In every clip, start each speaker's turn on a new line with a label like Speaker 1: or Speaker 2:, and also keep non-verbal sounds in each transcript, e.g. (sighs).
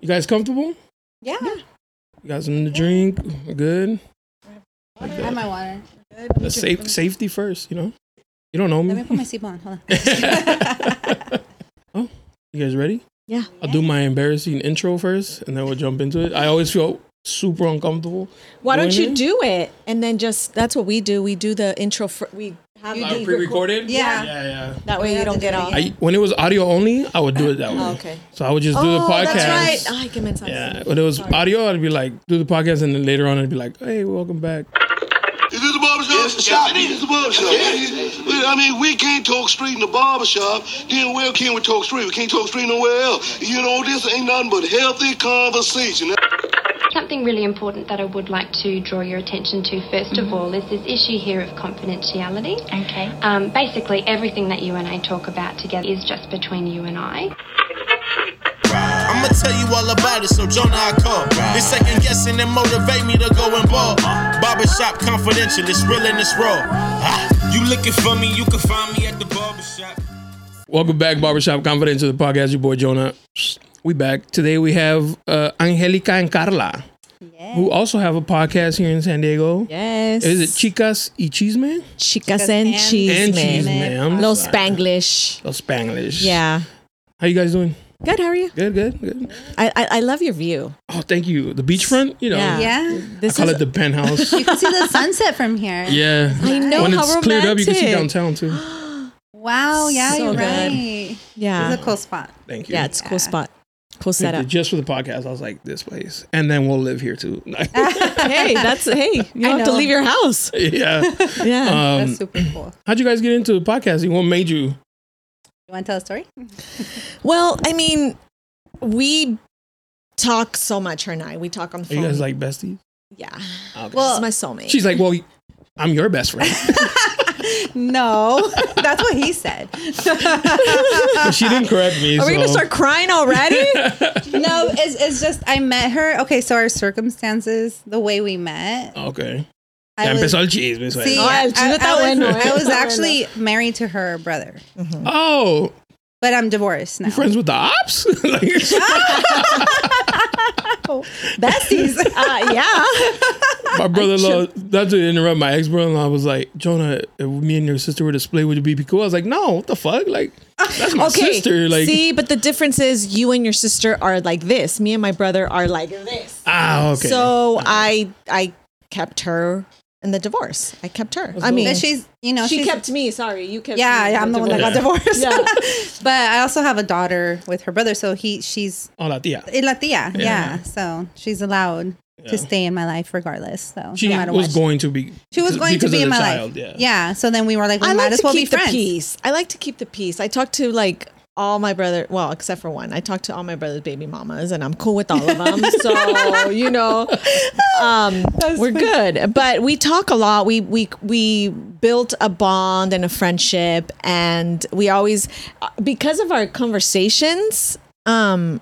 Speaker 1: You guys comfortable?
Speaker 2: Yeah.
Speaker 1: You got something to drink? We're good. Like
Speaker 2: I have
Speaker 1: that.
Speaker 2: my water.
Speaker 1: That's safe, safety first. You know. You don't know
Speaker 2: Let me
Speaker 1: me.
Speaker 2: put my seatbelt on. Hold on.
Speaker 1: oh, you guys ready?
Speaker 3: Yeah.
Speaker 1: I'll do my embarrassing intro first, and then we'll jump into it. I always feel super uncomfortable.
Speaker 3: Why don't
Speaker 1: Doing
Speaker 3: you
Speaker 1: it?
Speaker 3: do it? And then just that's what we do. We do the intro. For, we have
Speaker 2: You
Speaker 3: the-
Speaker 2: do
Speaker 1: pre-recorded.
Speaker 2: Yeah.
Speaker 1: Yeah, yeah.
Speaker 3: that way
Speaker 2: We
Speaker 3: you
Speaker 2: have
Speaker 3: don't
Speaker 2: to
Speaker 3: get
Speaker 2: do it
Speaker 3: off.
Speaker 2: again.
Speaker 1: I, when it was audio only, I would do it that way.
Speaker 3: Oh, okay.
Speaker 1: So I would just do the
Speaker 3: Oh,
Speaker 1: podcast.
Speaker 3: That's right. Oh, I can mention
Speaker 1: Yeah,
Speaker 3: yeah.
Speaker 1: when it was audio, I'd be like, do the podcast, and then later on, I'd be like, hey, welcome back.
Speaker 4: Is this a barbershop? Yes, shop. Yes, it is a barbershop. Yes. Well, I mean, we can't talk street in the barbershop. Then where can we talk street? We can't talk street nowhere else. You know, this ain't nothing but healthy conversation.
Speaker 5: Something really important that I would like to draw your attention to 1st of all is this issue here of confidentiality.
Speaker 6: Okay.
Speaker 5: Um, basically, everything that you and I talk about together is just between you and I.
Speaker 7: I'ma tell you all about it, so Jonah I call. This second guessing and motivate me to go and ball. Barbershop confidential, it's real and it's raw. Ah, You looking for me, you can find me at the barbershop.
Speaker 1: Welcome back, Barbershop Confidential, the podcast. Your boy Jonah. We back today. We have uh, Angelica and Carla,
Speaker 2: yeah.
Speaker 1: who also have a podcast here in San Diego.
Speaker 3: Yes.
Speaker 1: Is it Chicas y Chisme?
Speaker 3: chicas and
Speaker 2: and
Speaker 3: cheese,
Speaker 1: And
Speaker 3: man?
Speaker 1: Chisme. I'm
Speaker 3: Little
Speaker 1: sorry.
Speaker 3: Spanglish.
Speaker 1: Little Spanglish.
Speaker 3: Yeah.
Speaker 1: How you guys doing?
Speaker 3: Good. How are you?
Speaker 1: Good, good, good.
Speaker 3: I I, I love your view.
Speaker 1: Oh, thank you. The beachfront, you know.
Speaker 3: Yeah.
Speaker 2: Yeah.
Speaker 1: I
Speaker 3: This
Speaker 1: call
Speaker 3: is.
Speaker 1: it the
Speaker 3: (laughs)
Speaker 1: penthouse.
Speaker 2: You can see (laughs) the sunset from here.
Speaker 1: yeah.
Speaker 3: I know
Speaker 1: when
Speaker 3: how
Speaker 1: it's
Speaker 3: romantic.
Speaker 1: cleared up, you can see downtown
Speaker 3: (gasps)
Speaker 1: too.
Speaker 2: Wow. Yeah,
Speaker 3: So
Speaker 2: you're
Speaker 3: good.
Speaker 2: right.
Speaker 3: Yeah.
Speaker 2: It's a cool spot.
Speaker 1: Thank you.
Speaker 3: (laughs) Yeah. It's a
Speaker 2: Yeah.
Speaker 3: cool spot. Cool
Speaker 1: Thank you.
Speaker 3: setup.
Speaker 1: Just for the podcast, I was like, this place. And then we'll live here too.
Speaker 3: (laughs)
Speaker 1: (laughs)
Speaker 3: hey, that's hey. (laughs) You don't
Speaker 2: I
Speaker 3: have to
Speaker 2: know.
Speaker 3: leave your house.
Speaker 1: yeah.
Speaker 3: (laughs) Yeah.
Speaker 1: Um,
Speaker 2: That's super cool.
Speaker 1: how'd you guys get into podcasting? What made you?
Speaker 2: You want to tell a story?
Speaker 3: well, I mean, we talk so much. Her and I. We talk on the
Speaker 1: Are
Speaker 3: phone.
Speaker 1: you guys like besties?
Speaker 3: yeah.
Speaker 1: Okay.
Speaker 3: Well,
Speaker 2: Well,
Speaker 3: she's my soulmate.
Speaker 1: She's like, well, I'm your best (laughs) friend.
Speaker 2: (laughs) No. (laughs) That's what he said.
Speaker 1: she didn't correct me.
Speaker 3: Are we gonna
Speaker 1: so-
Speaker 3: start crying already?
Speaker 2: (laughs) no, it's, it's just I met her. Okay, so our circumstances, the way we met.
Speaker 1: (laughs) Okay.
Speaker 2: I
Speaker 1: Ya
Speaker 2: was-
Speaker 1: empezó el chisme. so-
Speaker 2: See,
Speaker 3: Oh,
Speaker 2: I,
Speaker 3: el chisme
Speaker 2: I
Speaker 3: está
Speaker 2: was,
Speaker 3: bueno, eh.
Speaker 2: I was
Speaker 3: Está
Speaker 2: actually married to her brother,
Speaker 1: oh,
Speaker 2: but I'm divorced now.
Speaker 1: you friends with the ops? (laughs)
Speaker 2: (laughs)
Speaker 1: like, (laughs)
Speaker 2: Besties.
Speaker 3: uh, yeah.
Speaker 1: my brother-in-law, not to interrupt, my ex-brother-in-law was like, Jonah, if me and your sister were to split, would you be cool? I was like, no, what the fuck? Like, that's my sister. Like,
Speaker 3: see, but the difference is you and your sister are like this. Me and my brother are like this.
Speaker 1: ah, okay.
Speaker 3: So I I kept her in the divorce. I kept her. I mean,
Speaker 2: but she's, you know,
Speaker 3: she
Speaker 2: she's,
Speaker 3: kept me. Sorry, you kept.
Speaker 2: Yeah,
Speaker 3: me
Speaker 2: yeah, I'm the one that got (laughs) divorced.
Speaker 3: Yeah.
Speaker 2: (laughs) but I also have a daughter with her brother, so he, she's
Speaker 1: oh, la tía.
Speaker 2: eh, la tia. Yeah.
Speaker 1: Yeah.
Speaker 2: so she's allowed
Speaker 1: Yeah.
Speaker 2: to stay in my life regardless. So
Speaker 1: She
Speaker 2: no matter
Speaker 1: was
Speaker 2: what,
Speaker 1: going to be.
Speaker 2: she was going to
Speaker 1: because
Speaker 2: be
Speaker 1: of
Speaker 2: in
Speaker 1: the
Speaker 2: my
Speaker 1: child,
Speaker 2: life.
Speaker 1: Yeah.
Speaker 2: So then we were like, we
Speaker 3: I
Speaker 2: might
Speaker 3: like to
Speaker 2: as well be
Speaker 3: keep the
Speaker 2: friends.
Speaker 3: peace. I like to keep the peace. I talk to like all my brother. Well, except for one. I talk to all my brother's baby mamas, and I'm cool with all of
Speaker 2: (laughs)
Speaker 3: them. so you know, um, we're good. But we talk a lot. We we we built a bond and a friendship, and we always because of our conversations. Um,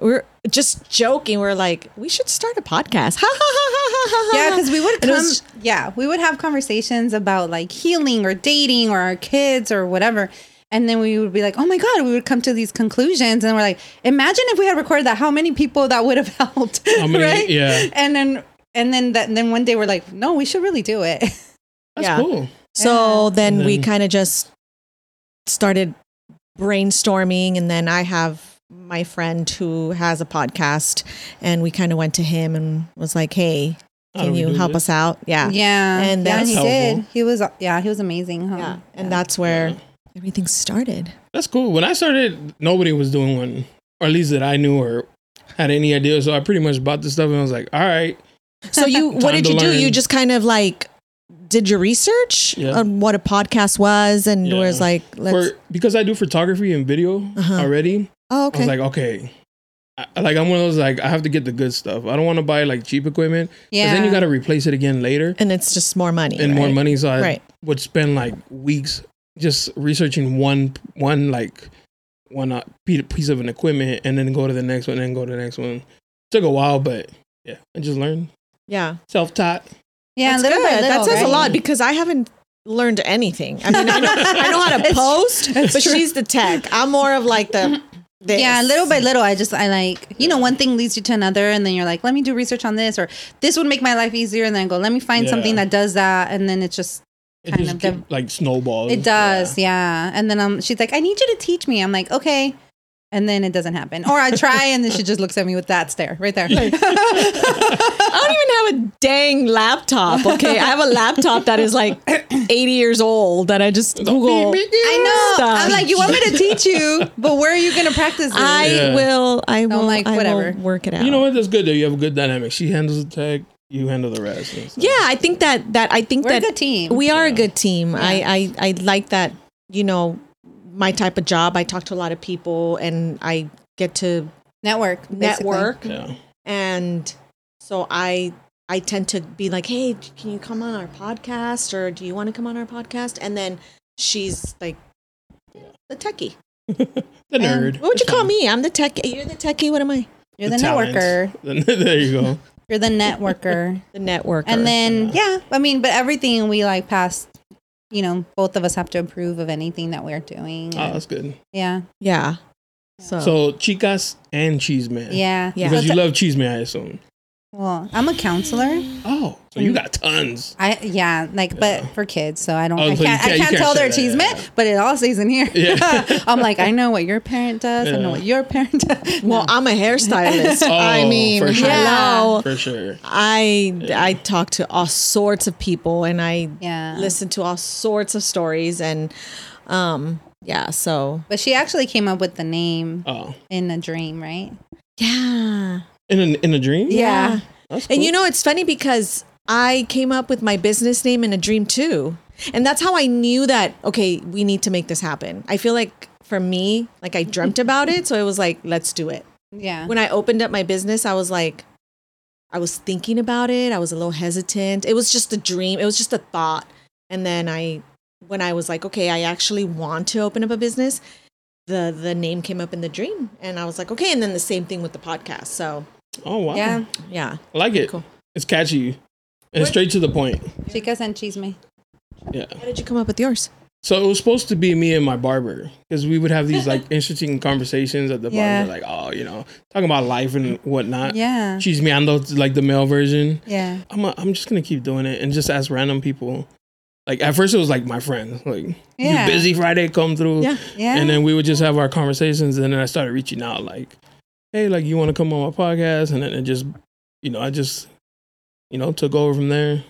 Speaker 3: we're just joking. We're like, we should start a podcast. (laughs) Ha, ha, ha, ha, ha, ha,
Speaker 2: Yeah,
Speaker 3: ha.
Speaker 2: because we would
Speaker 3: And it
Speaker 2: come.
Speaker 3: was-
Speaker 2: yeah, we would have conversations about like healing or dating or our kids or whatever. And then we would be like, oh my God, we would come to these conclusions. And we're like, imagine if we had recorded that, how many people that would have (laughs) helped.
Speaker 1: How many-
Speaker 2: right?
Speaker 1: yeah.
Speaker 2: And then, and then that, and then one day we're like, no, we should really do it.
Speaker 1: That's
Speaker 3: Yeah.
Speaker 1: cool.
Speaker 3: So then,
Speaker 1: And
Speaker 3: we
Speaker 1: then-
Speaker 3: kind of just started brainstorming, and then I have my friend who has a podcast, and we kind of went to him and was like, "Hey,
Speaker 1: How
Speaker 3: can
Speaker 1: do Oh, we
Speaker 3: you
Speaker 1: do
Speaker 3: help
Speaker 1: this?
Speaker 3: us out?" Yeah,
Speaker 2: (laughs) Yeah.
Speaker 3: And
Speaker 2: yeah,
Speaker 3: that's
Speaker 2: he
Speaker 1: helpful.
Speaker 2: did. He was, yeah, he was amazing. Huh?
Speaker 3: yeah. And that's where everything started.
Speaker 1: That's cool. When I started, nobody was doing one, or at least that I knew or had any idea. So I pretty much bought this stuff and I was like, all right.
Speaker 3: So
Speaker 1: (laughs)
Speaker 3: you, what
Speaker 1: Time
Speaker 3: did
Speaker 1: to
Speaker 3: you do?
Speaker 1: learn.
Speaker 3: You just kind of like did your research
Speaker 1: Yeah.
Speaker 3: on what a podcast was, and
Speaker 1: Yeah.
Speaker 3: was like, let's,
Speaker 1: For, because I do photography and video
Speaker 3: Uh-huh.
Speaker 1: already, I was
Speaker 3: "Oh, okay,
Speaker 1: like, okay. I, like, I'm one of those, like, I have to get the good stuff. I don't want to buy like cheap equipment. Because
Speaker 2: Yeah.
Speaker 1: then you got to replace it again later
Speaker 3: and it's just more money
Speaker 1: and more
Speaker 3: right?
Speaker 1: money. So I
Speaker 3: Right.
Speaker 1: would spend like weeks just researching one, one, like, one uh, pe- piece of an equipment and then go to the next one and then go to the next one. Took a while, but yeah, I just learned.
Speaker 3: Yeah,
Speaker 1: Self taught.
Speaker 2: yeah,
Speaker 3: That's
Speaker 2: little
Speaker 3: good.
Speaker 2: by little,
Speaker 3: that says a
Speaker 2: right?
Speaker 3: lot because I haven't learned
Speaker 2: (laughs)
Speaker 3: anything. I mean, I know, I know how to post, but she's the tech. I'm more of like the this.
Speaker 2: (clears throat) Yeah, little by little, I just I like you know one thing leads you to another, and then you're like, let me do research on this, or this would make my life easier, and then I go, let me find something
Speaker 1: Yeah.
Speaker 2: that does that, and then it's just
Speaker 1: It
Speaker 2: kind
Speaker 1: just
Speaker 2: of the-
Speaker 1: keep, like snowballs.
Speaker 2: it does, yeah. And then um, she's like, I need you to teach me. I'm like, okay, and then it doesn't happen, or I try, and then she just looks at me with that stare right there.
Speaker 3: (laughs) I don't even have a dang laptop. Okay, I have a laptop that is like (clears throat) 80 years old that I just Google.
Speaker 2: I know.
Speaker 3: stuff.
Speaker 2: I'm like, you want me to teach you, but where are you gonna practice? This?
Speaker 3: I
Speaker 1: Yeah.
Speaker 3: will. I will.
Speaker 2: like,
Speaker 3: I will
Speaker 2: whatever.
Speaker 3: work it out.
Speaker 1: You know what? That's good though. You have a good dynamic. She handles the tech. You handle the rest. and so-
Speaker 3: Yeah, I think that that I think
Speaker 2: We're a
Speaker 3: that
Speaker 2: good team.
Speaker 3: We are a good team. I, I I like that. You know, my type of job. I talk to a lot of people, and I get to
Speaker 2: network, basically.
Speaker 3: network,
Speaker 1: Yeah.
Speaker 3: and so I I tend to be like, hey, can you come on our podcast, or do you want to come on our podcast? And then she's like. The techie.
Speaker 1: The nerd.
Speaker 3: What would you
Speaker 1: It's
Speaker 3: call
Speaker 1: fine.
Speaker 3: me? I'm the techie. You're the techie. What am I?
Speaker 2: You're the,
Speaker 1: talent.
Speaker 2: networker.
Speaker 1: (laughs) there you
Speaker 3: (laughs)
Speaker 1: go. Oh,
Speaker 2: You're
Speaker 1: (laughs)
Speaker 2: the networker.
Speaker 3: The networker.
Speaker 2: and then yeah, I mean, but everything we like past, you know, both of us have to approve of anything that we're doing.
Speaker 1: Oh, that's good.
Speaker 2: yeah,
Speaker 3: yeah. So,
Speaker 1: So chicas and cheese man.
Speaker 3: Oh.
Speaker 2: yeah,
Speaker 3: Yeah.
Speaker 1: Because you love cheese man, I assume.
Speaker 2: Well, I'm a counselor.
Speaker 1: Oh, so
Speaker 3: Mm.
Speaker 1: you got tons.
Speaker 2: I yeah, like, but for kids, so I don't.
Speaker 1: Oh,
Speaker 2: I,
Speaker 1: so you
Speaker 2: can't,
Speaker 1: can't-
Speaker 2: I
Speaker 1: you
Speaker 2: can't
Speaker 1: can't
Speaker 2: tell
Speaker 1: say
Speaker 2: their
Speaker 1: that,
Speaker 2: cheese
Speaker 1: yeah,
Speaker 2: meant, but it all stays in here.
Speaker 1: Yeah.
Speaker 2: (laughs) I'm like, I know what your parent does. I
Speaker 1: Yeah.
Speaker 2: know what your parent (laughs) does.
Speaker 3: well, I'm a hairstylist.
Speaker 1: Oh,
Speaker 3: I mean,
Speaker 1: for sure.
Speaker 3: hello.
Speaker 1: For sure.
Speaker 3: I I talk to all sorts of people and I
Speaker 2: Yeah.
Speaker 3: listen to all sorts of stories and um yeah, so
Speaker 2: But she actually came up with the name
Speaker 1: Oh.
Speaker 2: in a dream, right?
Speaker 3: yeah.
Speaker 1: In a, in a dream?
Speaker 3: Yeah.
Speaker 1: That's cool.
Speaker 3: And you know it's funny because I came up with my business name in a dream too. And that's how I knew that okay, we need to make this happen. I feel like for me, like I dreamt about it, so it was like let's do it.
Speaker 2: Yeah.
Speaker 3: when I opened up my business, I was like, I was thinking about it. I was a little hesitant. It was just a dream. It was just a thought. And then I, when I was like, okay, I actually want to open up a business, the the name came up in the dream, and I was like, okay. And then the same thing with the podcast. So
Speaker 1: Oh, wow.
Speaker 2: Yeah.
Speaker 3: yeah,
Speaker 1: I like it.
Speaker 3: Cool.
Speaker 1: It's catchy. And it's straight to the point.
Speaker 2: Chicas and cheese me.
Speaker 1: Yeah.
Speaker 3: how did you come up with yours?
Speaker 1: So it was supposed to be me and my barber because we would have these
Speaker 2: (laughs)
Speaker 1: like interesting conversations at the
Speaker 2: Yeah.
Speaker 1: barber, like oh, you know, talking about life and whatnot.
Speaker 2: Yeah.
Speaker 1: She's meando like the male version.
Speaker 2: Yeah.
Speaker 1: I'm a, I'm just gonna keep doing it and just ask random people. Like at first it was like my friends, like
Speaker 2: Yeah.
Speaker 1: you busy Friday, come through.
Speaker 3: Yeah.
Speaker 2: Yeah.
Speaker 1: And then we would just have our conversations, and then I started reaching out, like, hey, like you want to come on my podcast, and then it just, you know, I just, you know, took over from there.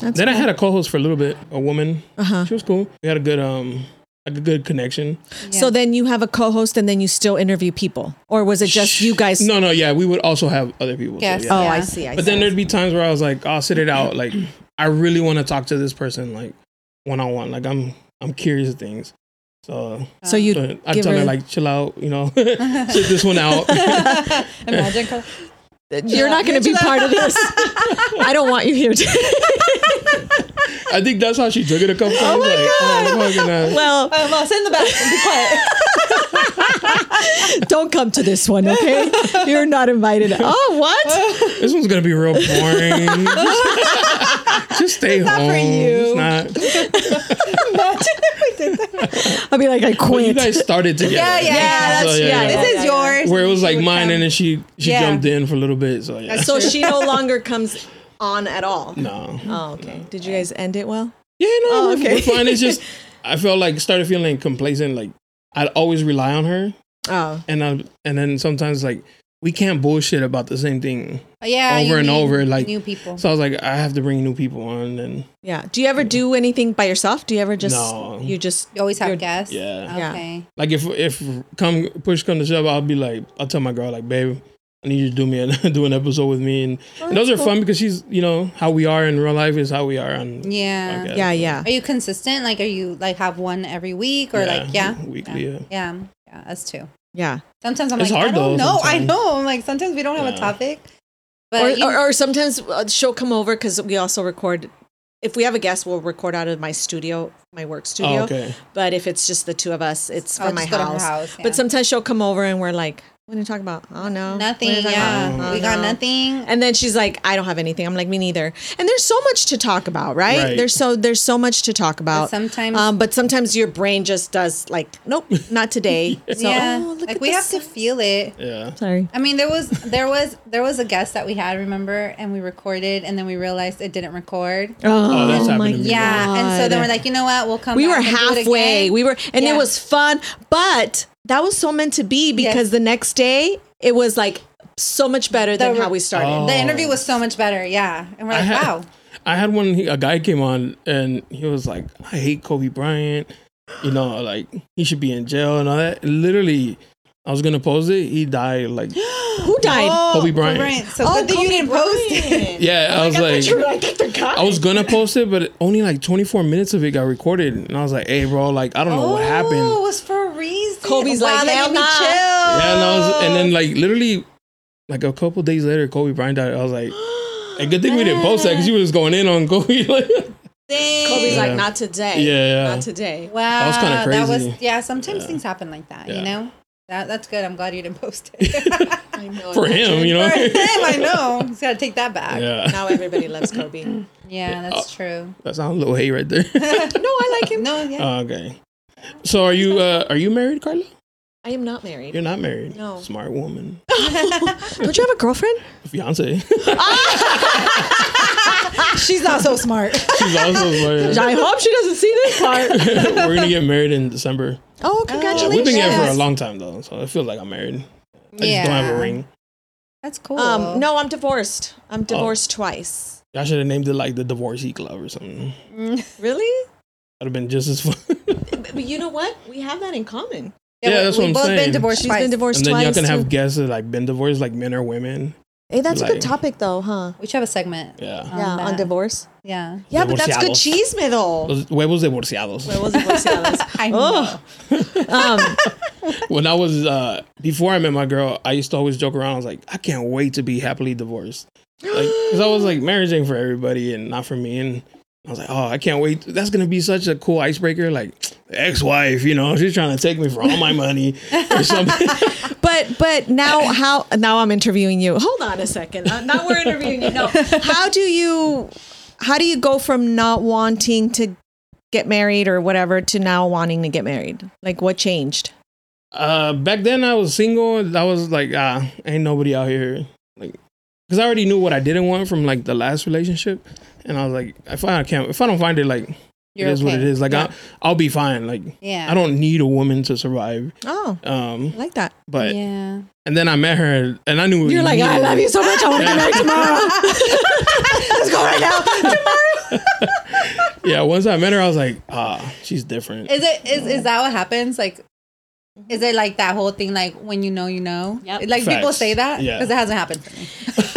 Speaker 3: That's
Speaker 1: then I had a co-host for a little bit, a woman.
Speaker 3: uh huh.
Speaker 1: She was cool. We had a good um like a good connection.
Speaker 3: So then you have a co-host, and then you still interview people, or was it just you guys?
Speaker 1: No, no, yeah, we would also have other people.
Speaker 2: Yes.
Speaker 1: yeah.
Speaker 3: Oh, I
Speaker 2: Yeah.
Speaker 3: see. I
Speaker 1: but
Speaker 3: see.
Speaker 1: then there'd be times where I was like, I'll sit it out. Like I really want to talk to this person like one on one. Like I'm I'm curious of things. So,
Speaker 3: so you
Speaker 1: so I
Speaker 3: Uh, give
Speaker 1: tell her
Speaker 3: her-
Speaker 1: like chill out, you know, (laughs) sit this one out.
Speaker 2: imagine.
Speaker 1: (laughs)
Speaker 2: co-
Speaker 3: you're not going to be part of this. (laughs) I don't want you here. (laughs)
Speaker 1: I think that's how she took it a couple times. like, oh, I'm gonna-
Speaker 3: Uh, well,
Speaker 2: Um, I'll sit in the back and be
Speaker 3: (laughs)
Speaker 2: quiet.
Speaker 3: Don't come to this one, okay? You're not (laughs) invited. Oh, (laughs) what?
Speaker 1: this one's gonna be real boring. (laughs) just, stay home.
Speaker 2: for you.
Speaker 1: It's not.
Speaker 3: I'll be like, I
Speaker 1: Well, you
Speaker 3: quit. (laughs)
Speaker 1: guys started together.
Speaker 2: Yeah, yeah, that's
Speaker 1: So,
Speaker 3: yeah,
Speaker 2: This
Speaker 3: yeah,
Speaker 2: is yours.
Speaker 1: where it was like mine, and then she she
Speaker 2: Yeah.
Speaker 1: jumped in for a little bit. So (laughs) yeah,
Speaker 3: so she no longer comes on at all.
Speaker 1: no,
Speaker 3: Oh, okay. Did you guys end it well?
Speaker 1: yeah, no,
Speaker 3: Oh,
Speaker 1: we're-
Speaker 3: okay.
Speaker 1: we're (laughs) fine. It's just I felt like started feeling complacent. Like I'd always rely on her,
Speaker 3: Oh,
Speaker 1: and I and then sometimes like we can't bullshit about the same thing.
Speaker 2: Oh, yeah,
Speaker 1: Over
Speaker 2: you
Speaker 1: and
Speaker 2: need
Speaker 1: over, like-
Speaker 2: new people.
Speaker 1: So I was like, I have to bring new people on, and
Speaker 3: yeah. Do you ever do anything by yourself? Do you ever just
Speaker 1: No.
Speaker 3: you just
Speaker 2: you always have
Speaker 3: you're-
Speaker 2: guests.
Speaker 1: yeah.
Speaker 3: Yeah.
Speaker 2: Okay.
Speaker 1: like if if come push come to shove, I'll be like I'll tell my girl like, babe. I need you to do me an, (laughs) do an episode with me, and, and those are fun because she's you know how we are in real life is how we are on
Speaker 2: Yeah.
Speaker 1: podcast.
Speaker 3: Yeah, yeah.
Speaker 2: Are you consistent? Like, are you like have one every week or like yeah,
Speaker 1: weekly. Yeah.
Speaker 2: yeah, yeah, us too.
Speaker 3: Yeah.
Speaker 2: Sometimes I'm
Speaker 1: It's
Speaker 2: like,
Speaker 1: hard
Speaker 2: I don't
Speaker 1: though,
Speaker 2: know. I
Speaker 1: sometimes.
Speaker 2: know. I'm like, sometimes we don't have
Speaker 1: Yeah.
Speaker 2: a topic, but
Speaker 3: Or,
Speaker 2: Uh, you-
Speaker 3: or, or sometimes uh, she'll come over because we also record. If we have a guest, we'll record out of my studio, my work studio.
Speaker 1: Oh, okay.
Speaker 3: But if it's just the two of us, it's
Speaker 2: I'll
Speaker 3: from my
Speaker 2: just go to her
Speaker 3: house.
Speaker 2: house, yeah.
Speaker 3: But sometimes she'll come over and we're like, What are you talking about? Oh no,
Speaker 2: Nothing. Yeah.
Speaker 1: Uh-huh.
Speaker 2: we got nothing.
Speaker 3: And then she's like, I don't have anything. I'm like, me neither. And there's so much to talk about, right?
Speaker 1: Right.
Speaker 3: There's so there's so much to talk about.
Speaker 2: sometimes-
Speaker 3: um, but sometimes your brain just does like, nope, not (laughs) today. So,
Speaker 2: yeah.
Speaker 3: oh, look
Speaker 2: like
Speaker 3: at
Speaker 2: we
Speaker 3: this.
Speaker 2: have to feel it.
Speaker 1: Yeah.
Speaker 3: Sorry.
Speaker 2: I mean, there was there was there was a guest that we had, remember, and we recorded, and then we realized it didn't record.
Speaker 1: Oh, that's happened to me.
Speaker 2: yeah, and so then we're
Speaker 3: God.
Speaker 2: like, you know what? We'll come.
Speaker 3: we were
Speaker 2: back and do it
Speaker 3: halfway.
Speaker 2: again.
Speaker 3: We were, and
Speaker 2: Yeah.
Speaker 3: it was fun, but that was so meant to be because
Speaker 2: Yes.
Speaker 3: the next day it was like so much better than
Speaker 2: The-
Speaker 3: how we started.
Speaker 1: Oh.
Speaker 2: the interview was so much better. Yeah, and we're
Speaker 1: I
Speaker 2: like,
Speaker 1: had,
Speaker 2: wow.
Speaker 1: I had one. A guy came on and he was like, "I hate Kobe Bryant. You know, like he should be in jail and all that." Literally, I was gonna post it. He died.
Speaker 2: (gasps)
Speaker 1: Like,
Speaker 3: Who died?
Speaker 1: Kobe Bryant.
Speaker 2: So
Speaker 3: Oh,
Speaker 2: good thing you didn't post (laughs) it.
Speaker 1: yeah, I was
Speaker 3: (laughs)
Speaker 1: like, I was gonna post it, but only like 24 minutes of it got recorded, and I was like, "Hey, bro, like I don't know what
Speaker 2: Oh, it
Speaker 1: happened."
Speaker 2: was for a reason.
Speaker 3: Kobe's like,
Speaker 2: that
Speaker 3: hell
Speaker 2: made me
Speaker 3: nah.
Speaker 2: chill.
Speaker 1: Yeah, and I was, and then like literally, like a couple days later, Kobe Bryant died. I was like, "Hey, good thing we didn't post that because you were just going in on Kobe." like, (laughs)
Speaker 2: Dang.
Speaker 3: Kobe's
Speaker 1: Yeah.
Speaker 3: like, not today.
Speaker 1: Yeah, yeah.
Speaker 3: Not today.
Speaker 2: Wow,
Speaker 1: That was kinda crazy.
Speaker 2: yeah, sometimes things happen like that.
Speaker 1: Yeah.
Speaker 2: You know, that, that's good. I'm glad you didn't post it.
Speaker 3: I
Speaker 1: (laughs)
Speaker 3: know.
Speaker 1: for him, you know. (laughs)
Speaker 2: (laughs) For him, I know. He's got to take that back. Yeah, (laughs)
Speaker 1: yeah,
Speaker 3: Now everybody loves Kobe. no,
Speaker 2: that's true.
Speaker 1: that sounds a little hate right there.
Speaker 3: I like him.
Speaker 2: uh, (laughs) No, yeah.
Speaker 1: Oh, Okay. So are you uh are you married, Carla?
Speaker 3: (laughs) I am not married.
Speaker 1: You're not married.
Speaker 3: No.
Speaker 1: Smart woman.
Speaker 3: Don't you have a girlfriend?
Speaker 1: Fiance.
Speaker 2: (laughs) She's not so smart.
Speaker 1: She's also
Speaker 2: (laughs)
Speaker 1: smart.
Speaker 3: I hope she doesn't see this part.
Speaker 1: (laughs) We're gonna get married in December.
Speaker 3: Oh,
Speaker 1: Yeah,
Speaker 3: congratulations.
Speaker 1: we've been together for a long time though, so I feel like I'm married. I
Speaker 2: yeah.
Speaker 1: just don't have a ring.
Speaker 2: That's cool.
Speaker 3: um, no, I'm divorced. I'm divorced twice.
Speaker 1: I should have named it like the divorcee club or something.
Speaker 3: Really?
Speaker 1: That'd have been just as fun. (laughs)
Speaker 3: But, but you know what? We have that in common.
Speaker 1: yeah,
Speaker 2: we-
Speaker 1: that's what
Speaker 2: we've
Speaker 1: I'm
Speaker 2: both
Speaker 1: saying.
Speaker 2: been divorced
Speaker 3: She's
Speaker 2: twice.
Speaker 3: been divorced
Speaker 1: and then y'all
Speaker 3: twice.
Speaker 1: can have
Speaker 3: too.
Speaker 1: guests that like been divorced, like men or women.
Speaker 3: hey, that's a
Speaker 1: like-
Speaker 3: good topic though, huh?
Speaker 2: We should have a segment.
Speaker 1: Yeah.
Speaker 2: on
Speaker 3: Yeah, on
Speaker 2: that.
Speaker 3: divorce.
Speaker 2: Yeah.
Speaker 3: Yeah, but that's good
Speaker 1: Divorciados.
Speaker 3: cheese though. (laughs)
Speaker 1: Los huevos divorciados.
Speaker 3: Well, it was divorciados.
Speaker 2: I
Speaker 3: Oh. um,
Speaker 1: when I was uh before I met my girl, I used to always joke around. I was like, I can't wait to be happily divorced, like because I was like marriage ain't for everybody and not for me. And I was like, oh, I can't wait. That's gonna be such a cool icebreaker. Like ex-wife, you know, she's trying to take me for all my money or something.
Speaker 3: But but now how now I'm interviewing you. Hold on a second. Uh, now we're interviewing you. No. How do you how do you go from not wanting to get married or whatever to now wanting to get married? Like what changed?
Speaker 1: uh, back then I was single. I was like, ah, ain't nobody out here like. Because I already knew what I didn't want from like the last relationship, and I was like, if I can't, if I don't find it, like
Speaker 2: You're
Speaker 1: it is what
Speaker 2: okay.
Speaker 1: it is. Like
Speaker 3: Yeah.
Speaker 1: I, I'll be fine. Like
Speaker 2: Yeah.
Speaker 1: I don't need a woman to survive.
Speaker 3: Oh,
Speaker 1: Um,
Speaker 3: I like that.
Speaker 1: but
Speaker 2: Yeah.
Speaker 1: and then I met her, and I knew
Speaker 3: You're like, I love you so much. I want to get (laughs) married tomorrow. Let's go right now.
Speaker 1: Yeah, once I met her, I was like, ah, she's different.
Speaker 2: Is it is is that what happens? Like, is it like that whole thing? Like when you know, you know.
Speaker 3: Yep.
Speaker 2: Like people
Speaker 1: Facts.
Speaker 2: say that
Speaker 1: Yeah.
Speaker 2: because it hasn't happened for me.
Speaker 3: (laughs)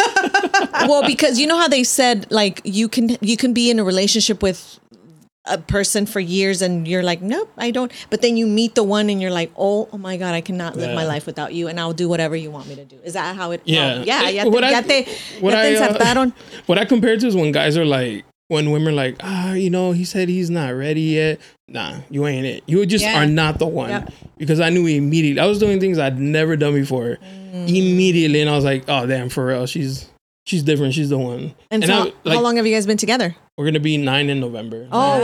Speaker 3: well, because you know how they said like you can you can be in a relationship with a person for years and you're like, nope, I don't. But then you meet the one and you're like, oh, oh my god, I cannot live
Speaker 1: Yeah.
Speaker 3: my life without you, and I'll do whatever you want me to do. Is that how it?
Speaker 1: Yeah.
Speaker 3: oh, yeah,
Speaker 1: Eh,
Speaker 3: ya,
Speaker 1: what
Speaker 3: te,
Speaker 1: I-
Speaker 3: ya te,
Speaker 1: what
Speaker 3: ya te
Speaker 1: I, uh,
Speaker 3: (laughs) ensartaron.
Speaker 1: What I compare it to is when guys are like, when women are like, ah, you know, he said he's not ready yet. Nah, you ain't it. You just
Speaker 2: Yeah.
Speaker 1: are not the one.
Speaker 3: Yep.
Speaker 1: Because I knew immediately. I was doing things I'd never done before.
Speaker 3: Mm.
Speaker 1: Immediately, and I was like, oh damn, for real, she's she's different. She's the one.
Speaker 3: And, so,
Speaker 1: I, like,
Speaker 3: how long have you guys been together?
Speaker 1: We're gonna be nine in November.
Speaker 3: Oh
Speaker 2: Uh,
Speaker 3: wow,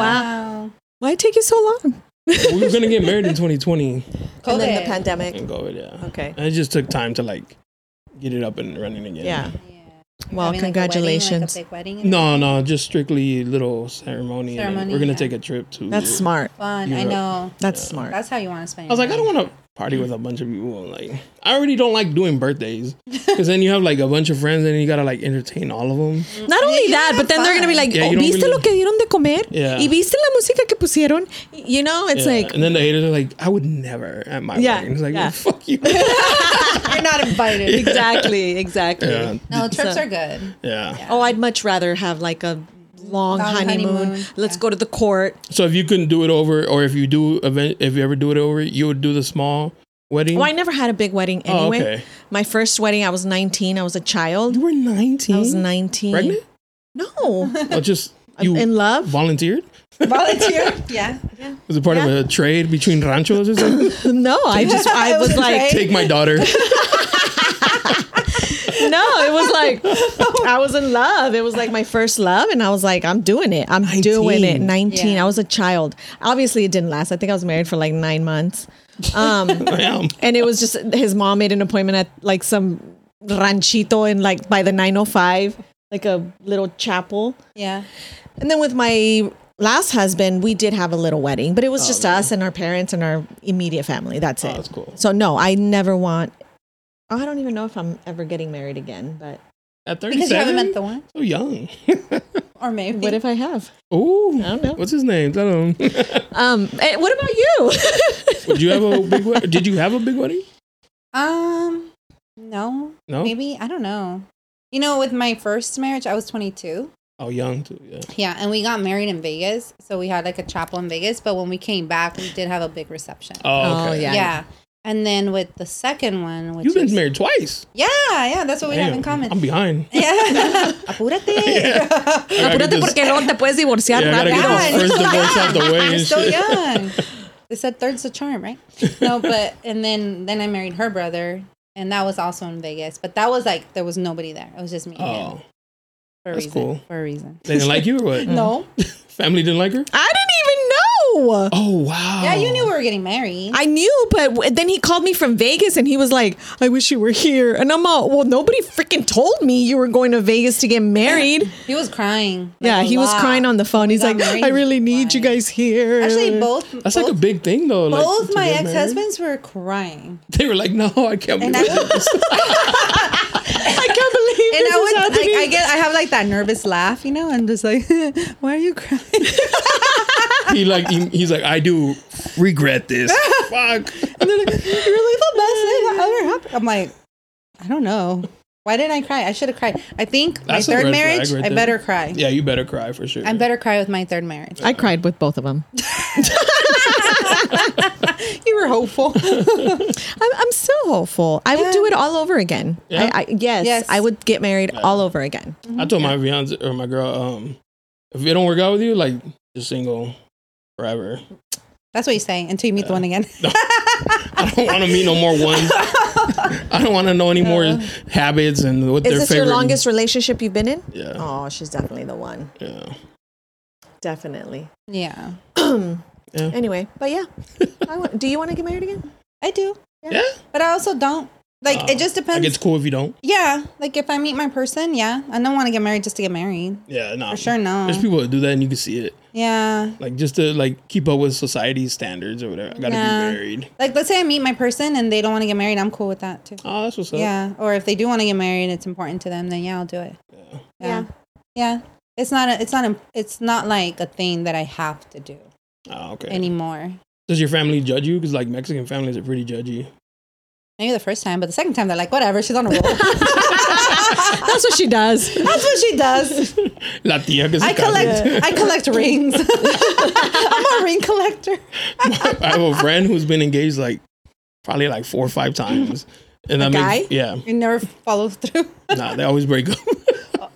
Speaker 2: Wow.
Speaker 3: why take you so long?
Speaker 1: we were gonna get married in 2020
Speaker 3: And then the
Speaker 2: COVID.
Speaker 3: pandemic.
Speaker 1: and go, yeah.
Speaker 3: Okay.
Speaker 1: And it just took time to like get it up and running again.
Speaker 3: Yeah.
Speaker 2: Yeah.
Speaker 3: Well,
Speaker 2: Having, like, a
Speaker 3: congratulations.
Speaker 2: Wedding, like, a big wedding and
Speaker 1: No, no, just strictly little ceremony. and
Speaker 2: Ceremony,
Speaker 1: We're gonna
Speaker 2: yeah.
Speaker 1: take a trip to.
Speaker 3: That's smart.
Speaker 2: Fun. I
Speaker 1: Europe.
Speaker 2: know.
Speaker 3: That's smart.
Speaker 2: That's how you want to spend.
Speaker 1: I was like, I don't want to party with a bunch of people. Like, I already don't like doing birthdays
Speaker 3: (laughs)
Speaker 1: because then you have like a bunch of friends and you gotta like entertain all of them.
Speaker 3: Not only that, but then they're gonna be like,
Speaker 1: Yeah,
Speaker 3: oh,
Speaker 1: you don't
Speaker 3: ¿viste
Speaker 1: really-
Speaker 3: lo que dieron de comer?
Speaker 1: Yeah.
Speaker 3: ¿Y viste la música que pusieron? You know, it's
Speaker 1: Yeah.
Speaker 3: like
Speaker 1: and then the haters are like, I would never at my
Speaker 3: Yeah,
Speaker 1: wedding. It's like,
Speaker 3: yeah.
Speaker 1: fuck
Speaker 3: (laughs)
Speaker 1: you.
Speaker 2: You're not invited.
Speaker 3: exactly, exactly.
Speaker 1: yeah,
Speaker 2: (laughs) No, trips
Speaker 3: So-
Speaker 2: are good.
Speaker 1: (laughs) yeah.
Speaker 3: Oh, I'd much rather have like a long,
Speaker 2: Long
Speaker 3: honeymoon.
Speaker 2: honeymoon,
Speaker 3: Let's go to the court.
Speaker 1: So if you couldn't do it over, or if you do event, if you ever do it over, you would do the small wedding.
Speaker 3: Well, I never had a big wedding
Speaker 1: Oh,
Speaker 3: anyway.
Speaker 1: okay.
Speaker 3: My first wedding, I was 19. I was a child.
Speaker 1: You were nineteen.
Speaker 3: I was 19.
Speaker 1: Pregnant?
Speaker 3: No.
Speaker 2: (laughs)
Speaker 1: Or just you
Speaker 3: In love?
Speaker 1: volunteered?
Speaker 2: Volunteer. (laughs) yeah. Yeah.
Speaker 1: Was it part of a trade between ranchos or something?
Speaker 2: (laughs)
Speaker 3: No, I just (laughs) I
Speaker 2: It
Speaker 3: was
Speaker 2: was
Speaker 3: like
Speaker 1: Take my daughter.
Speaker 3: no, it was like I was in love. It was like my first love, and I was like, I'm doing it. I'm doing it.
Speaker 1: 19.
Speaker 3: Nineteen.
Speaker 2: Yeah.
Speaker 3: I was a child. Obviously, it didn't last. I think I was married for like nine months.
Speaker 1: (laughs)
Speaker 3: Um,
Speaker 1: I am.
Speaker 3: and it was just his mom made an appointment at like some ranchito in like by the 905, like a little chapel.
Speaker 2: Yeah.
Speaker 3: And then with my last husband, we did have a little wedding, but it was just us and our parents and our immediate family. That's
Speaker 1: Oh,
Speaker 3: it.
Speaker 1: that's cool.
Speaker 3: So no, I never want. Oh, I don't even know if I'm ever getting married again, but
Speaker 1: At
Speaker 2: Because you haven't
Speaker 1: 37?
Speaker 2: met the one.
Speaker 1: So young. (laughs)
Speaker 2: Or maybe.
Speaker 3: what if I have?
Speaker 1: Ooh.
Speaker 3: I don't know.
Speaker 1: What's his name? Tell him. (laughs)
Speaker 3: Um, eh, what about you? (laughs)
Speaker 1: Would you have a big wedding? Did you have a big wedding?
Speaker 2: Um, no.
Speaker 1: No.
Speaker 2: Maybe. I don't know. You know, with my first marriage, I was 22.
Speaker 1: Oh, young too. Yeah.
Speaker 2: Yeah. And we got married in Vegas. So we had like a chapel in Vegas. But when we came back, we did have a big reception.
Speaker 1: Oh,
Speaker 3: Oh,
Speaker 1: okay.
Speaker 3: yeah.
Speaker 2: yeah. And then with the second one, which
Speaker 1: You've been
Speaker 2: is-
Speaker 1: married twice.
Speaker 2: Yeah. Yeah. That's what we have
Speaker 1: Damn,
Speaker 2: in common.
Speaker 1: I'm behind.
Speaker 2: (laughs) yeah.
Speaker 1: (laughs)
Speaker 2: Apúrate.
Speaker 1: I gotta get this-
Speaker 3: luego te puedes divorciar
Speaker 1: Yeah, I gotta get
Speaker 2: rápido.
Speaker 1: this first divorce out the way
Speaker 2: (laughs) I'm
Speaker 1: and
Speaker 2: so
Speaker 1: shit. (laughs)
Speaker 2: young. They said third's the charm, right? No, but and then then I married her brother, and that was also in Vegas. But that was like there was nobody there. It was just me and him
Speaker 1: Oh,
Speaker 2: for a
Speaker 1: that's
Speaker 2: reason.
Speaker 1: cool.
Speaker 2: For a reason.
Speaker 1: they didn't like you or what?
Speaker 2: No.
Speaker 1: Family didn't like her?
Speaker 3: (laughs) I didn't even know.
Speaker 1: Oh, wow.
Speaker 2: Yeah, you knew we were getting married.
Speaker 3: I knew, but w- then he called me from Vegas and he was like, I wish you were here. And I'm all, well, nobody freaking told me you were going to Vegas to get married.
Speaker 2: he was crying. like,
Speaker 3: yeah,
Speaker 2: a
Speaker 3: he was
Speaker 2: lot.
Speaker 3: crying on the phone. He's
Speaker 2: got
Speaker 3: like,
Speaker 2: married
Speaker 3: I really need you
Speaker 2: twice.
Speaker 3: guys here.
Speaker 2: Actually, both.
Speaker 1: That's
Speaker 2: both,
Speaker 1: like a big thing, though. like,
Speaker 2: both
Speaker 1: to
Speaker 2: my
Speaker 1: get married.
Speaker 2: ex husbands were
Speaker 3: (laughs)
Speaker 2: crying,
Speaker 1: They were like, no, I can't
Speaker 2: and I
Speaker 1: believe
Speaker 2: and
Speaker 1: it.
Speaker 3: (laughs) I can't believe this
Speaker 2: I
Speaker 3: is
Speaker 2: would
Speaker 3: happening.
Speaker 2: like I
Speaker 3: (laughs)
Speaker 2: get I have like that nervous laugh, you know, and just like, (laughs) why are you crying?
Speaker 1: He like, he- he's like, I do regret
Speaker 2: (laughs)
Speaker 1: this. Fuck.
Speaker 2: And they're like, "You're really the best thing that ever happened. I'm like, I don't know. Why didn't I cry? I should have cried. I think
Speaker 1: That's a
Speaker 2: my third
Speaker 1: red flag
Speaker 2: marriage,
Speaker 1: right
Speaker 2: I
Speaker 1: there.
Speaker 2: better cry.
Speaker 1: Yeah, you better cry for sure.
Speaker 2: I better cry with my third marriage.
Speaker 3: I cried with both of them.
Speaker 1: (laughs)
Speaker 2: You were hopeful.
Speaker 3: I'm, I'm so hopeful. I would do it all over again.
Speaker 1: Yeah?
Speaker 3: I, I, yes,
Speaker 2: Yes.
Speaker 3: I would get married all over again.
Speaker 1: I told my fiance or my girl, um, if it don't work out with you, like, you're single forever.
Speaker 2: That's what you say until you meet the
Speaker 1: (laughs)
Speaker 2: one again. (laughs)
Speaker 1: I don't want to meet no more ones. I don't want to know any more habits and what
Speaker 3: Is
Speaker 1: their
Speaker 3: this
Speaker 1: favorite.
Speaker 3: your longest relationship you've been in?
Speaker 1: Yeah.
Speaker 3: Oh, she's definitely the one.
Speaker 1: Yeah.
Speaker 3: Definitely.
Speaker 2: yeah,
Speaker 3: Anyway,
Speaker 1: (laughs)
Speaker 3: but yeah. I want, do you want to get married again?
Speaker 2: I do.
Speaker 1: Yeah.
Speaker 2: But I also don't. Like,
Speaker 1: Oh.
Speaker 2: it just
Speaker 1: Like,
Speaker 2: depends.
Speaker 1: it's cool if you don't.
Speaker 2: yeah. Like, if I meet my person, yeah. I don't want to get married just to get married.
Speaker 1: Yeah, no.
Speaker 2: For sure, no.
Speaker 1: There's people that do that and you can see it.
Speaker 2: Yeah.
Speaker 1: Like just to like keep up with society's standards or whatever. I gotta
Speaker 2: Yeah.
Speaker 1: be married.
Speaker 2: Like, let's say I meet my person and they don't want to get married. I'm cool with that, too.
Speaker 1: Oh, that's what's up.
Speaker 2: Yeah. Or if they do want to get married and it's important to them, then yeah, I'll do it. Yeah. Yeah. It's not a, it's not a, it's not like a thing that I have to do
Speaker 1: Oh, okay.
Speaker 2: anymore.
Speaker 1: Does your family judge you? Because like Mexican families are pretty judgy.
Speaker 2: Maybe the first time, but the second time they're like, whatever, she's (laughs) on a roll. That's
Speaker 3: That's what she does.
Speaker 2: what she does.
Speaker 1: La tía que se
Speaker 2: I collect I
Speaker 1: (laughs)
Speaker 2: (laughs) collect rings. I'm a ring (laughs) collector.
Speaker 1: case. I have a friend who's been engaged like probably like four or five times. And I
Speaker 3: guy?
Speaker 1: yeah.
Speaker 2: You never follow through. (laughs)
Speaker 1: Nah, they always break up. (laughs)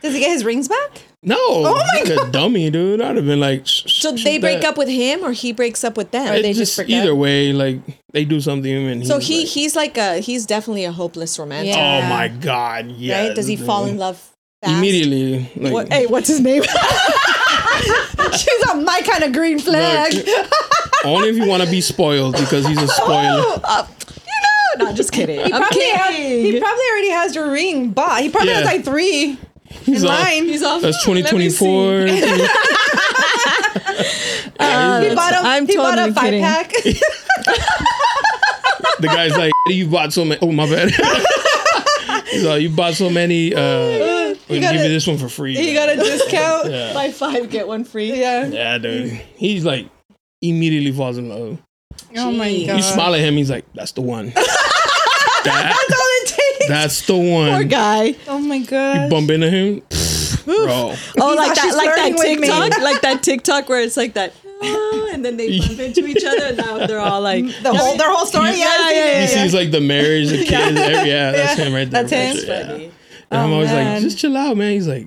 Speaker 2: Does he get his rings back?
Speaker 1: no. Oh my god. A dummy, dude. I'd have been like
Speaker 3: (laughs) So they break up with him or he breaks up with them? Or they just, break
Speaker 1: either
Speaker 3: up?
Speaker 1: way, like they do something and
Speaker 3: So
Speaker 1: he's like,
Speaker 3: he he's like a he's definitely a hopeless romantic.
Speaker 1: Oh
Speaker 2: Yeah.
Speaker 1: my god, yeah.
Speaker 3: Right? Does he fall in love fast?
Speaker 1: Immediately. Like,
Speaker 3: What, hey, what's his name?
Speaker 2: (laughs) She's on my kind of green flag. (laughs)
Speaker 1: Look, only if you want to be spoiled because he's
Speaker 3: (laughs)
Speaker 1: a spoiler.
Speaker 3: Uh, you know, (laughs) no, just kidding. I'm
Speaker 2: Probably ha-
Speaker 3: kidding.
Speaker 2: he probably already has your ring bought. He probably
Speaker 1: Yeah.
Speaker 2: has like three.
Speaker 1: He's all-
Speaker 2: Mine. He's off.
Speaker 1: That's 2024.
Speaker 3: (laughs)
Speaker 1: Yeah,
Speaker 2: He
Speaker 1: he's-
Speaker 2: bought a,
Speaker 3: I'm
Speaker 2: he bought
Speaker 3: totally
Speaker 2: a five
Speaker 3: kidding.
Speaker 2: pack.
Speaker 1: (laughs) the guy's like, you bought so many. Oh, my bad. (laughs) he's like, you bought so many. Uh, we
Speaker 2: gotta-
Speaker 1: give you this one for free.
Speaker 2: he got
Speaker 3: (laughs)
Speaker 2: a discount.
Speaker 1: yeah.
Speaker 3: Buy five, get one free.
Speaker 2: Yeah.
Speaker 1: yeah, dude. He's like, immediately falls in love.
Speaker 2: (laughs) Oh my
Speaker 1: You smile at him, he's like, that's the
Speaker 2: (laughs)
Speaker 1: one. That-
Speaker 2: all it takes.
Speaker 1: that's the
Speaker 3: (laughs) Poor
Speaker 1: one.
Speaker 3: guy.
Speaker 2: Oh my god.
Speaker 1: Bump into him. Bro.
Speaker 3: Oh,
Speaker 2: like that- like that (laughs) TikTok?
Speaker 3: like that TikTok where it's like that, "Ah," and then (laughs) they bump into each other, and now they're all like,
Speaker 2: The whole their whole story. Yeah,
Speaker 1: He sees like the marriage, the
Speaker 2: (laughs)
Speaker 1: kids. Every, yeah, that's him right there.
Speaker 2: That's him.
Speaker 1: for sure, yeah. And I'm always like,
Speaker 2: Oh, man.
Speaker 1: just chill out, man. He's like,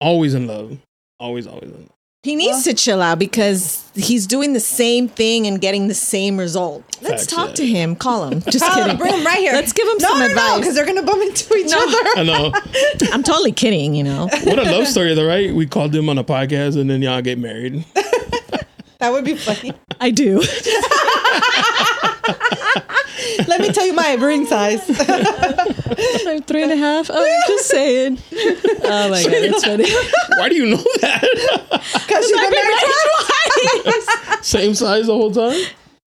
Speaker 1: always in love. Always, always in love.
Speaker 3: He needs to chill out because he's doing the same thing and getting the same result. Let's
Speaker 1: Facts,
Speaker 3: talk
Speaker 1: yeah.
Speaker 3: to him. Call him. Just
Speaker 2: Call
Speaker 3: kidding.
Speaker 2: him, room right here.
Speaker 3: Let's give him
Speaker 2: no,
Speaker 3: some
Speaker 2: no,
Speaker 3: advice.
Speaker 2: because they're gonna bump into each
Speaker 3: No.
Speaker 1: I
Speaker 2: other.
Speaker 1: know.
Speaker 3: I'm totally kidding, you know.
Speaker 1: What a love story, though, right? We called them on a podcast, and then y'all get married.
Speaker 2: (laughs) That would be (laughs) funny.
Speaker 3: I do. (laughs)
Speaker 2: Let me tell you my ring size.
Speaker 3: I'm three and a half. Oh, I'm just saying. (laughs) Oh my god, it's (laughs) funny.
Speaker 1: Why do you know that? (laughs)
Speaker 2: Because she's been married
Speaker 1: Same size the whole time.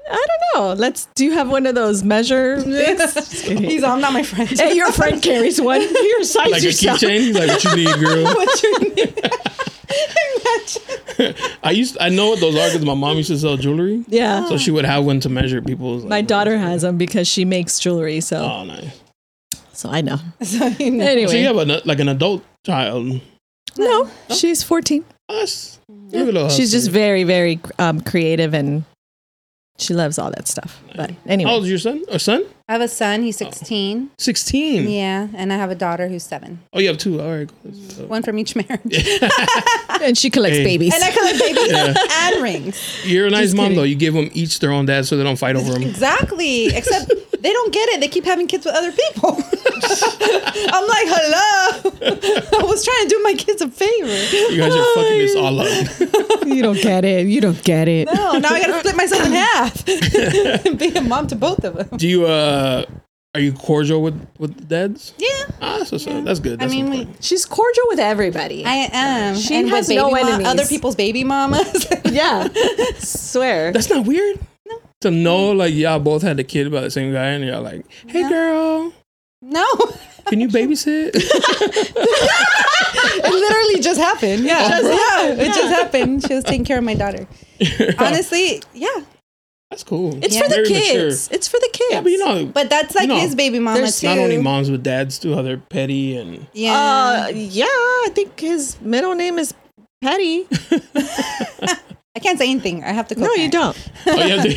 Speaker 3: I don't know. Let's do you have one of those measure things? Just
Speaker 2: twice.
Speaker 3: kidding.
Speaker 2: He's all, I'm not my friend.
Speaker 3: Hey,
Speaker 2: (laughs)
Speaker 3: your friend carries one. (laughs) Your size
Speaker 1: Like a
Speaker 3: yourself.
Speaker 1: keychain. He's like, "What you need,
Speaker 3: (laughs)
Speaker 1: girl?"
Speaker 2: What's your name? Imagine.
Speaker 1: (laughs) I used. I know what those are because my mom used to sell jewelry.
Speaker 3: Yeah.
Speaker 1: So she would have one to measure people's.
Speaker 3: my daughter has them because she makes jewelry, so
Speaker 1: Oh, nice. Oh.
Speaker 3: (laughs) so I know.
Speaker 2: So, you know.
Speaker 3: Anyway,
Speaker 1: So you have a, like an adult child.
Speaker 3: no, she's 14.
Speaker 1: Us. Look at us.
Speaker 3: She's just very, very um, creative and she loves all that stuff. But anyway,
Speaker 1: How old is your son? Or son?
Speaker 2: I have a son. He's 16.
Speaker 1: Oh. Sixteen.
Speaker 2: Yeah, and I have a daughter who's seven.
Speaker 1: Oh, you have two. All right. cool.
Speaker 2: One from each marriage.
Speaker 3: and she collects
Speaker 1: Oh. Hey.
Speaker 3: babies.
Speaker 2: And I
Speaker 1: (laughs)
Speaker 2: collect babies and rings.
Speaker 1: You're a nice
Speaker 3: Just
Speaker 1: mom
Speaker 3: kidding.
Speaker 1: though. You give them each their own dad so they don't fight over them.
Speaker 2: Exactly. Except they don't get it. They keep having kids with other people. (laughs) I'm like, hello. I was trying to do my kids a favor.
Speaker 1: You guys are fucking this all up.
Speaker 3: you don't get it. You don't get it.
Speaker 2: No, Oh, now I got to split myself in half and be a mom to both of them.
Speaker 1: Do you uh are you cordial with with the dads?
Speaker 2: Yeah.
Speaker 1: Ah, that's, what's up. that's good.
Speaker 2: I
Speaker 1: That's
Speaker 2: mean, we,
Speaker 1: important.
Speaker 3: She's cordial with everybody.
Speaker 2: I am.
Speaker 3: She
Speaker 2: with
Speaker 3: has
Speaker 2: baby
Speaker 3: no
Speaker 2: ma-
Speaker 3: enemies.
Speaker 2: Other people's baby mamas. (laughs)
Speaker 3: yeah, swear.
Speaker 1: that's not weird. No. To know like y'all both had a kid by the same guy and y'all like, hey girl,
Speaker 2: no,
Speaker 1: can you
Speaker 2: (laughs)
Speaker 1: babysit?
Speaker 2: it literally just happened. Yeah, yeah, it just happened. She was taking care of my daughter. (laughs) Honestly, yeah,
Speaker 1: that's cool.
Speaker 3: It's
Speaker 2: Yeah.
Speaker 3: for the
Speaker 1: Very mature.
Speaker 3: kids. It's for the kids.
Speaker 1: Yeah, but you know,
Speaker 2: but that's like
Speaker 1: You know,
Speaker 2: his baby mama
Speaker 3: there's
Speaker 2: too.
Speaker 1: not only moms with dads too, how they're petty
Speaker 2: (laughs)
Speaker 1: and
Speaker 2: Yeah,
Speaker 3: Uh, yeah, I think his middle name is Petty.
Speaker 2: I can't say anything. I have to.
Speaker 3: No, you
Speaker 2: co-parent.
Speaker 3: don't.
Speaker 1: oh,
Speaker 2: (laughs)
Speaker 1: you have to,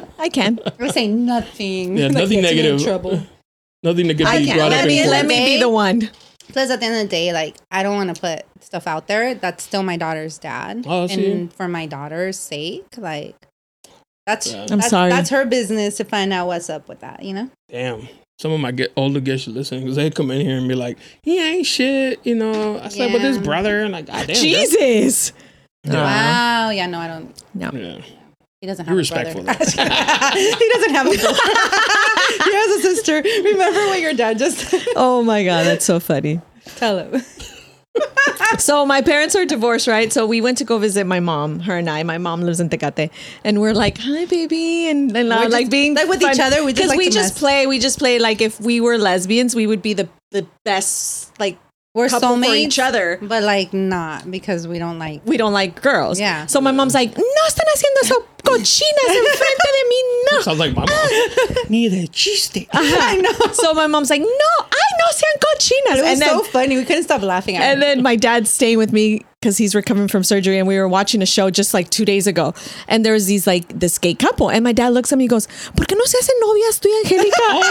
Speaker 1: yeah,
Speaker 3: I can.
Speaker 2: I say nothing. (laughs)
Speaker 1: Yeah,
Speaker 2: That
Speaker 1: nothing
Speaker 2: gets me in
Speaker 1: negative.
Speaker 2: trouble.
Speaker 1: (laughs) nothing that could
Speaker 2: I
Speaker 1: be
Speaker 2: can't.
Speaker 1: brought
Speaker 2: Let
Speaker 1: up
Speaker 2: me-
Speaker 1: in
Speaker 2: let
Speaker 1: court.
Speaker 2: me- be the
Speaker 3: one.
Speaker 2: Plus, at the end of the day, like I don't want to put stuff out there. That's still my daughter's dad,
Speaker 1: Oh, I see.
Speaker 2: and for my daughter's sake, like that's.
Speaker 1: Yeah. I'm
Speaker 2: that's-
Speaker 3: sorry.
Speaker 2: That's her business to find out what's up with that. You know.
Speaker 1: Damn. Some of my get older guests should listen because they come in here and be like, "He ain't shit," you know. I slept with his
Speaker 2: Yeah.
Speaker 1: brother, and like, goddamn,
Speaker 3: Jesus.
Speaker 1: Yeah.
Speaker 2: Wow. Yeah. No, I don't.
Speaker 3: No.
Speaker 1: yeah.
Speaker 2: He doesn't have
Speaker 1: You're
Speaker 2: a brother.
Speaker 1: respectful. though.
Speaker 2: (laughs) he doesn't have a
Speaker 1: (laughs)
Speaker 2: brother. he has a sister. Remember what your dad just
Speaker 3: Oh my God, that's so
Speaker 1: (laughs)
Speaker 3: funny.
Speaker 2: tell him.
Speaker 3: So my parents are divorced, right? So we went to go visit my mom, her and I. My mom lives in Tecate, and we're like, "Hi, baby," and, and uh,
Speaker 2: just-
Speaker 3: like being
Speaker 2: like with each other, we just
Speaker 3: because
Speaker 2: like
Speaker 3: we
Speaker 2: to
Speaker 3: just
Speaker 2: mess.
Speaker 3: play, we just play like if we were lesbians, we would be the the best like
Speaker 2: We're
Speaker 3: couple
Speaker 2: soulmates,
Speaker 3: for each other.
Speaker 2: but like not because we don't like.
Speaker 3: We don't like girls.
Speaker 2: Yeah.
Speaker 3: So my mom's like, "No están haciendo eso cochinas enfrente de mí, no."
Speaker 1: Sounds like my
Speaker 2: (laughs)
Speaker 1: mom. Need a cheese stick.
Speaker 2: I know.
Speaker 3: So my mom's like, no, I know sean cochinas.
Speaker 2: It was
Speaker 3: and then,
Speaker 2: so funny. We couldn't stop laughing at
Speaker 3: and
Speaker 2: it.
Speaker 3: then my dad's staying with me because he's recovering from surgery, and we were watching a show just like two days ago, and there was these like this gay couple, and my dad looks at me, and goes, "Por qué no se hacen novias tú y Angelica?" and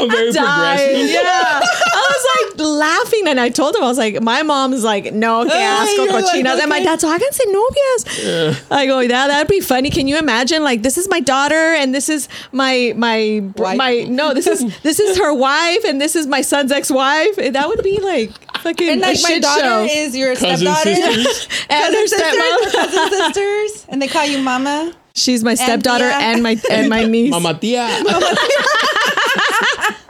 Speaker 1: Oh, very
Speaker 3: dying.
Speaker 1: progressive.
Speaker 3: Yeah, I was like laughing, and I told him, I was like, my mom's like, no, que asco
Speaker 2: You're like,
Speaker 3: cochinas, and my
Speaker 2: okay.
Speaker 3: dad's like, háganse novias. I go, yeah, that'd be funny. Can you imagine? Like, this is my daughter, and this is my my
Speaker 2: Wife.
Speaker 3: my no, this is this is her wife, and this is my son's ex-wife. That would be like fucking
Speaker 2: And
Speaker 3: a
Speaker 2: like my
Speaker 3: shit
Speaker 2: daughter
Speaker 3: show.
Speaker 2: is your
Speaker 1: Cousin
Speaker 2: stepdaughter,
Speaker 1: sisters.
Speaker 3: and her
Speaker 2: cousin sisters,
Speaker 3: stepmom.
Speaker 2: cousin sisters, and they call you mama.
Speaker 3: She's my stepdaughter
Speaker 2: yeah.
Speaker 3: and my and
Speaker 2: (laughs)
Speaker 3: my niece.
Speaker 1: Mama tia. (laughs)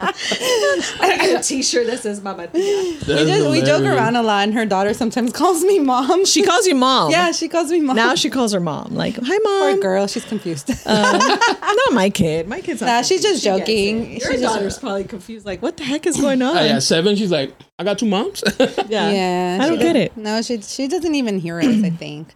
Speaker 3: I got a T-shirt that says Mama.
Speaker 2: We, just, we joke around a lot, and her daughter sometimes (laughs) calls me mom.
Speaker 3: She calls you mom.
Speaker 2: yeah, she calls me mom.
Speaker 3: Now she calls her mom. Like, hi,
Speaker 2: poor
Speaker 3: mom.
Speaker 2: girl, she's confused.
Speaker 3: (laughs) Uh, Not my kid. My kid's.
Speaker 2: Nah,
Speaker 3: Not
Speaker 2: she's just joking.
Speaker 3: Your
Speaker 2: She's just-
Speaker 3: daughter's
Speaker 2: (clears throat)
Speaker 3: probably confused. Like, what the heck is (laughs) going on?
Speaker 1: Oh, yeah, seven. She's like, I got two moms. (laughs)
Speaker 3: yeah.
Speaker 2: Yeah,
Speaker 3: I don't
Speaker 2: she-
Speaker 3: get it.
Speaker 2: No, she she doesn't even hear us. I think,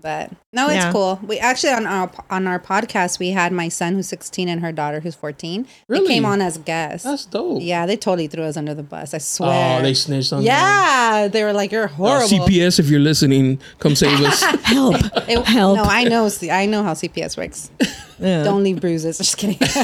Speaker 2: but no, it's
Speaker 3: Yeah.
Speaker 2: cool. We actually on our on our podcast we had my son who's 16 and her daughter who's 14.
Speaker 1: Really?
Speaker 2: They came on as guests.
Speaker 1: that's dope.
Speaker 2: yeah, they totally threw us under the bus. I swear.
Speaker 1: Oh, they snitched on.
Speaker 2: yeah, they were like, "You're
Speaker 1: them. Uh,
Speaker 2: horrible."
Speaker 1: CPS, if you're
Speaker 2: (laughs)
Speaker 1: listening, come save us.
Speaker 3: Help.
Speaker 2: It-
Speaker 3: Help.
Speaker 2: No, I know. see, I know how CPS works.
Speaker 3: Yeah.
Speaker 2: Don't leave bruises. Just kidding.
Speaker 1: You hit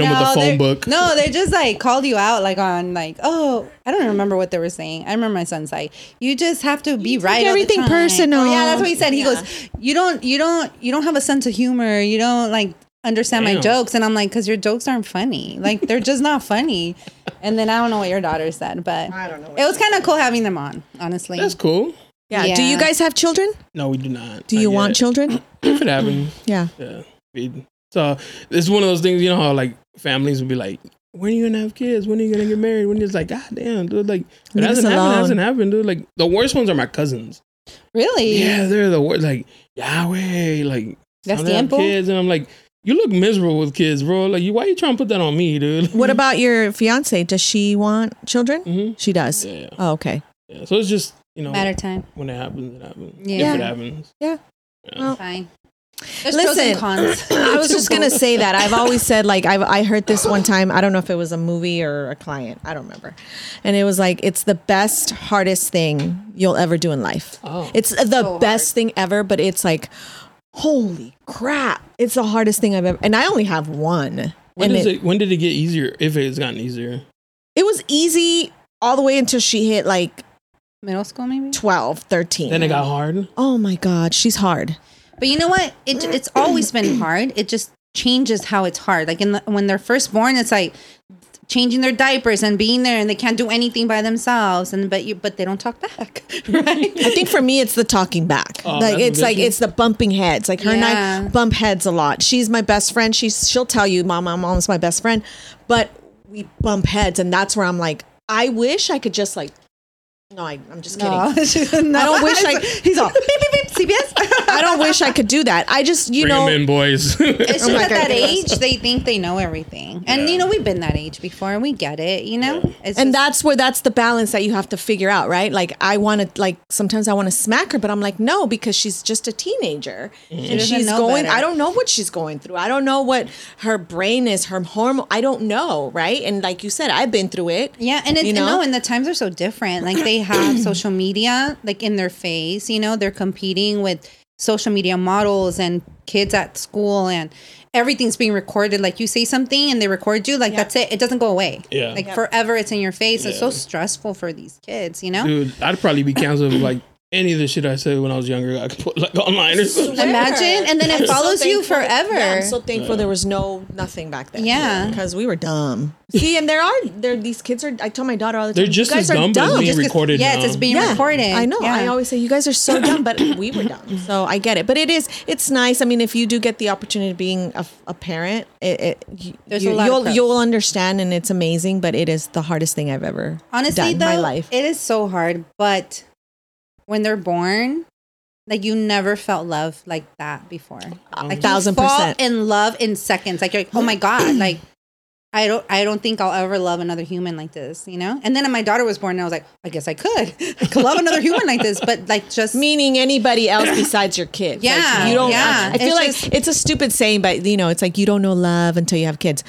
Speaker 1: him with the
Speaker 2: they're-
Speaker 1: phone book.
Speaker 2: No, they just like called you out, like on like, oh, I don't remember what they were saying. I remember my son's like, you just have to be right. all the
Speaker 3: everything
Speaker 2: time."
Speaker 3: personal.
Speaker 2: Oh, yeah, that's what he said. He
Speaker 3: Yeah.
Speaker 2: goes, you don't, you don't, you don't have a sense of humor. You don't like understand my
Speaker 1: Damn.
Speaker 2: jokes. And I'm like, because your jokes aren't funny. Like they're just not funny. And then I don't know what your daughter said, but I don't know. It was kind of cool having them on, honestly.
Speaker 1: That's cool.
Speaker 3: Yeah. Do
Speaker 2: Yeah.
Speaker 3: you guys have children?
Speaker 1: No, we do not.
Speaker 3: Do you want
Speaker 2: (clears throat)
Speaker 3: children?
Speaker 1: children?
Speaker 3: (clears throat)
Speaker 1: If it happens,
Speaker 3: Yeah.
Speaker 1: yeah. We- So it's one of those things, you know how like families would be like, "When are you gonna have kids? When are you gonna get married?" When it's like, "God damn, dude!" Like it
Speaker 3: Leave us
Speaker 1: hasn't happened.
Speaker 3: alone.
Speaker 1: It hasn't happened, dude. Like the worst ones are my cousins.
Speaker 2: really.
Speaker 1: Yeah, they're the worst. Like Yahweh, like
Speaker 2: That's
Speaker 1: I'm gonna have
Speaker 2: tiempo.
Speaker 1: kids, and I'm like, you look miserable with kids, bro. Like, you why you trying to put that on me, dude? (laughs)
Speaker 3: What about your fiance? Does she want children?
Speaker 1: hmm
Speaker 3: She does.
Speaker 1: Yeah, yeah,
Speaker 3: Oh, okay.
Speaker 1: yeah. So it's just you know
Speaker 2: Matter time.
Speaker 1: when it happens, it happens.
Speaker 2: Yeah.
Speaker 1: If it happens,
Speaker 2: Fine. There's
Speaker 3: Listen,
Speaker 2: pros (clears throat) and cons.
Speaker 3: I was just gonna say that I've always said like I've I heard this one time I don't know if it was a movie or a client I don't remember, and it was like it's the best hardest thing you'll ever do in life.
Speaker 1: Oh.
Speaker 3: It's the
Speaker 2: hard.
Speaker 3: best thing ever, but it's like holy crap! It's the hardest thing I've ever, and I only have one.
Speaker 1: when
Speaker 3: and
Speaker 1: does it, when did it get easier? If it's gotten easier,
Speaker 3: it was easy all the way until she hit like
Speaker 2: Middle school, maybe.
Speaker 3: 12, 13.
Speaker 1: then it got hard.
Speaker 3: Oh my God, she's hard.
Speaker 2: But you know what? It, it's always been hard. It just changes how it's hard. Like in the, when they're first born, it's like changing their diapers and being there, and they can't do anything by themselves. And but you, but they don't talk back, (laughs)
Speaker 3: I
Speaker 2: right?
Speaker 3: think for me, it's the talking back.
Speaker 1: Oh,
Speaker 3: like
Speaker 1: that's
Speaker 3: it's
Speaker 1: good.
Speaker 3: like it's the bumping heads. Like her and
Speaker 2: Yeah.
Speaker 3: I bump heads a lot. She's my best friend. She's she'll tell you, "Mom, my mom's my best friend," but we bump heads, and that's where I'm like, I wish I could just like. No, I, I'm just kidding.
Speaker 2: Oh,
Speaker 3: I don't wish I-
Speaker 2: (laughs) He's all beep beep beep. (laughs) CBS.
Speaker 3: I don't wish I could do that. I just, you
Speaker 1: Bring
Speaker 3: know,
Speaker 1: 'em in, boys. (laughs)
Speaker 2: It's
Speaker 3: Oh
Speaker 2: just
Speaker 3: my
Speaker 2: at
Speaker 3: God,
Speaker 2: that
Speaker 3: get
Speaker 2: age,
Speaker 3: arrested.
Speaker 2: they think they know everything, and you know we've been that age before, and we get it. You know, it's
Speaker 3: and
Speaker 2: just-
Speaker 3: that's where that's the balance that you have to figure out right like i want to like sometimes i want to smack her but i'm like no because she's just a teenager and
Speaker 2: doesn't
Speaker 3: she's
Speaker 2: know
Speaker 3: going
Speaker 2: better.
Speaker 3: i don't know what she's going through i don't know what her brain is her hormone i don't know right and like you said i've been through it
Speaker 2: Yeah, and it's
Speaker 3: you know?
Speaker 2: no, and the times are so different. Like they
Speaker 3: (clears throat)
Speaker 2: have social media like in their face, you know, they're competing with social media models and kids at school and everything's being recorded. Like you say something and they record you, like that's it. It doesn't go away.
Speaker 1: Yeah.
Speaker 2: Like
Speaker 1: Yeah.
Speaker 2: forever it's in your face. It's so
Speaker 1: Yeah.
Speaker 2: stressful for these kids, you know?
Speaker 1: Dude, I'd probably be canceled if, like any of the shit I said when I was younger. I could put like online or something.
Speaker 2: Imagine, and then it
Speaker 3: I'm so
Speaker 2: follows you
Speaker 3: thankful-
Speaker 2: forever.
Speaker 3: yeah, i'm so thankful there was no nothing back then
Speaker 2: Yeah.
Speaker 3: because we were dumb see and there are there these kids are i tell my daughter all the time
Speaker 1: They're just
Speaker 3: you guys
Speaker 1: as dumb,
Speaker 3: are
Speaker 1: but it's
Speaker 3: dumb
Speaker 1: being
Speaker 3: Just 'cause-
Speaker 1: recorded.
Speaker 2: yeah,
Speaker 1: now.
Speaker 2: it's just being recorded.
Speaker 3: I know.
Speaker 2: Yeah.
Speaker 3: I always say you guys are so dumb,
Speaker 2: (coughs)
Speaker 3: but we were dumb. So I get it. But it is. It's nice. I mean, if you do get the opportunity of being a, a parent, it, it you,
Speaker 2: There's a lot of
Speaker 3: will
Speaker 2: pros.
Speaker 3: you'll understand, and it's amazing. But it is the hardest thing I've ever
Speaker 2: honestly
Speaker 3: done
Speaker 2: though
Speaker 3: in my life.
Speaker 2: it is so hard but when they're born like you never felt love like that before like you
Speaker 3: thousand
Speaker 2: fall
Speaker 3: percent.
Speaker 2: in love in seconds like you're like oh
Speaker 3: (clears throat)
Speaker 2: my god like i don't i don't think i'll ever love another human like this you know and then my daughter was born and i was like i guess i could (laughs) i could love another human like this but like just
Speaker 3: Meaning anybody else besides your kids. Like,
Speaker 2: (laughs) Yeah,
Speaker 3: you don't.
Speaker 2: yeah.
Speaker 3: I feel
Speaker 2: It's
Speaker 3: like
Speaker 2: just-
Speaker 3: it's a stupid saying, but you know, it's like you don't know love until you have kids.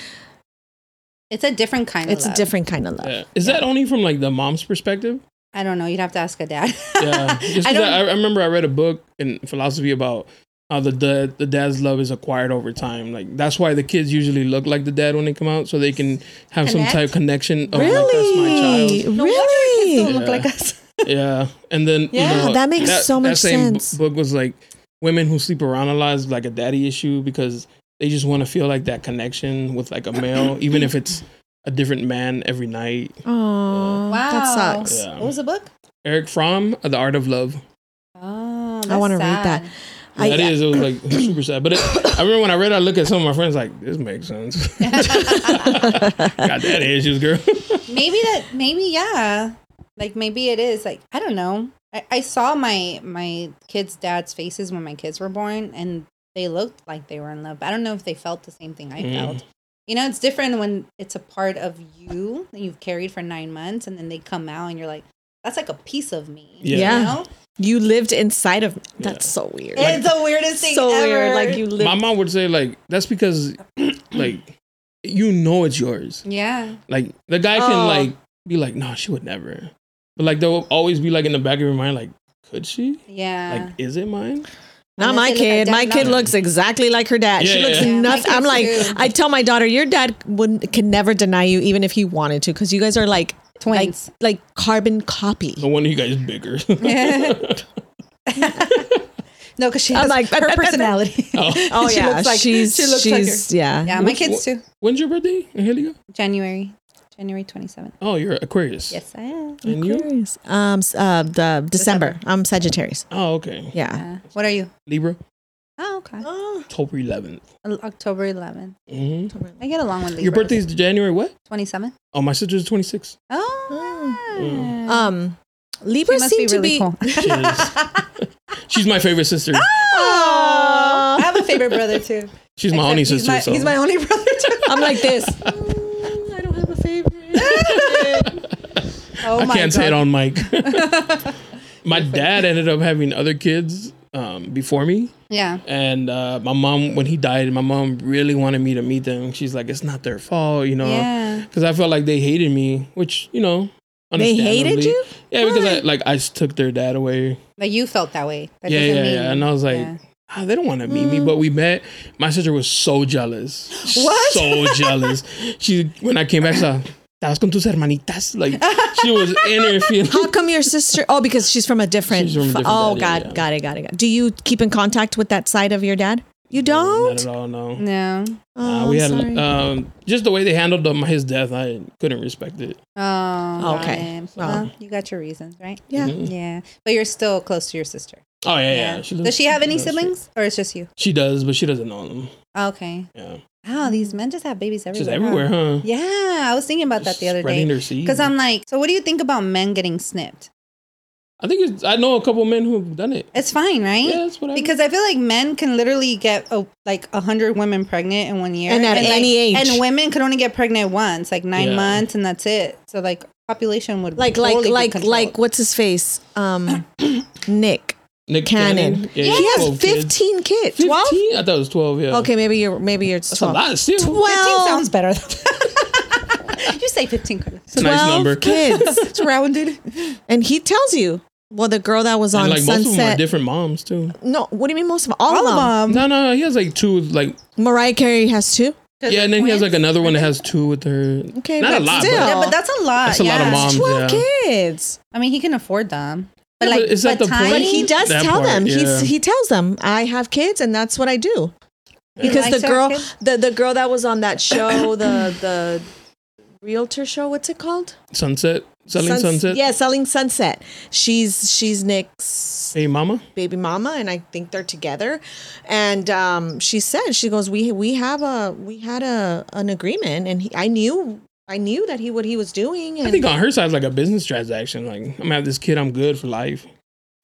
Speaker 2: it's a different kind
Speaker 3: It's
Speaker 2: of
Speaker 3: a
Speaker 2: love.
Speaker 3: different kind of love.
Speaker 1: Yeah. Is that only from like the mom's perspective?
Speaker 2: i don't know you'd have to ask a dad
Speaker 1: Yeah.
Speaker 2: (laughs)
Speaker 1: Just 'cause
Speaker 2: i
Speaker 1: I,
Speaker 2: don't
Speaker 1: I, remember I read a book in philosophy about how the dad, the dad's love is acquired over time. Like that's why the kids usually look like the dad when they come out, so they can have some
Speaker 2: Connect?
Speaker 1: type of connection. Of,
Speaker 3: Really,
Speaker 1: Like, that's Oh my child.
Speaker 2: no wonder
Speaker 3: really.
Speaker 2: kids don't look
Speaker 1: Yeah.
Speaker 2: like us
Speaker 1: Yeah, and then
Speaker 3: Yeah,
Speaker 1: you know,
Speaker 3: that makes so much
Speaker 1: same b-
Speaker 3: sense.
Speaker 1: book was like women who sleep around a lot is like a daddy issue because they just want to feel like that connection with like a male,
Speaker 3: (clears throat)
Speaker 1: even if it's a different man every night.
Speaker 3: Oh,
Speaker 2: wow
Speaker 3: that sucks.
Speaker 1: Yeah.
Speaker 2: what was the book
Speaker 1: Eric Fromm, uh, The Art of Love.
Speaker 2: oh
Speaker 3: I want to read that. I-
Speaker 1: That is, it was like super sad. But it, I remember when I read, it, I looked at some of my friends like, this makes sense.
Speaker 3: (laughs)
Speaker 1: (laughs) Got that issues, girl.
Speaker 2: maybe that maybe yeah like maybe it is like i don't know I, I saw my my kids dad's faces when my kids were born and they looked like they were in love but i don't know if they felt the same thing i
Speaker 1: Mm.
Speaker 2: felt you know it's different when it's a part of you that you've carried for nine months and then they come out and you're like that's like a piece of me
Speaker 1: Yeah.
Speaker 2: you
Speaker 3: Yeah.
Speaker 2: know
Speaker 3: You lived inside of.
Speaker 1: Yeah.
Speaker 3: That's so weird.
Speaker 2: it's the weirdest thing
Speaker 3: so
Speaker 2: ever
Speaker 3: weird. Like you lived.
Speaker 1: my mom would say, like, that's because, like, you know it's yours.
Speaker 2: yeah
Speaker 1: Like, the guy
Speaker 3: Oh.
Speaker 1: can, like, be like, no, she would never. But, like, they'll always be, like, in the back of your mind, like, could she?
Speaker 2: yeah
Speaker 1: Like, is it mine?
Speaker 3: Not my
Speaker 2: Unless they look
Speaker 3: kid. My
Speaker 2: identical.
Speaker 3: kid looks exactly like her dad. she
Speaker 1: Yeah,
Speaker 3: looks
Speaker 1: yeah.
Speaker 2: Yeah, my
Speaker 3: nothing. I'm
Speaker 2: kids
Speaker 3: like,
Speaker 2: do.
Speaker 3: I tell my daughter, your dad would can never deny you, even if he wanted to, because you guys are like
Speaker 2: Twins.
Speaker 3: like, like carbon copy.
Speaker 2: (laughs)
Speaker 1: No wonder you guys bigger. (laughs)
Speaker 2: No, because she
Speaker 3: I'm
Speaker 2: has
Speaker 3: like,
Speaker 2: her personality.
Speaker 1: Oh.
Speaker 3: Oh
Speaker 2: She
Speaker 3: yeah,
Speaker 2: looks like-
Speaker 3: she's
Speaker 2: she looks like
Speaker 3: she's
Speaker 2: her.
Speaker 3: yeah.
Speaker 2: yeah, my kids too.
Speaker 1: When's your birthday, Angelica?
Speaker 2: January, January 27th.
Speaker 1: Oh, you're Aquarius.
Speaker 2: Yes, I am.
Speaker 1: And you?
Speaker 3: Aquarius. Um, s- uh, the December. I'm Sagittarius.
Speaker 1: Oh, okay.
Speaker 3: Yeah.
Speaker 2: Uh, what are you?
Speaker 1: Libra,
Speaker 2: Oh, okay.
Speaker 1: October 11th.
Speaker 2: O- October 11th.
Speaker 1: hmm
Speaker 2: I get along with Libras.
Speaker 1: Your birthday's January what?
Speaker 2: 27th.
Speaker 1: Oh, my sister's 26.
Speaker 2: Oh,
Speaker 1: Mm.
Speaker 2: wow.
Speaker 3: Um,
Speaker 2: she
Speaker 3: Libra
Speaker 2: must
Speaker 3: seem to be.
Speaker 2: be really (laughs) cool.
Speaker 1: She is. She's my favorite sister.
Speaker 2: Ah!
Speaker 3: Aw.
Speaker 2: I have a favorite brother too.
Speaker 1: She's my only
Speaker 2: Except
Speaker 1: sister.
Speaker 2: He's my,
Speaker 1: so.
Speaker 2: he's my only brother (laughs) too.
Speaker 3: I'm like this.
Speaker 2: I don't have a favorite. oh
Speaker 1: I
Speaker 2: my
Speaker 1: can't
Speaker 2: God.
Speaker 1: say it on
Speaker 2: (laughs)
Speaker 1: mic. (laughs) my dad ended up having other kids um, before me.
Speaker 2: Yeah.
Speaker 1: And uh, my mom, when he died, my mom really wanted me to meet them. She's like, it's not their fault, you know?
Speaker 2: Yeah.
Speaker 1: because I felt like they hated me, which you know,
Speaker 3: They hated
Speaker 1: understandably.
Speaker 3: you?
Speaker 1: Yeah, because I
Speaker 3: Why?
Speaker 1: like I just took their dad away.
Speaker 2: Like you felt that way. That
Speaker 1: yeah,
Speaker 2: doesn't
Speaker 1: yeah,
Speaker 2: mean-
Speaker 1: yeah, and I was like.
Speaker 2: yeah.
Speaker 1: "Ah, they don't want to meet
Speaker 3: Mm.
Speaker 1: me, but we met. My sister was so jealous.
Speaker 2: What?
Speaker 1: So
Speaker 3: (laughs)
Speaker 1: jealous. She when I came back, she's like, "Estabas con tus hermanitas." Like she was in
Speaker 3: (laughs)
Speaker 1: her feeling.
Speaker 3: How come your sister? Oh, because she's from a different.
Speaker 1: She's from a different
Speaker 3: oh,
Speaker 1: daddy,
Speaker 3: God,
Speaker 1: yeah.
Speaker 3: got it, got it, got it. Do you keep in contact with that side of your dad? You
Speaker 1: Not
Speaker 3: don't.
Speaker 1: at all. No.
Speaker 2: No.
Speaker 1: Uh,
Speaker 3: Oh,
Speaker 1: we had
Speaker 3: I'm sorry.
Speaker 1: um, just the way they handled um, his death. I couldn't respect it.
Speaker 2: Oh.
Speaker 3: Okay.
Speaker 2: right.
Speaker 3: Well.
Speaker 2: Well, you got your reasons, right?
Speaker 3: yeah.
Speaker 2: Yeah. But you're still close to your sister.
Speaker 1: Oh yeah, yeah.
Speaker 2: does she have any
Speaker 1: does shit.
Speaker 2: siblings or it's just you?
Speaker 1: She does, but she doesn't know them.
Speaker 2: Okay.
Speaker 1: Yeah,
Speaker 2: Wow, these men just have babies everywhere.
Speaker 1: she's
Speaker 2: huh?
Speaker 1: everywhere, huh?
Speaker 2: Yeah, I was thinking about that the other
Speaker 1: Spreading
Speaker 2: day.
Speaker 1: their seed.
Speaker 2: Because I'm like, so what do you think about men getting snipped?
Speaker 1: I think it's, I know a couple men who've done it.
Speaker 2: It's fine, right?
Speaker 1: Yeah, that's what I
Speaker 2: because I feel like men can literally get a, like a hundred women pregnant in one year,
Speaker 3: And at
Speaker 2: like,
Speaker 3: any age.
Speaker 2: and women could only get pregnant once, like nine
Speaker 1: Yeah.
Speaker 2: months, and that's it. So like population would
Speaker 3: Like, like,
Speaker 2: totally be
Speaker 3: like,
Speaker 2: controlled.
Speaker 3: like. What's his face? Um, (coughs) Nick
Speaker 1: Nick
Speaker 3: Cannon.
Speaker 1: Yeah,
Speaker 3: He has
Speaker 1: 12 kids.
Speaker 3: fifteen kids.
Speaker 1: 15?
Speaker 3: Twelve.
Speaker 1: I thought it was 12, yeah.
Speaker 3: Okay, maybe you're maybe you're
Speaker 1: That's
Speaker 3: twelve.
Speaker 1: a lot still.
Speaker 2: fifteen
Speaker 3: Twelve.
Speaker 2: sounds better. though. Oh. (laughs) you say fifteen, Carlos.
Speaker 1: It's a nice number.
Speaker 3: (laughs) kids,
Speaker 2: it's rounded.
Speaker 3: and he tells you. Well, the girl that was on
Speaker 1: And like most of them are
Speaker 3: Sunset. Um,
Speaker 1: different moms too.
Speaker 3: no, what do you mean most of them? All,
Speaker 2: All
Speaker 3: of them.
Speaker 2: of them.
Speaker 1: No, no, he has like two, like
Speaker 3: Mariah Carey has two.
Speaker 1: yeah, and then he has like another one that has two with her.
Speaker 3: Okay,
Speaker 1: not
Speaker 3: but
Speaker 1: a lot,
Speaker 3: still.
Speaker 1: but
Speaker 2: Yeah, but that's a lot.
Speaker 1: That's a lot of
Speaker 2: yeah.
Speaker 1: moms.
Speaker 3: Twelve
Speaker 1: yeah.
Speaker 3: kids.
Speaker 2: I mean, he can afford them, but
Speaker 1: Yeah,
Speaker 2: like,
Speaker 1: but is that
Speaker 2: but
Speaker 1: the point?
Speaker 2: time-
Speaker 3: But he does
Speaker 1: That
Speaker 3: tell
Speaker 1: part,
Speaker 3: them. He's
Speaker 1: yeah.
Speaker 3: he tells them I have kids and that's what I do. Because
Speaker 2: Like
Speaker 3: the girl,
Speaker 2: Sarah Kid?
Speaker 3: the the girl that was on that show, the the realtor show, what's it called?
Speaker 1: Sunset, selling
Speaker 3: Suns-
Speaker 1: sunset.
Speaker 3: Yeah, selling sunset. She's she's Nick's
Speaker 1: Hey, mama.
Speaker 3: baby mama, and I think they're together. And um, she said she goes, we we have a we had a an agreement, and he, I knew I knew that he what he was doing. And
Speaker 1: I think on her side, it's like a business transaction. Like I'm gonna have this kid. I'm good for life.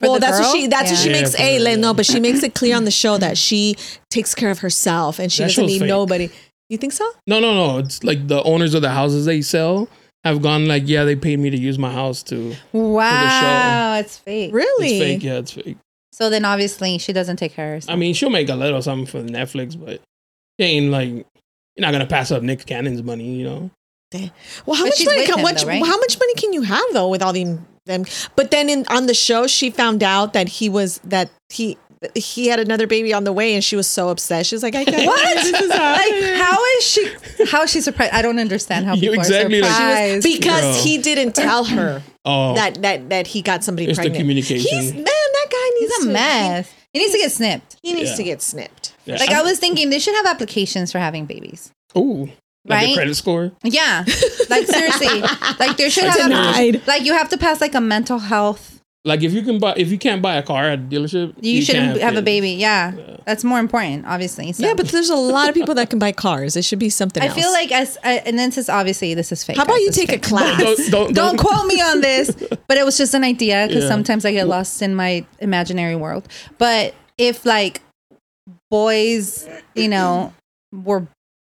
Speaker 2: For
Speaker 3: well,
Speaker 2: the
Speaker 3: that's what
Speaker 2: girl?
Speaker 3: she. That's what
Speaker 2: Yeah.
Speaker 3: she
Speaker 1: Yeah,
Speaker 3: makes.
Speaker 1: for
Speaker 3: A
Speaker 1: her,
Speaker 3: like,
Speaker 1: yeah.
Speaker 3: no, but she makes it clear on the show that she takes care of herself and she
Speaker 1: That
Speaker 3: doesn't
Speaker 1: show's
Speaker 3: need
Speaker 1: fake.
Speaker 3: nobody. You think so?
Speaker 1: No, no, no. It's like the owners of the houses they sell have gone like, yeah, they paid me to use my house too.
Speaker 2: wow, it's fake.
Speaker 1: It's
Speaker 3: Really?
Speaker 1: fake. Yeah, it's fake.
Speaker 2: So then obviously she doesn't take care of herself.
Speaker 1: I mean, she'll make a little something for Netflix, but she ain't like you're not gonna pass up Nick Cannon's money, you know?
Speaker 3: Well, how
Speaker 2: But
Speaker 3: much
Speaker 2: she's
Speaker 3: money?
Speaker 2: with
Speaker 3: Can,
Speaker 2: him,
Speaker 3: much,
Speaker 2: though, right?
Speaker 3: How much money can you have though with all the them? But then in, on the show, she found out that he was that he he had another baby on the way, and she was so upset. She was (laughs) like, I can't.
Speaker 2: (laughs) What?
Speaker 3: believe This is
Speaker 2: (laughs) like,
Speaker 3: happening.
Speaker 2: how is she? How is she surprised? I don't understand how
Speaker 1: You
Speaker 2: people
Speaker 1: exactly,
Speaker 2: are
Speaker 1: like- She was
Speaker 2: surprised.
Speaker 3: because
Speaker 1: Girl.
Speaker 3: he didn't tell her
Speaker 1: Oh,
Speaker 3: that that that he got somebody
Speaker 1: It's the
Speaker 3: pregnant.
Speaker 1: communication.
Speaker 3: He's man, that guy needs
Speaker 2: he's a
Speaker 3: to,
Speaker 2: mess. He needs to get snipped.
Speaker 3: He, he needs
Speaker 1: Yeah.
Speaker 3: to get snipped.
Speaker 1: yeah.
Speaker 2: Like I was thinking, they should have applications for having babies.
Speaker 1: Ooh, like
Speaker 2: Right?
Speaker 1: the credit score.
Speaker 2: Yeah, like seriously, like there should have
Speaker 3: Denied.
Speaker 2: like you have to pass like a mental health.
Speaker 1: Like if you can buy, if you can't buy a car at a dealership,
Speaker 2: You,
Speaker 1: can't
Speaker 2: shouldn't have, a
Speaker 1: kids.
Speaker 2: baby. Yeah. that's more important, obviously. So.
Speaker 3: Yeah, but there's a lot of (laughs) people that can buy cars. It should be something.
Speaker 2: I
Speaker 3: else.
Speaker 2: feel like as I, and this is obviously this is fake.
Speaker 3: How about
Speaker 2: guys,
Speaker 3: you
Speaker 2: it's
Speaker 3: take a
Speaker 2: fake.
Speaker 3: class?
Speaker 2: (laughs)
Speaker 1: Don't don't
Speaker 2: don't quote me on
Speaker 1: (laughs)
Speaker 2: this but it was just an idea because
Speaker 1: Yeah.
Speaker 2: sometimes i get lost in my imaginary world but if like boys you know were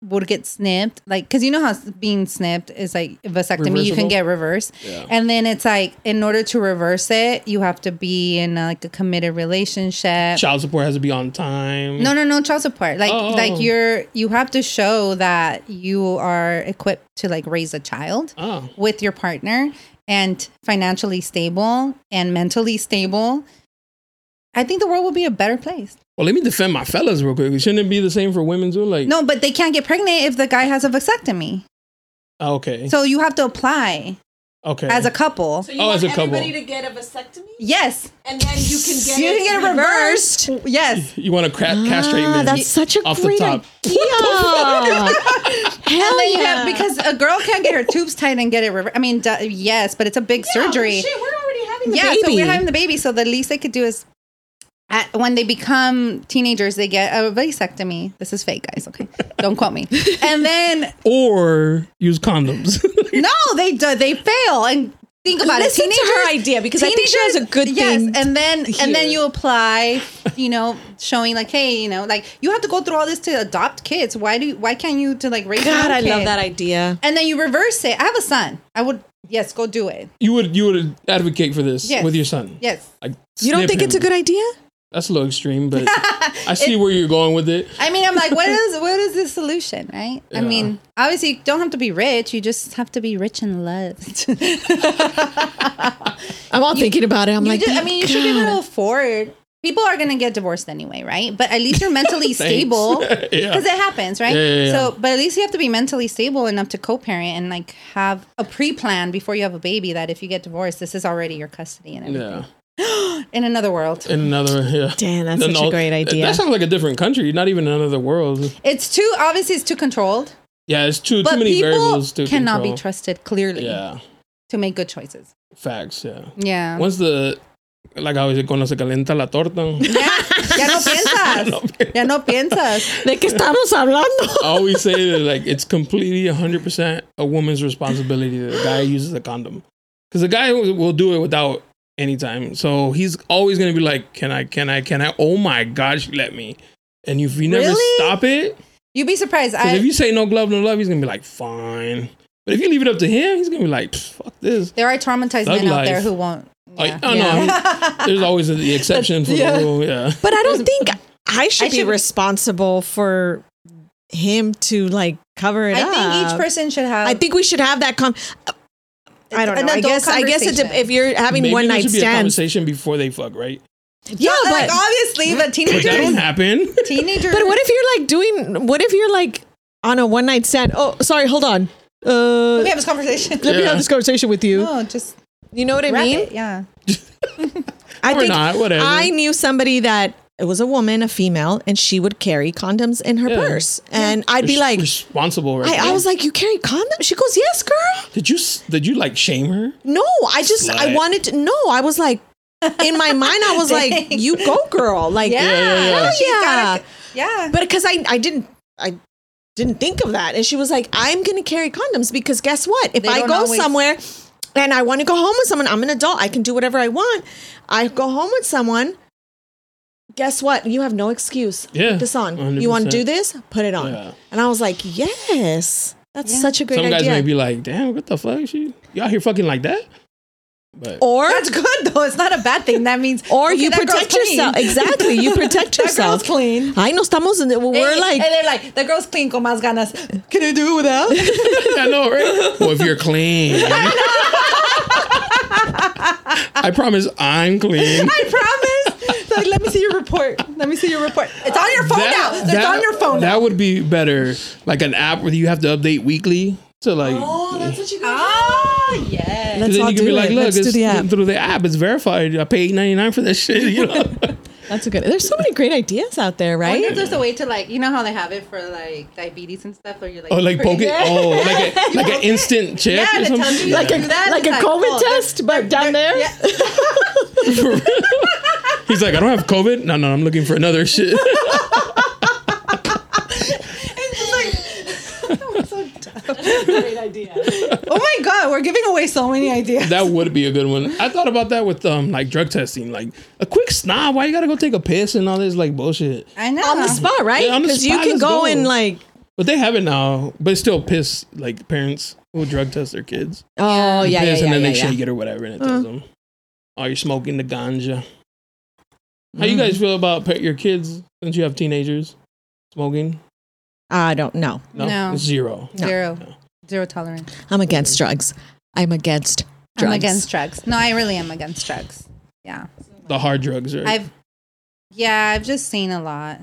Speaker 2: would get snipped like because you know how s- being snipped is like a vasectomy you
Speaker 1: Reversible?
Speaker 2: can get reversed
Speaker 1: Yeah.
Speaker 2: and then it's like in order to reverse it you have to be in uh, like a committed relationship
Speaker 1: Child support has to be on time.
Speaker 2: no no no child support like
Speaker 1: Oh.
Speaker 2: like you're you have to show that you are equipped to like raise a child
Speaker 1: Oh,
Speaker 2: with your partner and financially stable and mentally stable I think the world will be a better place.
Speaker 1: Well, let me defend my fellas real quick. Shouldn't it be the same for women too? Like,
Speaker 2: No, but they can't get pregnant if the guy has a vasectomy.
Speaker 1: Oh, okay,
Speaker 2: So you have to apply
Speaker 1: okay,
Speaker 2: as a couple.
Speaker 6: So you
Speaker 1: Oh,
Speaker 6: want
Speaker 1: as a couple.
Speaker 6: everybody to get a vasectomy,
Speaker 2: Yes.
Speaker 6: and then you can get
Speaker 2: you
Speaker 6: it
Speaker 2: can get it reversed. Yes.
Speaker 1: you want to cra- castrate me?
Speaker 3: Ah, that's such a
Speaker 1: (laughs) off
Speaker 3: great
Speaker 1: the top.
Speaker 3: Yeah.
Speaker 2: And
Speaker 3: Hell
Speaker 2: then you
Speaker 3: yeah.
Speaker 2: have, because a girl can't get her tubes tight and get it reversed. I mean, duh, yes, but it's a big
Speaker 6: Yeah,
Speaker 3: Oh,
Speaker 2: surgery.
Speaker 6: Shit, we're already having the
Speaker 2: yeah, so
Speaker 3: baby.
Speaker 2: we're having the baby. So the least they could do is at, when they become teenagers, they get a vasectomy. This is fake,
Speaker 3: (laughs)
Speaker 2: guys. Okay, don't quote me. And then
Speaker 1: or use condoms. (laughs)
Speaker 2: no, they do, they fail and. Think about
Speaker 3: Listen
Speaker 2: it.
Speaker 3: to
Speaker 2: Teenagers,
Speaker 3: her idea, because I think she has a good
Speaker 2: yes,
Speaker 3: thing
Speaker 2: and then and then
Speaker 3: here.
Speaker 2: you apply, you know, showing like, hey, you know, like you have to go through all this to adopt kids. Why do? You, why can't you to like raise? your
Speaker 3: God,
Speaker 2: own
Speaker 3: I love
Speaker 2: kid?
Speaker 3: that idea.
Speaker 2: And then you reverse it. I have a son. I would yes, go do it.
Speaker 1: you would you would advocate for this
Speaker 2: Yes.
Speaker 1: with your son?
Speaker 2: Yes.
Speaker 1: Like,
Speaker 3: You don't
Speaker 1: snip
Speaker 3: think it's a
Speaker 1: him.
Speaker 3: good idea?
Speaker 1: That's a little extreme,
Speaker 2: (laughs)
Speaker 1: but I see where you're going with it.
Speaker 2: I mean, I'm
Speaker 1: (laughs)
Speaker 2: like, what is what is the solution, right? I mean, obviously, you don't have to be rich. You just have to be rich
Speaker 1: (laughs)
Speaker 2: and loved.
Speaker 3: I'm all thinking about it. I'm
Speaker 2: You
Speaker 3: like,
Speaker 2: just- I
Speaker 3: "Thank
Speaker 2: mean, you should be able
Speaker 3: God."
Speaker 2: to afford. People are gonna get divorced anyway, right? But at least you're
Speaker 1: (laughs)
Speaker 2: mentally
Speaker 1: Thanks.
Speaker 2: stable because
Speaker 1: Yeah.
Speaker 2: it happens, right?
Speaker 1: Yeah, yeah, yeah.
Speaker 2: So, but at least you have to be mentally stable enough to co-parent and like have a pre-plan before you have a baby. That if you get divorced, this is already your custody and everything.
Speaker 1: Yeah,
Speaker 2: In another world,
Speaker 1: in another yeah.
Speaker 3: Damn, that's such a great idea.
Speaker 1: That sounds like a different country, not even another world.
Speaker 2: it's too obviously it's too controlled.
Speaker 1: Yeah, it's too
Speaker 2: but
Speaker 1: too many
Speaker 2: people
Speaker 1: variables to
Speaker 2: cannot
Speaker 1: control.
Speaker 2: be trusted clearly
Speaker 1: Yeah,
Speaker 2: to make good choices.
Speaker 1: facts. Yeah.
Speaker 2: Yeah.
Speaker 1: Once the like I always say, cuando se calienta la (laughs) torta.
Speaker 2: Ya no
Speaker 1: (laughs)
Speaker 2: piensas. ya no piensas.
Speaker 3: (laughs) ¿De qué estamos hablando?
Speaker 1: I always say that like it's completely 100 percent a woman's responsibility that the guy uses a condom because the guy will will do it without any time. So he's always gonna be like, "Can I? Can I? Can I? Oh my God, she let me!" And if you never
Speaker 2: Really?
Speaker 1: stop it,
Speaker 2: You'd be surprised. I,
Speaker 1: because if you say no glove, no love, he's gonna be like, "Fine." But if you leave it up to him, he's gonna be like, "Pff, "Fuck this."
Speaker 2: there are traumatized
Speaker 1: Thug
Speaker 2: men out there
Speaker 1: life.
Speaker 2: who won't.
Speaker 1: Like, oh, no, (laughs)
Speaker 2: (laughs)
Speaker 1: I'm- there's always the exception for
Speaker 2: Yeah.
Speaker 1: the rule. Yeah.
Speaker 3: But I don't think I should
Speaker 2: I
Speaker 3: be
Speaker 2: should-
Speaker 3: responsible for him to like cover it
Speaker 2: I
Speaker 3: up.
Speaker 2: think each person should have.
Speaker 3: I think we should have that con. I don't
Speaker 2: An
Speaker 3: know. I
Speaker 2: adult
Speaker 3: guess. I guess it, dep-
Speaker 2: conversation.
Speaker 3: if you're having
Speaker 1: Maybe
Speaker 3: one
Speaker 1: there
Speaker 3: night
Speaker 1: should be a
Speaker 3: stands,
Speaker 1: conversation before they fuck, right?
Speaker 3: yeah,
Speaker 2: But, like,
Speaker 3: but
Speaker 2: obviously, but
Speaker 1: But that don't
Speaker 2: teenagers.
Speaker 1: happen.
Speaker 2: teenagers.
Speaker 3: but what if you're like doing? What if you're like on a one night stand? Oh, sorry, hold on. Uh,
Speaker 2: Let me have this conversation.
Speaker 3: let me
Speaker 1: Yeah.
Speaker 3: have this conversation with you.
Speaker 2: No, just
Speaker 3: You know what I
Speaker 2: wrap
Speaker 3: mean?
Speaker 2: it. Yeah.
Speaker 3: I
Speaker 1: Or not, whatever.
Speaker 3: I knew somebody that it was a woman, a female, and she would carry condoms in her
Speaker 1: Yeah.
Speaker 3: purse, and I'd be like,
Speaker 1: responsible, right?
Speaker 3: I, I was like, you carry condoms? She goes, yes, girl.
Speaker 1: did you s- did you like shame her?
Speaker 3: No, I just I
Speaker 1: Slut.
Speaker 3: wanted to. No, I was like, in my mind, I was
Speaker 2: (laughs)
Speaker 3: like, you go, girl. Like,
Speaker 2: Yeah.
Speaker 3: hell
Speaker 2: No, she's
Speaker 3: yeah.
Speaker 2: gotta- yeah.
Speaker 3: but because I I didn't I didn't think of that, and she was like, I'm gonna carry condoms because guess what? If
Speaker 2: They
Speaker 3: I
Speaker 2: don't
Speaker 3: go
Speaker 2: always-
Speaker 3: somewhere and I want to go home with someone, I'm an adult. I can do whatever I want. I go home with someone. Guess what? You have no excuse.
Speaker 1: Yeah,
Speaker 3: Put this on. You want
Speaker 1: 100%.
Speaker 3: to do this? Put it on.
Speaker 1: Yeah.
Speaker 3: And I was like, yes, that's
Speaker 2: Yeah.
Speaker 3: such a great
Speaker 1: Some guys
Speaker 3: idea.
Speaker 1: may be like, damn, what the fuck? She y'all here fucking like that? But
Speaker 3: or
Speaker 2: That's good though. It's not a bad thing. That means
Speaker 3: (laughs) or
Speaker 2: okay,
Speaker 3: you
Speaker 2: that girl's
Speaker 3: protect yourself.
Speaker 2: clean.
Speaker 3: Exactly,
Speaker 2: (laughs)
Speaker 3: you protect
Speaker 2: That
Speaker 3: yourself.
Speaker 2: girl's clean. Eh,
Speaker 3: I know estamos. in the- We're
Speaker 2: Hey,
Speaker 3: like
Speaker 2: and they're like, the girl's clean con
Speaker 3: (laughs)
Speaker 2: más ganas. Can (laughs) I do it without?
Speaker 1: (laughs) I know, right? well, if you're clean. I promise I'm clean.
Speaker 2: I promise. Like, let me see your report. eh, Let me see your report. It's on your phone now. It's on your
Speaker 3: (laughs)
Speaker 2: phone
Speaker 1: That
Speaker 2: now.
Speaker 1: would be better. Like an app where you have to update weekly to like
Speaker 2: Ah, yeah.
Speaker 3: let's
Speaker 1: then
Speaker 3: all
Speaker 1: you can
Speaker 3: do
Speaker 1: be like,
Speaker 3: it.
Speaker 1: look,
Speaker 3: let's
Speaker 1: it's
Speaker 3: do the app.
Speaker 1: through the app, it's verified. I paid ninety nine for that shit, (laughs) you know.
Speaker 3: That's a good. There's so many great ideas out there,
Speaker 2: I wonder if
Speaker 3: right?
Speaker 2: there's a way to like, you know how they have it for like diabetes and stuff, or you're like,
Speaker 1: Oh, like poke it.
Speaker 2: Yeah.
Speaker 1: Oh, like a, like an instant check
Speaker 2: Yeah,
Speaker 1: or
Speaker 2: and it
Speaker 1: something.
Speaker 2: tells you
Speaker 1: Like
Speaker 2: like
Speaker 1: a-
Speaker 2: do that.
Speaker 3: Like
Speaker 2: It's
Speaker 3: a COVID
Speaker 2: oh,
Speaker 3: test, but down there.
Speaker 2: Yeah.
Speaker 1: He's like, I don't have COVID. No, no, I'm looking for another shit.
Speaker 2: It's just like, that one's so dumb. Oh my god, we're giving away so many ideas.
Speaker 1: that would be a good one. I thought about that with um like drug testing, like a quick snob. Why you gotta go take a piss and all this like bullshit?
Speaker 2: I know.
Speaker 3: On the spot, right?
Speaker 1: Yeah, on the
Speaker 3: Because you
Speaker 1: spot,
Speaker 3: can
Speaker 1: let's
Speaker 3: go
Speaker 1: go.
Speaker 3: and like,
Speaker 1: But they have it now. But it's still piss like parents will drug test their kids.
Speaker 3: oh yeah, yeah,
Speaker 1: Piss, and
Speaker 3: yeah,
Speaker 1: then
Speaker 3: yeah,
Speaker 1: they
Speaker 3: yeah. Uh-huh.
Speaker 1: shake it or whatever, and it tells them, "Oh, you're smoking the ganja." How you
Speaker 3: Mm-hmm.
Speaker 1: guys feel about pa- your kids since you have teenagers smoking?
Speaker 3: I don't know.
Speaker 2: No.
Speaker 1: zero.
Speaker 2: Zero. Zero tolerance.
Speaker 3: I'm against drugs. I'm against drugs.
Speaker 2: I'm against drugs. No, I really am against drugs. Yeah.
Speaker 1: The hard drugs are.
Speaker 2: I've Yeah, I've just seen a lot.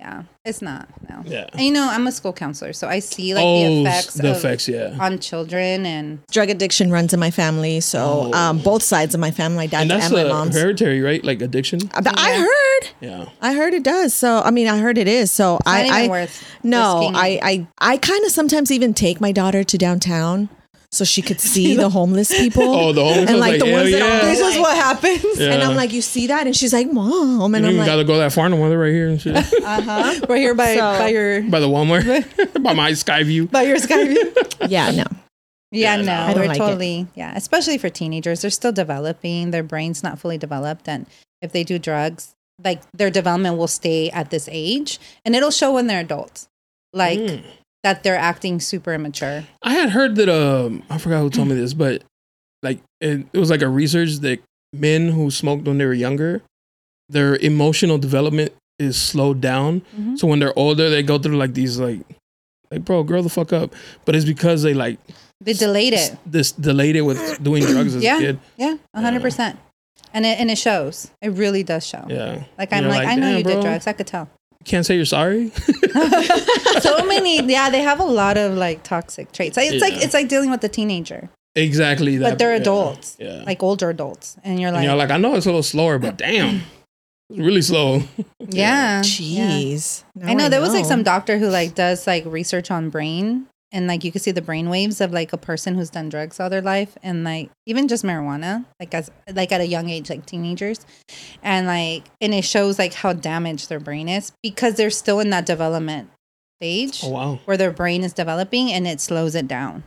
Speaker 2: Yeah, it's not no.
Speaker 1: Yeah.
Speaker 2: And, you know, I'm a school counselor, so I see like
Speaker 1: oh,
Speaker 2: the
Speaker 1: the
Speaker 2: effects, of-
Speaker 1: effects, yeah.
Speaker 2: on children, and
Speaker 3: Drug addiction runs in my family, so
Speaker 1: Oh.
Speaker 3: um, both sides of my family, my
Speaker 1: and
Speaker 3: dad's and,
Speaker 1: that's
Speaker 3: my
Speaker 1: a
Speaker 3: mom's.
Speaker 1: hereditary, right? Like addiction.
Speaker 3: I- Uh, I heard.
Speaker 1: Yeah.
Speaker 3: I heard it does. So I mean, I heard it is. So I,
Speaker 2: not even
Speaker 3: I
Speaker 2: worth
Speaker 3: no,
Speaker 2: risking
Speaker 3: I, I, I kind of sometimes even take my daughter to downtown so she
Speaker 2: (laughs)
Speaker 3: could see the homeless people.
Speaker 1: Oh, the homeless ones,
Speaker 3: and like
Speaker 1: like,
Speaker 3: the
Speaker 1: hell
Speaker 3: ones that
Speaker 1: yeah.
Speaker 3: are, this is what happens.
Speaker 1: Yeah.
Speaker 3: And I'm like, you see that? And she's like, mom. And
Speaker 1: You
Speaker 3: I'm
Speaker 1: even
Speaker 3: like,
Speaker 1: gotta go that far in the weather right here and
Speaker 3: (laughs)
Speaker 1: shit.
Speaker 2: right here by
Speaker 3: So-
Speaker 2: by your
Speaker 1: By the
Speaker 3: (laughs)
Speaker 1: Walmart, by my sky view.
Speaker 2: by your Skyview.
Speaker 3: yeah, no.
Speaker 2: yeah,
Speaker 1: no.
Speaker 2: no,
Speaker 3: I don't
Speaker 2: we're
Speaker 3: like it.
Speaker 2: totally yeah, especially for teenagers. They're still developing. Their brain's not fully developed, and if they do drugs, like their development will stay at this age, and it'll show when they're adults, like
Speaker 1: Mm.
Speaker 2: that they're acting super immature.
Speaker 1: I had heard that um I forgot who told me this, but like it, it was like a research that men who smoked when they were younger, their emotional development is slowed down.
Speaker 2: Mhm.
Speaker 1: So when they're older, they go through like these like like bro, grow the fuck up. But it's because they like
Speaker 2: They delayed it.
Speaker 1: s- this delayed it with doing drugs as
Speaker 2: Yeah.
Speaker 1: a kid.
Speaker 2: Yeah, a hundred
Speaker 1: Yeah.
Speaker 2: percent. And it and it shows. It really does show.
Speaker 1: Yeah.
Speaker 2: Like
Speaker 1: And
Speaker 2: I'm
Speaker 1: you're
Speaker 2: like, I know
Speaker 1: "Damn,
Speaker 2: you
Speaker 1: bro,
Speaker 2: did drugs. I could tell.
Speaker 1: Can't say you're sorry. (laughs)
Speaker 2: so many. Yeah, they have a lot of like toxic traits. Like, It's like
Speaker 1: Yeah.
Speaker 2: it's like dealing with a teenager,
Speaker 1: exactly. That,
Speaker 2: but they're
Speaker 1: yeah,
Speaker 2: adults,
Speaker 1: Yeah.
Speaker 2: like older adults, and you're
Speaker 1: and
Speaker 2: like,
Speaker 1: you're like, I know it's a little slower, but damn, it's really
Speaker 2: (laughs)
Speaker 1: slow.
Speaker 2: (laughs) yeah, yeah.
Speaker 3: Jeez. Now
Speaker 2: I
Speaker 1: Oh,
Speaker 2: know there was like some doctor who like does like research on brain and like you could see the brain waves of like a person who's done drugs all their life and like even just marijuana like as like at a young age like teenagers and like and it shows like how damaged their brain is because they're still in that development stage
Speaker 1: Oh wow.
Speaker 2: where their brain is developing and it slows it down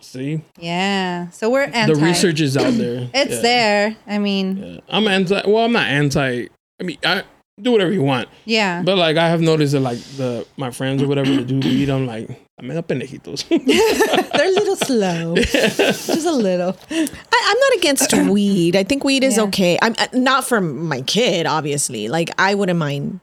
Speaker 1: See,
Speaker 2: yeah so we're anti
Speaker 1: the research is out
Speaker 3: (clears throat)
Speaker 1: there.
Speaker 2: it's
Speaker 1: Yeah.
Speaker 2: there i mean
Speaker 1: Yeah. I'm anti. Well, I'm not anti. I mean, I do whatever you want,
Speaker 2: yeah,
Speaker 1: but like I have noticed that like the my friends or whatever that do weed, I'm like, I'm up in
Speaker 3: (laughs) They're a
Speaker 1: (laughs)
Speaker 3: little slow. Just a little. I, I'm not
Speaker 1: (clears throat)
Speaker 3: against weed. I think weed is
Speaker 2: Yeah.
Speaker 3: okay. I'm uh, not for my kid, obviously. Like I wouldn't mind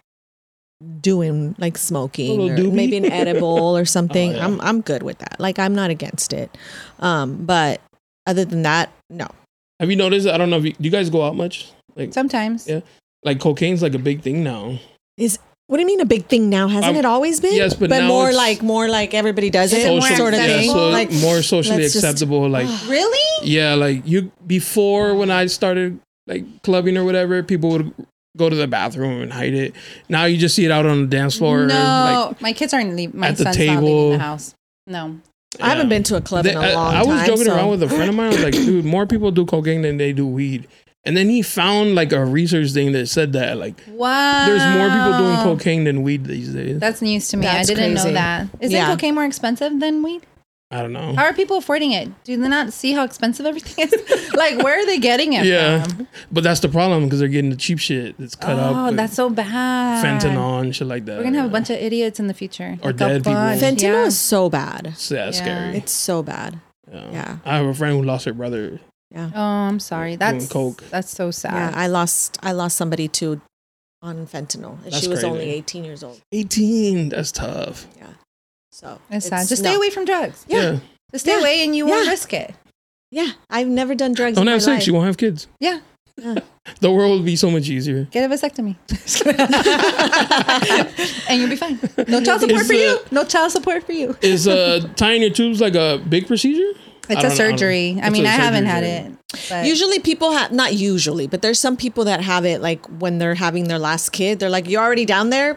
Speaker 3: doing like smoking
Speaker 1: little
Speaker 3: or
Speaker 1: doobie. Oh,
Speaker 3: maybe
Speaker 1: (laughs)
Speaker 3: an edible or something.
Speaker 1: yeah.
Speaker 3: I'm I'm good with that. Like I'm not against it. Um, but other than that, no.
Speaker 1: Have you noticed? I don't know. If you, do you guys go out much? Like,
Speaker 2: sometimes
Speaker 1: Yeah. like cocaine's like a big thing now.
Speaker 3: Is what do you mean a big thing now? Hasn't
Speaker 1: Um,
Speaker 3: it always been?
Speaker 1: yes, but now
Speaker 3: more
Speaker 1: it's-
Speaker 3: like more like everybody does it
Speaker 2: Social-
Speaker 3: sort of
Speaker 1: yeah,
Speaker 3: thing.
Speaker 1: so
Speaker 3: like
Speaker 1: more socially
Speaker 3: let's just-
Speaker 1: acceptable.
Speaker 3: (sighs)
Speaker 1: Like,
Speaker 2: really
Speaker 1: yeah, like you before when I started like clubbing or whatever, people would go to the bathroom and hide it. Now you just see it out on the dance floor.
Speaker 2: no my kids aren't leaving my
Speaker 1: at the
Speaker 2: son's not leaving
Speaker 1: table.
Speaker 2: the house no
Speaker 3: I haven't been to a club
Speaker 1: They-
Speaker 3: in a
Speaker 1: I-
Speaker 3: long
Speaker 1: I,
Speaker 3: time.
Speaker 1: was joking
Speaker 3: so-
Speaker 1: around with a friend of mine. I was like, dude, more people do cocaine than they do weed. And then he found like a research thing that said that like
Speaker 2: Wow.
Speaker 1: there's more people doing cocaine than weed these days.
Speaker 2: That's news to me.
Speaker 3: That's
Speaker 2: I didn't
Speaker 3: crazy.
Speaker 2: know that. Isn't
Speaker 3: Yeah.
Speaker 2: cocaine more expensive than weed?
Speaker 1: I don't know.
Speaker 2: How are people affording it? Do they not see how expensive
Speaker 1: (laughs)
Speaker 2: everything is? like, where are they getting it
Speaker 1: Yeah,
Speaker 2: from?
Speaker 1: but that's the problem because they're getting the cheap shit that's cut up.
Speaker 2: Oh,
Speaker 1: with
Speaker 2: that's so bad.
Speaker 1: fentanyl and shit like that.
Speaker 2: We're going to have a bunch of idiots in the future.
Speaker 1: Or
Speaker 2: a
Speaker 1: dead people.
Speaker 2: bunch.
Speaker 3: fentanyl
Speaker 2: Yeah.
Speaker 3: is so bad.
Speaker 1: It's yeah,
Speaker 2: Yeah.
Speaker 1: scary.
Speaker 3: It's so bad.
Speaker 1: Yeah.
Speaker 3: yeah.
Speaker 1: I have a friend who lost her brother.
Speaker 2: Oh, I'm sorry. That's
Speaker 1: coke.
Speaker 2: that's so
Speaker 3: Yeah,
Speaker 2: sad.
Speaker 3: I lost I lost somebody too on fentanyl, and
Speaker 1: That's
Speaker 3: she was
Speaker 1: crazy.
Speaker 3: only 18 years old.
Speaker 1: 18. That's tough.
Speaker 3: So
Speaker 2: it's, sad.
Speaker 3: it's-
Speaker 2: Just
Speaker 3: no.
Speaker 2: stay away from drugs.
Speaker 3: Yeah.
Speaker 2: Just stay
Speaker 3: Yeah.
Speaker 2: away and you won't
Speaker 3: Yeah.
Speaker 2: risk it.
Speaker 3: Yeah, I've never done drugs.
Speaker 2: Oh,
Speaker 1: Don't
Speaker 3: in
Speaker 1: have
Speaker 3: my
Speaker 1: sex.
Speaker 3: life.
Speaker 1: You won't have kids.
Speaker 2: Yeah.
Speaker 3: Yeah.
Speaker 1: the world would be so much easier.
Speaker 2: Get a vasectomy. (laughs) and you'll be fine. No child support
Speaker 1: It's
Speaker 2: for
Speaker 1: a-
Speaker 2: you. No child support for you.
Speaker 1: Is uh tying your tubes like a big procedure?
Speaker 2: It's
Speaker 1: I
Speaker 2: a
Speaker 1: don't know, I don't-
Speaker 2: surgery. I,
Speaker 1: it's
Speaker 2: mean,
Speaker 1: a
Speaker 2: I haven't had
Speaker 1: surgery,
Speaker 2: it. But
Speaker 3: Usually people have not usually, but there's some people that have it like when they're having their last kid. They're like, "You're already down
Speaker 2: (laughs)
Speaker 3: there,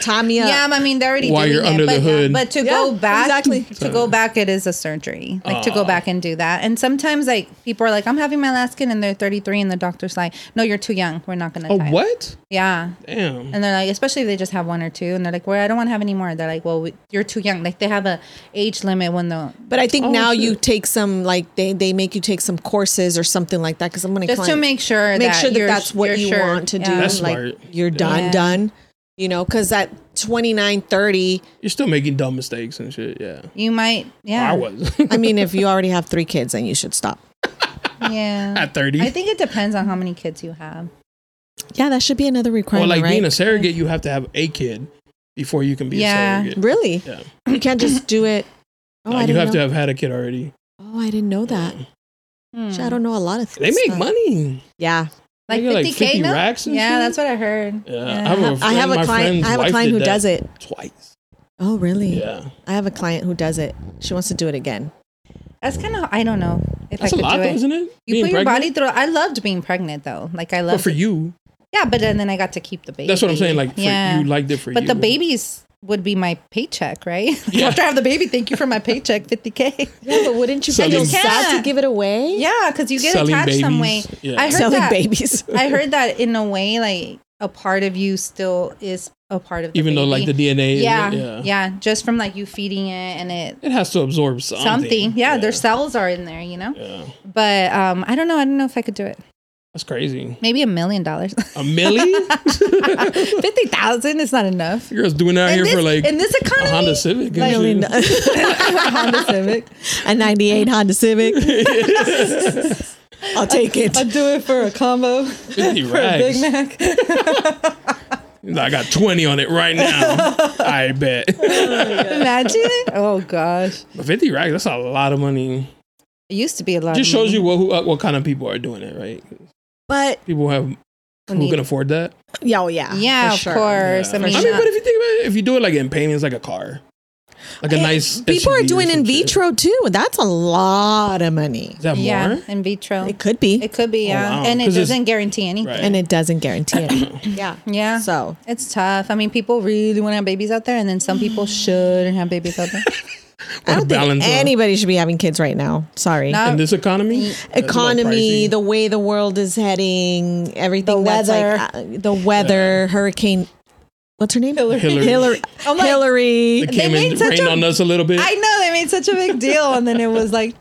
Speaker 3: time me up."
Speaker 2: yeah, I mean, they're already
Speaker 1: While
Speaker 2: doing
Speaker 1: you're
Speaker 2: it,
Speaker 1: under the
Speaker 2: but, uh,
Speaker 1: hood.
Speaker 2: but to
Speaker 3: Yeah,
Speaker 2: go back,
Speaker 3: exactly.
Speaker 2: (laughs) to go back, it is a surgery. Like to go back and do that. And sometimes, like people are like, "I'm having my last kid," and they're 33, and the doctor's like, "No, you're too young. We're not gonna."
Speaker 1: Oh,
Speaker 2: tie it."
Speaker 1: what?
Speaker 2: Yeah,
Speaker 1: Damn.
Speaker 2: and they're like, especially if they just have one or two, and they're like, "Well, I don't want to have any more." They're like, "Well, we, you're too young." Like they have a age limit when the
Speaker 3: But I think
Speaker 1: Oh,
Speaker 3: now you
Speaker 1: shit.
Speaker 3: take some like they they make you take some courses or something like that because I'm gonna
Speaker 2: just to
Speaker 3: climb-
Speaker 2: make sure
Speaker 3: make
Speaker 2: that
Speaker 3: sure that
Speaker 2: you're-
Speaker 3: that's what
Speaker 2: you're
Speaker 3: you
Speaker 2: sure.
Speaker 3: want to do.
Speaker 2: Yeah.
Speaker 1: That's
Speaker 3: like
Speaker 1: smart.
Speaker 3: you're done,
Speaker 2: Yeah.
Speaker 3: done. You know, because at 29, 30,
Speaker 1: You're still making dumb mistakes and shit. Yeah.
Speaker 2: You might, yeah,
Speaker 1: I was
Speaker 3: I mean, if you already have three kids, then you should stop.
Speaker 2: yeah.
Speaker 1: (laughs) at 30.
Speaker 2: (laughs) I think it depends on how many kids you have.
Speaker 3: Yeah, that should be another
Speaker 1: well,
Speaker 3: requirement,
Speaker 1: like
Speaker 3: right?
Speaker 1: being a surrogate, you have to have a kid before you can be
Speaker 2: Yeah.
Speaker 1: a surrogate.
Speaker 3: really?
Speaker 1: Yeah.
Speaker 3: You can't just do it. Oh,
Speaker 1: Nah,
Speaker 3: I
Speaker 1: you
Speaker 3: didn't
Speaker 1: have
Speaker 3: know.
Speaker 1: to have had a kid already.
Speaker 2: Hmm.
Speaker 3: oh, I didn't know that. Shit, I don't know a lot of
Speaker 1: They
Speaker 3: things.
Speaker 1: make
Speaker 3: huh?
Speaker 1: money.
Speaker 3: Yeah,
Speaker 2: Like
Speaker 1: get, like,
Speaker 2: 50K
Speaker 1: 50
Speaker 2: now?
Speaker 1: racks and
Speaker 2: yeah,
Speaker 1: shit?
Speaker 2: that's what I heard.
Speaker 1: Yeah,
Speaker 3: I have, I
Speaker 1: friend-
Speaker 3: have a
Speaker 1: my
Speaker 3: client.
Speaker 1: friend's
Speaker 3: I have a
Speaker 1: wife
Speaker 3: client
Speaker 1: did
Speaker 3: who
Speaker 1: that
Speaker 3: does it.
Speaker 1: twice.
Speaker 3: Oh, really?
Speaker 1: Yeah,
Speaker 3: I have a client who does it. She wants to do it again.
Speaker 2: That's kind of I don't know if
Speaker 1: that's a
Speaker 2: I could
Speaker 1: lot,
Speaker 2: do
Speaker 1: though,
Speaker 2: it.
Speaker 1: isn't it?
Speaker 2: you put your body through. I loved being pregnant though. Like I
Speaker 1: But
Speaker 2: loved.
Speaker 1: for you,
Speaker 2: Yeah, but then, then I got to keep the baby.
Speaker 1: that's what I'm saying. Like, for,
Speaker 2: yeah.
Speaker 1: you liked it for
Speaker 2: but
Speaker 1: you.
Speaker 2: the babies would be my paycheck, right? (laughs) Like,
Speaker 1: Yeah.
Speaker 2: After I have the baby, thank you for my paycheck, 50k.
Speaker 3: Yeah, but wouldn't you
Speaker 1: feel Selling-
Speaker 2: sad
Speaker 3: sad
Speaker 2: to
Speaker 3: to give it away?
Speaker 2: yeah, because you get
Speaker 1: Selling
Speaker 2: attached some way.
Speaker 1: babies. Yeah.
Speaker 2: I heard
Speaker 3: Selling
Speaker 2: that.
Speaker 3: babies.
Speaker 2: I heard that in a way, like a part of you still is a part of the
Speaker 1: even though like the
Speaker 2: baby.
Speaker 1: DNA, is-
Speaker 2: yeah, yeah, just from like you feeding it and it
Speaker 1: it has to absorb something.
Speaker 2: something. Yeah, their cells are in there, you know.
Speaker 1: Yeah,
Speaker 2: But um, I don't know. I don't know if I could do it.
Speaker 1: that's crazy.
Speaker 2: Maybe a million dollars. (laughs)
Speaker 1: A million?
Speaker 2: Fifty thousand is not
Speaker 1: (laughs)
Speaker 2: enough.
Speaker 1: Girls doing out here
Speaker 2: this,
Speaker 1: for like
Speaker 2: in this
Speaker 1: a
Speaker 2: economy,
Speaker 1: Honda Civic.
Speaker 3: (laughs)
Speaker 1: and shit.
Speaker 2: (laughs) Honda Civic.
Speaker 3: a 98 Honda Civic.
Speaker 1: (laughs)
Speaker 3: I'll take it.
Speaker 2: I'd do it for (laughs) a combo, (laughs)
Speaker 1: Fifty
Speaker 2: for a Big
Speaker 1: rags.
Speaker 2: Mac.
Speaker 1: I got twenty on it right
Speaker 2: (laughs)
Speaker 1: now. I
Speaker 2: Oh
Speaker 1: bet.
Speaker 2: Imagine. Oh gosh,
Speaker 1: But Fifty rags. That's a lot of money.
Speaker 2: it used to be a lot.
Speaker 1: Just
Speaker 2: of
Speaker 1: shows
Speaker 2: money.
Speaker 1: you what who, uh, what kind of people are doing it, right?
Speaker 3: But
Speaker 1: People have
Speaker 2: Who
Speaker 1: who,
Speaker 2: need
Speaker 1: can
Speaker 2: it.
Speaker 1: afford that.
Speaker 3: yeah, oh, yeah,
Speaker 2: Yeah,
Speaker 3: for
Speaker 2: of
Speaker 3: sure.
Speaker 2: course. I mean,
Speaker 1: I mean, but if you think about it, if you do it like in payments, like a car, like a
Speaker 2: Eh,
Speaker 1: nice.
Speaker 3: People
Speaker 1: SUV
Speaker 3: are
Speaker 1: or
Speaker 3: doing
Speaker 1: some
Speaker 3: in
Speaker 1: shit.
Speaker 3: vitro too. That's a lot of money.
Speaker 1: Is that
Speaker 2: yeah,
Speaker 1: more? Oh,
Speaker 2: in vitro,
Speaker 3: It could be,
Speaker 2: it could be. Yeah,
Speaker 1: wow.
Speaker 2: and it
Speaker 1: 'Cause it's-
Speaker 2: doesn't guarantee anything.
Speaker 1: Right.
Speaker 3: and it doesn't guarantee
Speaker 1: (coughs)
Speaker 3: it. yeah.
Speaker 2: Yeah,
Speaker 3: So
Speaker 2: it's tough. I mean, people really want to have babies out there, and then some people
Speaker 1: Mm.
Speaker 2: shouldn't have babies out
Speaker 1: (laughs)
Speaker 2: there.
Speaker 3: I don't think
Speaker 1: balance of-
Speaker 3: anybody should be having kids right now. Sorry.
Speaker 2: No,
Speaker 1: In this economy, That's a little
Speaker 3: Economy,
Speaker 1: pricey.
Speaker 3: the way the world is heading, everything.
Speaker 2: The
Speaker 3: that's
Speaker 2: weather.
Speaker 3: like, uh, the weather, hurricane. What's her name? Hillary. Oh
Speaker 1: Hillary.
Speaker 3: (laughs) Hillary.
Speaker 2: I'm like-
Speaker 1: it
Speaker 3: Hillary.
Speaker 1: came
Speaker 2: made
Speaker 1: and
Speaker 2: such
Speaker 1: rained
Speaker 2: a-
Speaker 1: on us a little bit.
Speaker 2: I know they made such a
Speaker 1: (laughs)
Speaker 2: big deal, and then it was like,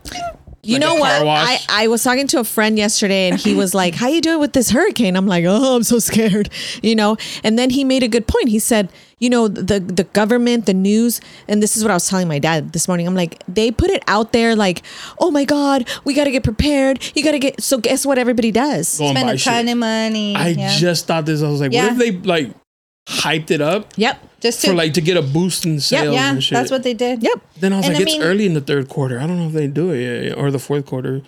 Speaker 3: You
Speaker 1: Like
Speaker 3: know
Speaker 1: a car
Speaker 3: what? I,
Speaker 1: wash.
Speaker 3: I was talking to a friend yesterday and he was like, How you doing with this hurricane? I'm like, Oh, I'm so scared. You know? And then he made a good point. He said, you know, the the government, the news, and this is what I was telling my dad this morning. I'm like, they put it out there like, oh my God, we gotta get prepared. You gotta get so guess what everybody does?
Speaker 1: Go and
Speaker 2: spend
Speaker 1: buy
Speaker 2: a ton
Speaker 1: shit.
Speaker 2: of money.
Speaker 1: I
Speaker 2: yeah.
Speaker 1: just thought this. I was like,
Speaker 2: Yeah.
Speaker 1: what if they like hyped it up
Speaker 3: Yep.
Speaker 2: just
Speaker 1: for like to get a boost in sales
Speaker 2: yeah,
Speaker 1: and shit?
Speaker 2: that's what they did.
Speaker 3: Yep.
Speaker 1: Then I was
Speaker 2: and
Speaker 1: like,
Speaker 2: I
Speaker 1: it's
Speaker 2: mean-
Speaker 1: early in the third quarter. I don't know if they do it yet, or the fourth quarter.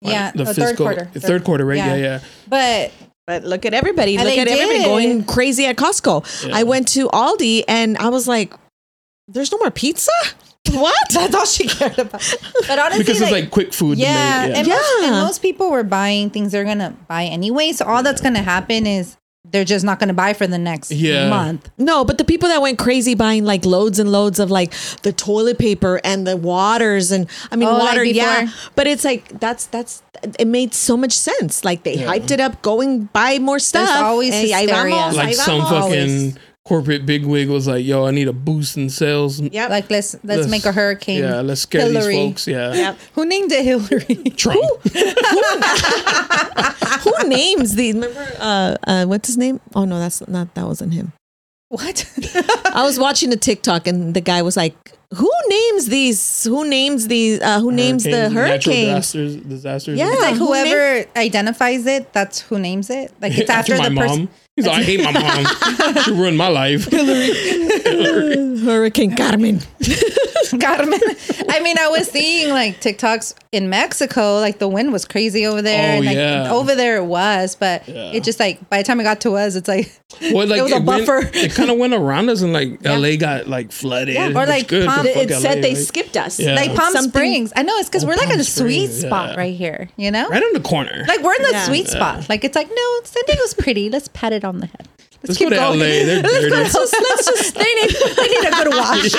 Speaker 1: Like,
Speaker 2: Yeah,
Speaker 1: the
Speaker 2: oh, third
Speaker 1: fiscal
Speaker 2: quarter.
Speaker 1: the third quarter, right? Yeah, yeah.
Speaker 2: But
Speaker 3: But look at everybody.
Speaker 2: And
Speaker 3: look
Speaker 2: they
Speaker 3: at everybody
Speaker 2: did.
Speaker 3: going crazy at Costco.
Speaker 1: Yeah.
Speaker 3: I went to Aldi and I was like, There's no more pizza? What?
Speaker 2: that's all she cared about. But honestly,
Speaker 1: because it's like quick food.
Speaker 2: yeah,
Speaker 1: demand,
Speaker 2: And,
Speaker 1: yeah.
Speaker 2: Most, and
Speaker 3: Yeah.
Speaker 2: most people were buying things they're gonna buy anyway. So all that's gonna happen is they're just not gonna buy for the next
Speaker 1: Yeah.
Speaker 2: month.
Speaker 3: No, but the people that went crazy buying like loads and loads of like the toilet paper and the waters and I mean
Speaker 2: Oh, like
Speaker 3: water, yeah.
Speaker 2: before.
Speaker 3: But it's like that's that's it made so much sense. Like they hyped it up, going buy more stuff.
Speaker 2: always
Speaker 3: Hey, ahí
Speaker 2: hysteria.
Speaker 3: vamos,
Speaker 1: like
Speaker 3: ahí
Speaker 1: some
Speaker 3: vamos.
Speaker 1: fucking corporate bigwig was like, "Yo, I need a boost in sales." Yeah,
Speaker 3: Yep.
Speaker 2: Like let's let's make a hurricane.
Speaker 1: Yeah, let's scare
Speaker 2: Hillary.
Speaker 1: these folks. Yeah,
Speaker 2: Who named
Speaker 1: (laughs)
Speaker 2: it Hillary?
Speaker 1: Trump.
Speaker 3: (laughs)
Speaker 2: (laughs)
Speaker 3: Who names these? Remember, uh, uh, what's his name? Oh no, that's not that wasn't him.
Speaker 2: what? (laughs)
Speaker 3: I was watching a TikTok and the guy was like, "Who names these? Who names these? Uh, who names the
Speaker 1: Hurricanes, natural
Speaker 3: hurricanes?"
Speaker 1: disasters, disasters.
Speaker 3: Yeah.
Speaker 2: like
Speaker 3: who
Speaker 2: whoever identifies it, that's who names it.
Speaker 1: (laughs)
Speaker 2: Like it's after,
Speaker 1: my
Speaker 2: the
Speaker 1: mom.
Speaker 2: person. (laughs)
Speaker 1: He's like, I hate my mom. she ruined my life.
Speaker 2: (laughs)
Speaker 3: Hurricane Carmen.
Speaker 2: Carmen. I mean, I was seeing like TikToks in Mexico, like the wind was crazy over there.
Speaker 1: Oh,
Speaker 2: and, like,
Speaker 1: yeah.
Speaker 2: Over there it was, but
Speaker 1: Yeah.
Speaker 2: it just like by the time it got to us, it's like,
Speaker 1: Well, like,
Speaker 2: It was a
Speaker 1: went-
Speaker 2: buffer.
Speaker 1: it kind of went around us, and like LA got like flooded.
Speaker 2: Yeah. Or,
Speaker 1: That's
Speaker 2: like,
Speaker 1: good.
Speaker 2: Palm-
Speaker 1: Fuck
Speaker 2: it
Speaker 1: LA, right?
Speaker 3: skipped us.
Speaker 1: Yeah.
Speaker 2: like Palm
Speaker 3: Something-
Speaker 2: Springs. I know it's because
Speaker 1: Oh,
Speaker 2: we're like
Speaker 1: Palm
Speaker 2: in a sweet
Speaker 1: Springs,
Speaker 2: spot
Speaker 1: yeah.
Speaker 2: right here, you know?
Speaker 1: right on the corner.
Speaker 2: Like we're in the
Speaker 3: Yeah.
Speaker 2: sweet spot. Like it's like, no, San Diego's pretty. Let's pat it on the head. Let's,
Speaker 1: Let's go to LA. They're dirty.
Speaker 2: (laughs) Let's let's just, they need, they need a good wash.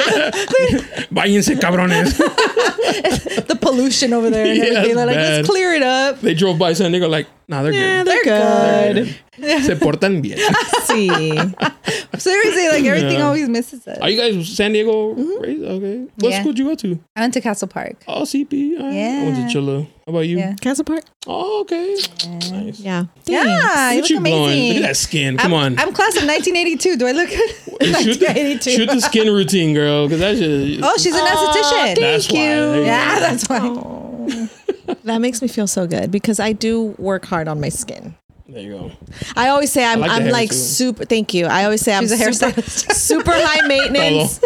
Speaker 1: (laughs) Váyanse, cabrones.
Speaker 2: (laughs) the pollution over there
Speaker 1: (laughs)
Speaker 2: and
Speaker 1: Yeah,
Speaker 2: everything. They're like,
Speaker 1: bad.
Speaker 2: let's clear it up.
Speaker 1: they drove by San Diego, like, nah, they're
Speaker 3: Yeah,
Speaker 1: good.
Speaker 3: they're good.
Speaker 1: Se portan bien.
Speaker 3: See.
Speaker 2: Seriously, like everything always misses us.
Speaker 1: Are you guys San Diego raised? Okay. What
Speaker 2: Mm-hmm. Yeah.
Speaker 1: school did you go to?
Speaker 2: I went to Castle Park.
Speaker 1: Oh, CP. All right. I went to
Speaker 2: Yeah.
Speaker 1: Chilla. How about you?
Speaker 2: Yeah.
Speaker 3: (laughs) Castle Park?
Speaker 1: Oh, okay. Nice.
Speaker 3: Yeah.
Speaker 2: Yeah, you
Speaker 1: What
Speaker 2: look
Speaker 1: you blowing?
Speaker 2: amazing.
Speaker 1: Look at that skin. Come
Speaker 2: I'm,
Speaker 1: on.
Speaker 2: I'm class of 1982. Do I look good?
Speaker 1: (laughs) shoot,
Speaker 2: (laughs)
Speaker 1: the,
Speaker 2: 1982.
Speaker 1: shoot the skin routine, girl, because that's just.
Speaker 2: oh, she's an esthetician.
Speaker 1: That's thank why. you. There you
Speaker 2: Yeah,
Speaker 1: go.
Speaker 2: that's why.
Speaker 3: That makes me feel so good because I do work hard on my skin.
Speaker 1: There you go.
Speaker 3: I always say I'm
Speaker 1: like
Speaker 3: like
Speaker 1: the
Speaker 3: I'm
Speaker 1: hair
Speaker 3: like
Speaker 1: too.
Speaker 3: super thank you. I always say
Speaker 2: (laughs) She's a
Speaker 3: I'm super,
Speaker 2: hairstylist.
Speaker 3: super high maintenance.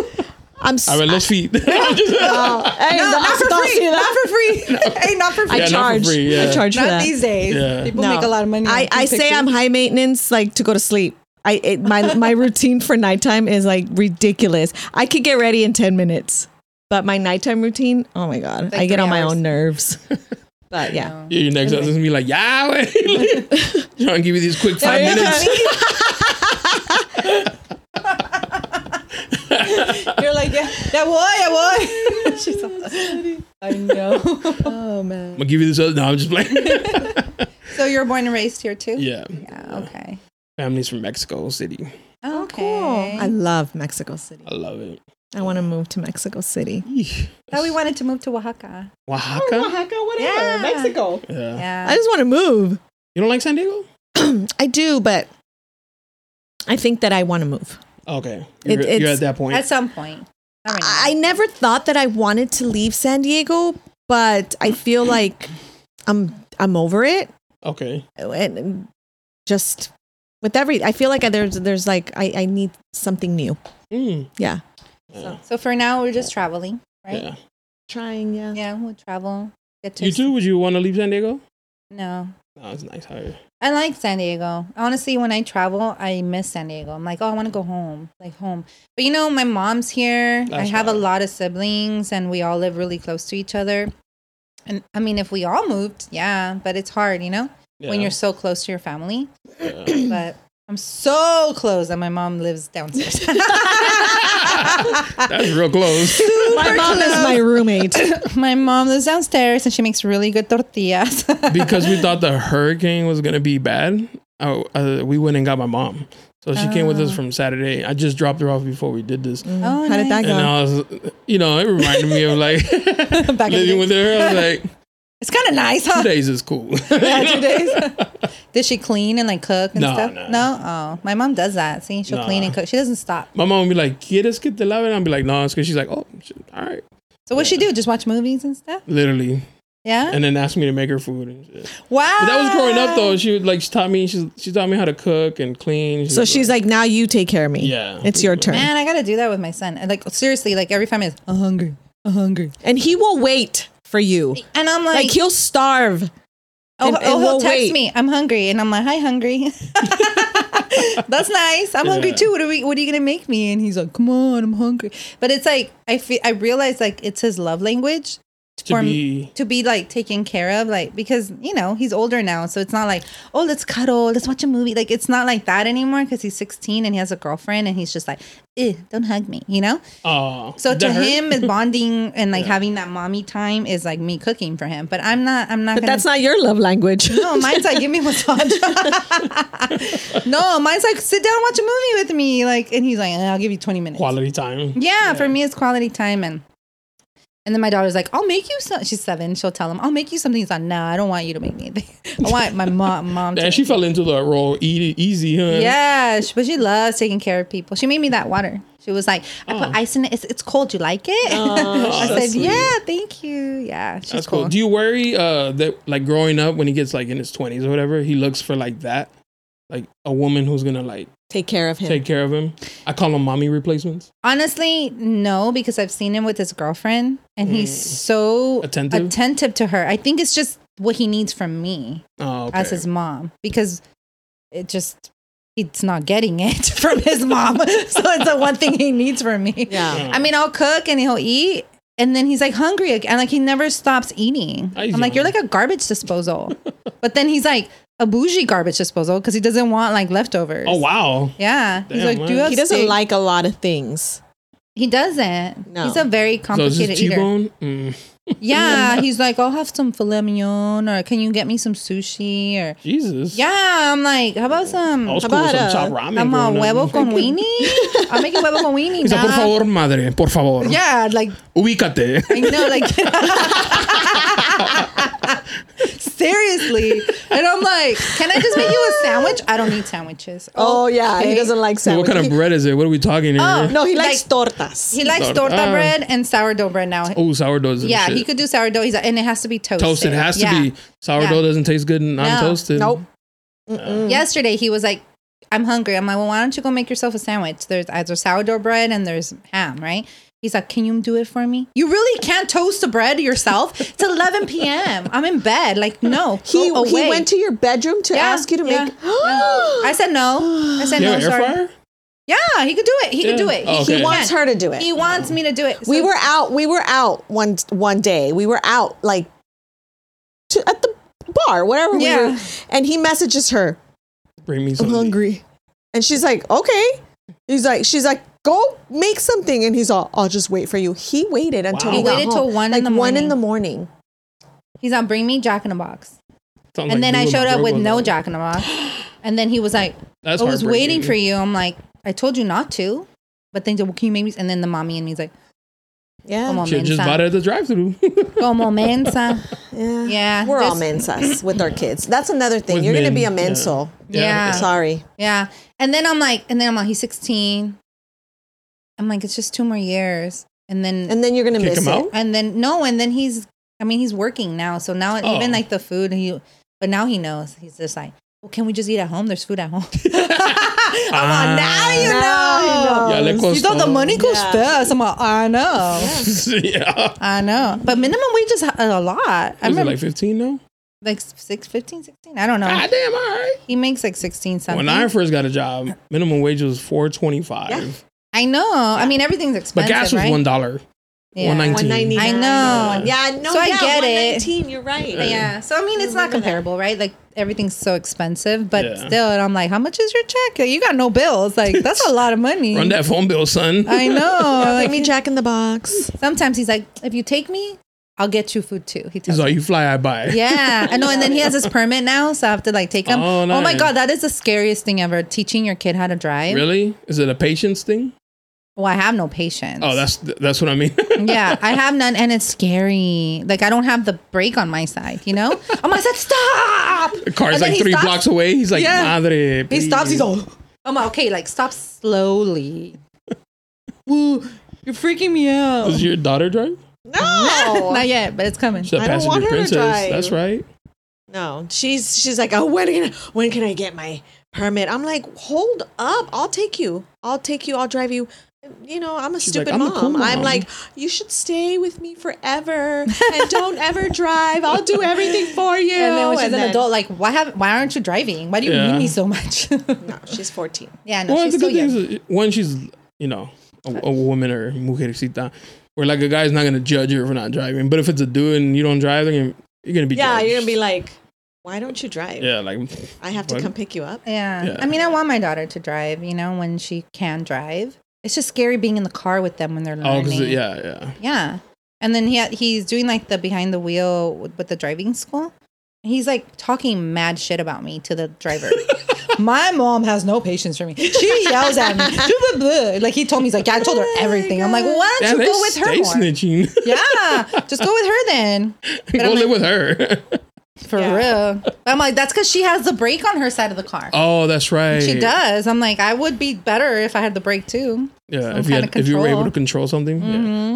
Speaker 3: I'm. s-
Speaker 1: All right, let's feed. (laughs) I'm just-
Speaker 3: Hey,
Speaker 2: No,
Speaker 3: the-
Speaker 2: not for
Speaker 3: don't
Speaker 2: free.
Speaker 3: see
Speaker 2: Not
Speaker 3: that.
Speaker 2: for (laughs)
Speaker 1: (laughs)
Speaker 2: free. hey, not for free.
Speaker 3: I
Speaker 1: Yeah, not for
Speaker 3: charge.
Speaker 1: free, yeah.
Speaker 3: I charge for
Speaker 2: not
Speaker 3: that.
Speaker 2: these days.
Speaker 1: Yeah.
Speaker 2: People
Speaker 3: No.
Speaker 2: make a lot of money. on
Speaker 3: I, I say I'm
Speaker 2: pictures.
Speaker 3: high maintenance, like to go to sleep. I it, (laughs) my my routine for nighttime is like ridiculous. I could get ready in ten minutes, but my nighttime routine, oh my god,
Speaker 2: like
Speaker 3: I get
Speaker 2: three
Speaker 3: on my
Speaker 2: hours.
Speaker 3: own
Speaker 2: (laughs)
Speaker 3: nerves. But yeah,
Speaker 1: Yeah, your next husband's gonna be like, (laughs) Yahweh. Trying to give you these quick five
Speaker 3: you
Speaker 1: minutes. (laughs)
Speaker 2: You're like, yeah, that boy, that (laughs) boy. She's all- I know.
Speaker 1: I'm gonna give you this other. No, I'm just playing.
Speaker 2: So you're born and raised here too?
Speaker 1: yeah.
Speaker 2: Yeah, okay.
Speaker 1: Family's from Mexico City.
Speaker 2: Oh,
Speaker 3: cool. I love Mexico City.
Speaker 1: I love it.
Speaker 3: I want to move to Mexico City.
Speaker 1: Eesh.
Speaker 2: thought Oh, we wanted to move to Oaxaca.
Speaker 1: Oaxaca.
Speaker 3: whatever, Mexico.
Speaker 1: Yeah.
Speaker 3: I
Speaker 2: Yeah.
Speaker 3: just want to move. (clears throat)
Speaker 1: You don't like San Diego?
Speaker 3: I do, but I think that I want to move.
Speaker 1: Okay.
Speaker 3: It-
Speaker 1: You're, you're
Speaker 3: it's-
Speaker 1: at that point.
Speaker 2: At some point. All right.
Speaker 3: I I never thought that I wanted to leave San Diego, but I feel like I'm I'm over it
Speaker 1: Okay.
Speaker 3: and just with every I feel like there's there's like I, I need something new.
Speaker 1: Mm.
Speaker 3: Yeah.
Speaker 1: Yeah.
Speaker 2: So for now, we're just traveling, right?
Speaker 1: yeah.
Speaker 3: Trying,
Speaker 2: Yeah, we'll travel. Get to
Speaker 1: You too? Would you want to leave San Diego?
Speaker 2: No.
Speaker 1: No, it's nice. How are you?
Speaker 2: I like San Diego. Honestly, when I travel, I miss San Diego. I'm like, oh, I want to go home, like home. But you know, my mom's here. I
Speaker 1: That's
Speaker 2: have a
Speaker 1: right.
Speaker 2: lot of siblings, and we all live really close to each other. And I mean, if we all moved, yeah, but it's hard, you know, when
Speaker 1: Yeah.
Speaker 2: you're so close to your family.
Speaker 1: Yeah.
Speaker 2: (clears throat) But I'm so close that my mom lives downstairs. (laughs)
Speaker 1: That's real close.
Speaker 3: My mom is my
Speaker 2: (laughs)
Speaker 3: roommate.
Speaker 2: my mom lives downstairs, and she makes really good tortillas.
Speaker 1: because we thought the hurricane was gonna be bad, I, uh, we went and got my mom. So she came with
Speaker 2: Ah.
Speaker 1: us from Saturday. I just dropped her off before we did this, and
Speaker 2: (laughs) oh,
Speaker 3: How did that go?
Speaker 1: I was, you know, it reminded me of like
Speaker 2: (laughs) Back in the
Speaker 1: living
Speaker 2: day.
Speaker 1: with her. I was like,
Speaker 2: It's kind of nice, huh?
Speaker 1: two days is
Speaker 2: (laughs)
Speaker 1: cool. (laughs)
Speaker 2: Yeah, two days. (laughs) Did she clean and like cook and
Speaker 1: No,
Speaker 2: stuff?
Speaker 1: no.
Speaker 2: Oh, my mom does that. See, she'll
Speaker 1: No.
Speaker 2: clean and cook. She doesn't stop.
Speaker 1: my mom would be like, "Quieres que te lave?" And I'd be like, "No," it's because she's like, "Oh, shit, all right."
Speaker 2: So what she do? Just watch movies and stuff.
Speaker 1: Literally,
Speaker 2: Yeah.
Speaker 1: and then asked me to make her food. And shit.
Speaker 2: wow.
Speaker 1: But that was growing up though. She would like she taught me. She she taught me how to cook and clean.
Speaker 3: So she's like, now you take care of me.
Speaker 1: Yeah.
Speaker 3: It's your turn.
Speaker 2: Man, I gotta do that with my son. And like seriously, like every time is I'm hungry, I'm hungry,
Speaker 3: And he will wait for you.
Speaker 2: and I'm like,
Speaker 3: Like he'll starve.
Speaker 2: oh,
Speaker 3: and-
Speaker 2: oh,
Speaker 3: and
Speaker 2: he'll
Speaker 3: we'll
Speaker 2: text
Speaker 3: wait.
Speaker 2: me, I'm hungry, and I'm like, hi, hungry. (laughs) That's nice. I'm hungry
Speaker 1: Yeah.
Speaker 2: too. What are we? What are you gonna make me? And he's like, come on, I'm hungry. But it's like I feel I realize like it's his love language.
Speaker 1: to
Speaker 2: for m-
Speaker 1: be
Speaker 2: to be like taken care of like because you know he's older now so it's not like oh let's cuddle let's watch a movie like it's not like that anymore because he's 16 and he has a girlfriend and he's just like eh, don't hug me you know
Speaker 1: oh
Speaker 2: so to
Speaker 1: that hurt?
Speaker 2: him is bonding and like having that mommy time is like me cooking for him but i'm not i'm not
Speaker 3: But
Speaker 2: gonna
Speaker 3: that's not your love language.
Speaker 2: (laughs) no, mine's like give me a massage. (laughs) no, mine's like sit down, and watch a movie with me, like, and he's like, "Eh, I'll give you twenty minutes.
Speaker 1: quality time.
Speaker 2: Yeah, for me it's quality time and and then my daughter's like, I'll make you some. She's seven. She'll tell him, I'll make you something. He's like, No, I don't want you to make me anything. (laughs) I want my
Speaker 1: (laughs)
Speaker 2: mom. Mom. to
Speaker 1: And she fell into the role e- easy, huh?
Speaker 2: Yeah, she- but she loves taking care of people. She made me that water. She was like, I put ice in it. It's, it's cold. You like it? (laughs)
Speaker 1: that's
Speaker 2: I said,
Speaker 1: sweet.
Speaker 2: Yeah, thank you. Yeah, she's
Speaker 1: That's cool.
Speaker 2: cool.
Speaker 1: Do you worry uh that like growing up when he gets like in his twenties or whatever, he looks for like that? Like a woman who's gonna like
Speaker 3: (laughs) Take care of him.
Speaker 1: take care of him. I call them mommy replacements.
Speaker 2: Honestly, no, because I've seen him with his girlfriend and he's so
Speaker 1: Mm. Attentive?
Speaker 2: attentive to her. I think it's just what he needs from me.
Speaker 1: Oh okay.
Speaker 2: as his mom because it just he's not getting (laughs) it from his mom. (laughs) so it's the one thing he needs from me.
Speaker 3: Yeah.
Speaker 2: I mean, I'll cook and he'll eat. And then he's like hungry again. Like he never stops eating.
Speaker 1: Ah, he's
Speaker 2: I'm like,
Speaker 1: young.
Speaker 2: you're like a garbage
Speaker 1: (laughs)
Speaker 2: disposal. but then he's like a bougie garbage disposal because he doesn't want like leftovers.
Speaker 1: oh wow.
Speaker 2: Yeah. he's
Speaker 1: Damn,
Speaker 2: like,
Speaker 1: wow.
Speaker 2: do you have
Speaker 3: He doesn't
Speaker 2: steak?"
Speaker 3: like a lot of things.
Speaker 2: He doesn't.
Speaker 3: No.
Speaker 2: He's a very
Speaker 1: So is
Speaker 2: complicated
Speaker 1: this T
Speaker 2: eater.
Speaker 1: bone? Mm. (laughs)
Speaker 2: Yeah. he's like, I'll have some filet mignon or can you get me some sushi or
Speaker 1: Jesus.
Speaker 2: yeah. I'm like, how about some
Speaker 1: I was
Speaker 3: How
Speaker 1: cool with some
Speaker 3: about, uh,
Speaker 1: chopped ramen.
Speaker 2: I'm a
Speaker 1: growing up.
Speaker 2: huevo
Speaker 1: (laughs)
Speaker 2: con weenie. I'm making huevo con weenie.
Speaker 1: He's like, por
Speaker 2: nah.
Speaker 1: favor, madre, por favor.
Speaker 2: Yeah, like
Speaker 1: Ubícate. (laughs)
Speaker 2: I know, like (laughs) seriously. And I'm like, can I just make you a sandwich? I don't need sandwiches.
Speaker 3: Oh yeah, he
Speaker 2: okay.
Speaker 3: doesn't like
Speaker 1: So
Speaker 3: sandwich.
Speaker 1: what kind of bread is it? What are we talking here?
Speaker 2: Oh,
Speaker 3: no, he likes
Speaker 2: Like-
Speaker 3: tortas.
Speaker 2: He likes
Speaker 1: Sorta-
Speaker 2: torta
Speaker 1: ah.
Speaker 2: bread and sourdough bread now.
Speaker 1: Oh, sourdough.
Speaker 2: yeah, he could do sourdough. He's like, and it has to be toasted.
Speaker 1: toast. It has to
Speaker 2: Yeah.
Speaker 1: be sourdough.
Speaker 2: Yeah.
Speaker 1: Doesn't taste good and non toasted.
Speaker 3: nope. Mm-hmm.
Speaker 2: Yesterday he was like, I'm hungry. I'm like, well, why don't you go make yourself a sandwich? There's either sourdough bread and there's ham, right? He's like, "Can you do it for me?" You really can't toast the bread yourself. It's (laughs) 11 p.m. I'm in bed. Like, no,
Speaker 3: He,
Speaker 2: go away.
Speaker 3: he went to your bedroom to
Speaker 2: Yeah,
Speaker 3: ask you to (gasps)
Speaker 2: yeah,
Speaker 3: make.
Speaker 2: yeah. I said no. I said
Speaker 1: You
Speaker 2: no.
Speaker 1: have an air
Speaker 2: Sorry.
Speaker 1: fryer?
Speaker 2: Yeah, he could do it. He could
Speaker 1: Yeah.
Speaker 2: do it.
Speaker 1: Oh, okay.
Speaker 3: He wants
Speaker 2: can.
Speaker 3: her to do it.
Speaker 2: He wants me to do it.
Speaker 3: we
Speaker 2: So-
Speaker 3: were out. We were out one one day. We were out like to, at the bar, whatever. We
Speaker 2: Yeah.
Speaker 3: were, and he messages her,
Speaker 1: Bring me
Speaker 3: "I'm
Speaker 1: something.
Speaker 3: hungry," and she's like, "Okay." He's like, "She's like, go make something," and he's all, "I'll just wait for you." He waited
Speaker 1: Wow.
Speaker 3: until we
Speaker 1: He
Speaker 3: got
Speaker 2: waited
Speaker 3: home,
Speaker 2: till one in
Speaker 3: like
Speaker 2: the
Speaker 3: one in
Speaker 2: morning.
Speaker 3: the morning.
Speaker 2: He's like, "Bring me Jack in a Box,"
Speaker 1: Sounds like
Speaker 2: and then I
Speaker 1: Blue
Speaker 2: showed up with
Speaker 1: Mongrel
Speaker 2: no
Speaker 1: Dog.
Speaker 2: Jack in a Box, and then he was like,
Speaker 1: That's
Speaker 2: "I was waiting for
Speaker 1: heartbreaking.
Speaker 2: you." I'm like, "I told you not to," but then well, can you make me? And then the mommy and me's like,
Speaker 3: Yeah,
Speaker 2: "Como
Speaker 1: Should've just bought
Speaker 2: mensa,
Speaker 1: it at the (laughs) drive-through. (laughs)
Speaker 2: como mensa."
Speaker 3: yeah.
Speaker 2: Yeah,
Speaker 3: We're all
Speaker 2: just-
Speaker 3: mensas with our kids. That's another thing.
Speaker 1: With
Speaker 3: You're going
Speaker 1: men,
Speaker 3: to be a
Speaker 1: yeah.
Speaker 3: mensal.
Speaker 2: Yeah.
Speaker 3: Sorry.
Speaker 2: Yeah. And then I'm like, and then I'm like, he's 16. I'm like, it's just two more years. And then, and,
Speaker 3: And then you're going to
Speaker 1: Kick
Speaker 3: miss
Speaker 1: him
Speaker 3: it.
Speaker 1: out?
Speaker 2: then, no, and then he's, I mean, he's working now. So now,
Speaker 1: Oh.
Speaker 2: even like the food, he, but now he knows. He's just like, well, can we just eat at home? There's food at home. (laughs) I'm
Speaker 1: Ah.
Speaker 2: like, now you
Speaker 3: Now
Speaker 2: know.
Speaker 1: Yeah, le
Speaker 2: You thought the
Speaker 1: costó.
Speaker 2: money goes
Speaker 3: Yeah.
Speaker 2: fast. I'm like, I know. (laughs)
Speaker 1: yeah.
Speaker 2: I know. But minimum wage is a a lot. I
Speaker 1: Is it
Speaker 2: remember
Speaker 1: like
Speaker 2: like,
Speaker 1: 15 now?
Speaker 2: six, 15, 16. I don't know.
Speaker 1: Ah, damn, all right.
Speaker 2: He makes like 16 something.
Speaker 1: When I first got a job, minimum wage was four twenty five,
Speaker 3: Yeah.
Speaker 2: I know. I mean, everything's
Speaker 1: but
Speaker 2: expensive.
Speaker 1: gas was
Speaker 2: right?
Speaker 1: one dollar.
Speaker 2: Yeah.
Speaker 1: 119.
Speaker 2: I know.
Speaker 3: Yeah, no,
Speaker 2: So I
Speaker 3: yeah,
Speaker 2: get it.
Speaker 3: 119, You're right.
Speaker 2: Yeah. So I mean, it's not comparable, right? Like everything's so expensive, but
Speaker 1: Yeah.
Speaker 2: still, and I'm like, how much is your check? Like, You got no
Speaker 1: (laughs)
Speaker 2: bills. Like that's a lot of money.
Speaker 1: Run that phone bill, son. (laughs)
Speaker 2: I know.
Speaker 3: Let
Speaker 2: like
Speaker 3: me
Speaker 2: he-
Speaker 3: Jack in the Box.
Speaker 2: sometimes he's like, if you take me, I'll get you food too. He
Speaker 1: He's
Speaker 2: tells me.
Speaker 1: like, you fly, I buy.
Speaker 2: Yeah, I know. And then he has his permit now, so I have to like take him.
Speaker 1: Oh,
Speaker 2: Oh, my
Speaker 1: nice.
Speaker 2: god, that is the scariest thing ever. Teaching your kid how to drive.
Speaker 1: Really? Is it a patience thing?
Speaker 2: Well, I have no patience.
Speaker 1: Oh, that's that's what I mean. (laughs)
Speaker 2: yeah, I have none, and it's scary. Like I don't have the brake on my side. You know, I'm like, stop.
Speaker 1: the car's
Speaker 2: And then
Speaker 1: like
Speaker 2: he
Speaker 1: three
Speaker 2: stops-
Speaker 1: blocks away. He's like,
Speaker 2: Yeah.
Speaker 1: madre.
Speaker 2: He stops. He's
Speaker 1: please."
Speaker 2: all, I'm like, okay, like stop (laughs) slowly. Woo, you're freaking me out.
Speaker 1: Does your daughter drive?
Speaker 3: No.
Speaker 2: Not yet, but it's coming.
Speaker 1: She's a
Speaker 3: I don't
Speaker 1: passenger
Speaker 3: want her to
Speaker 1: princess.
Speaker 3: drive.
Speaker 1: That's right.
Speaker 3: (laughs) no. She's she's like, oh, when can I, when can I get my permit? I'm like, hold up. I'll take you. I'll take you. I'll drive you. You know, I'm a
Speaker 1: like,
Speaker 3: stupid
Speaker 1: "I'm a
Speaker 3: mom.
Speaker 1: cool
Speaker 3: I'm
Speaker 1: mom."
Speaker 3: like, you should stay with me forever and don't ever drive. I'll do everything for you.
Speaker 2: And then when she's
Speaker 3: And
Speaker 2: an
Speaker 3: then-
Speaker 2: adult, like, why have why aren't you driving? Why do you
Speaker 1: Yeah.
Speaker 2: need me so much? (laughs)
Speaker 3: No, she's 14.
Speaker 2: yeah, no,
Speaker 1: One of the
Speaker 2: she's still
Speaker 1: good
Speaker 2: young.
Speaker 1: things is one, she's you know a, a woman or mujercita, where like a guy's not gonna judge you for not driving. But if it's a dude and you don't drive, then you're, you're gonna be
Speaker 3: Yeah, you're
Speaker 1: judged.
Speaker 3: gonna be like, why don't you drive?
Speaker 1: yeah, like
Speaker 3: I have to
Speaker 1: What?
Speaker 3: come pick you up.
Speaker 2: yeah.
Speaker 1: Yeah.
Speaker 2: I mean, I want my daughter to drive. You know, when she can drive, it's just scary being in the car with them when they're
Speaker 1: oh,
Speaker 2: learning.
Speaker 1: cause it- yeah, yeah.
Speaker 2: Yeah. And then he had, he's doing like the behind the wheel with, with the driving school. He's like talking mad shit about me to the driver. My mom has no patience for me. She yells at me. Blah, blah, blah. Like he told me, he's like, yeah, I told her everything. I'm like, why don't
Speaker 1: Damn,
Speaker 2: you
Speaker 1: they,
Speaker 2: go with her
Speaker 1: they
Speaker 2: more?
Speaker 1: snitching.
Speaker 2: (laughs) Yeah, just go with her then. But
Speaker 1: go
Speaker 2: I'm
Speaker 1: live
Speaker 2: like,
Speaker 1: with her. (laughs)
Speaker 2: for real. But I'm like, that's because she has the brake on her side of the car.
Speaker 1: oh, that's right.
Speaker 2: She does. I'm like, I would be better if I had the brake too.
Speaker 1: Yeah,
Speaker 2: Some
Speaker 1: if you
Speaker 2: kind
Speaker 1: had,
Speaker 2: of
Speaker 1: if you were able
Speaker 2: control. Mm-hmm.
Speaker 1: to control something,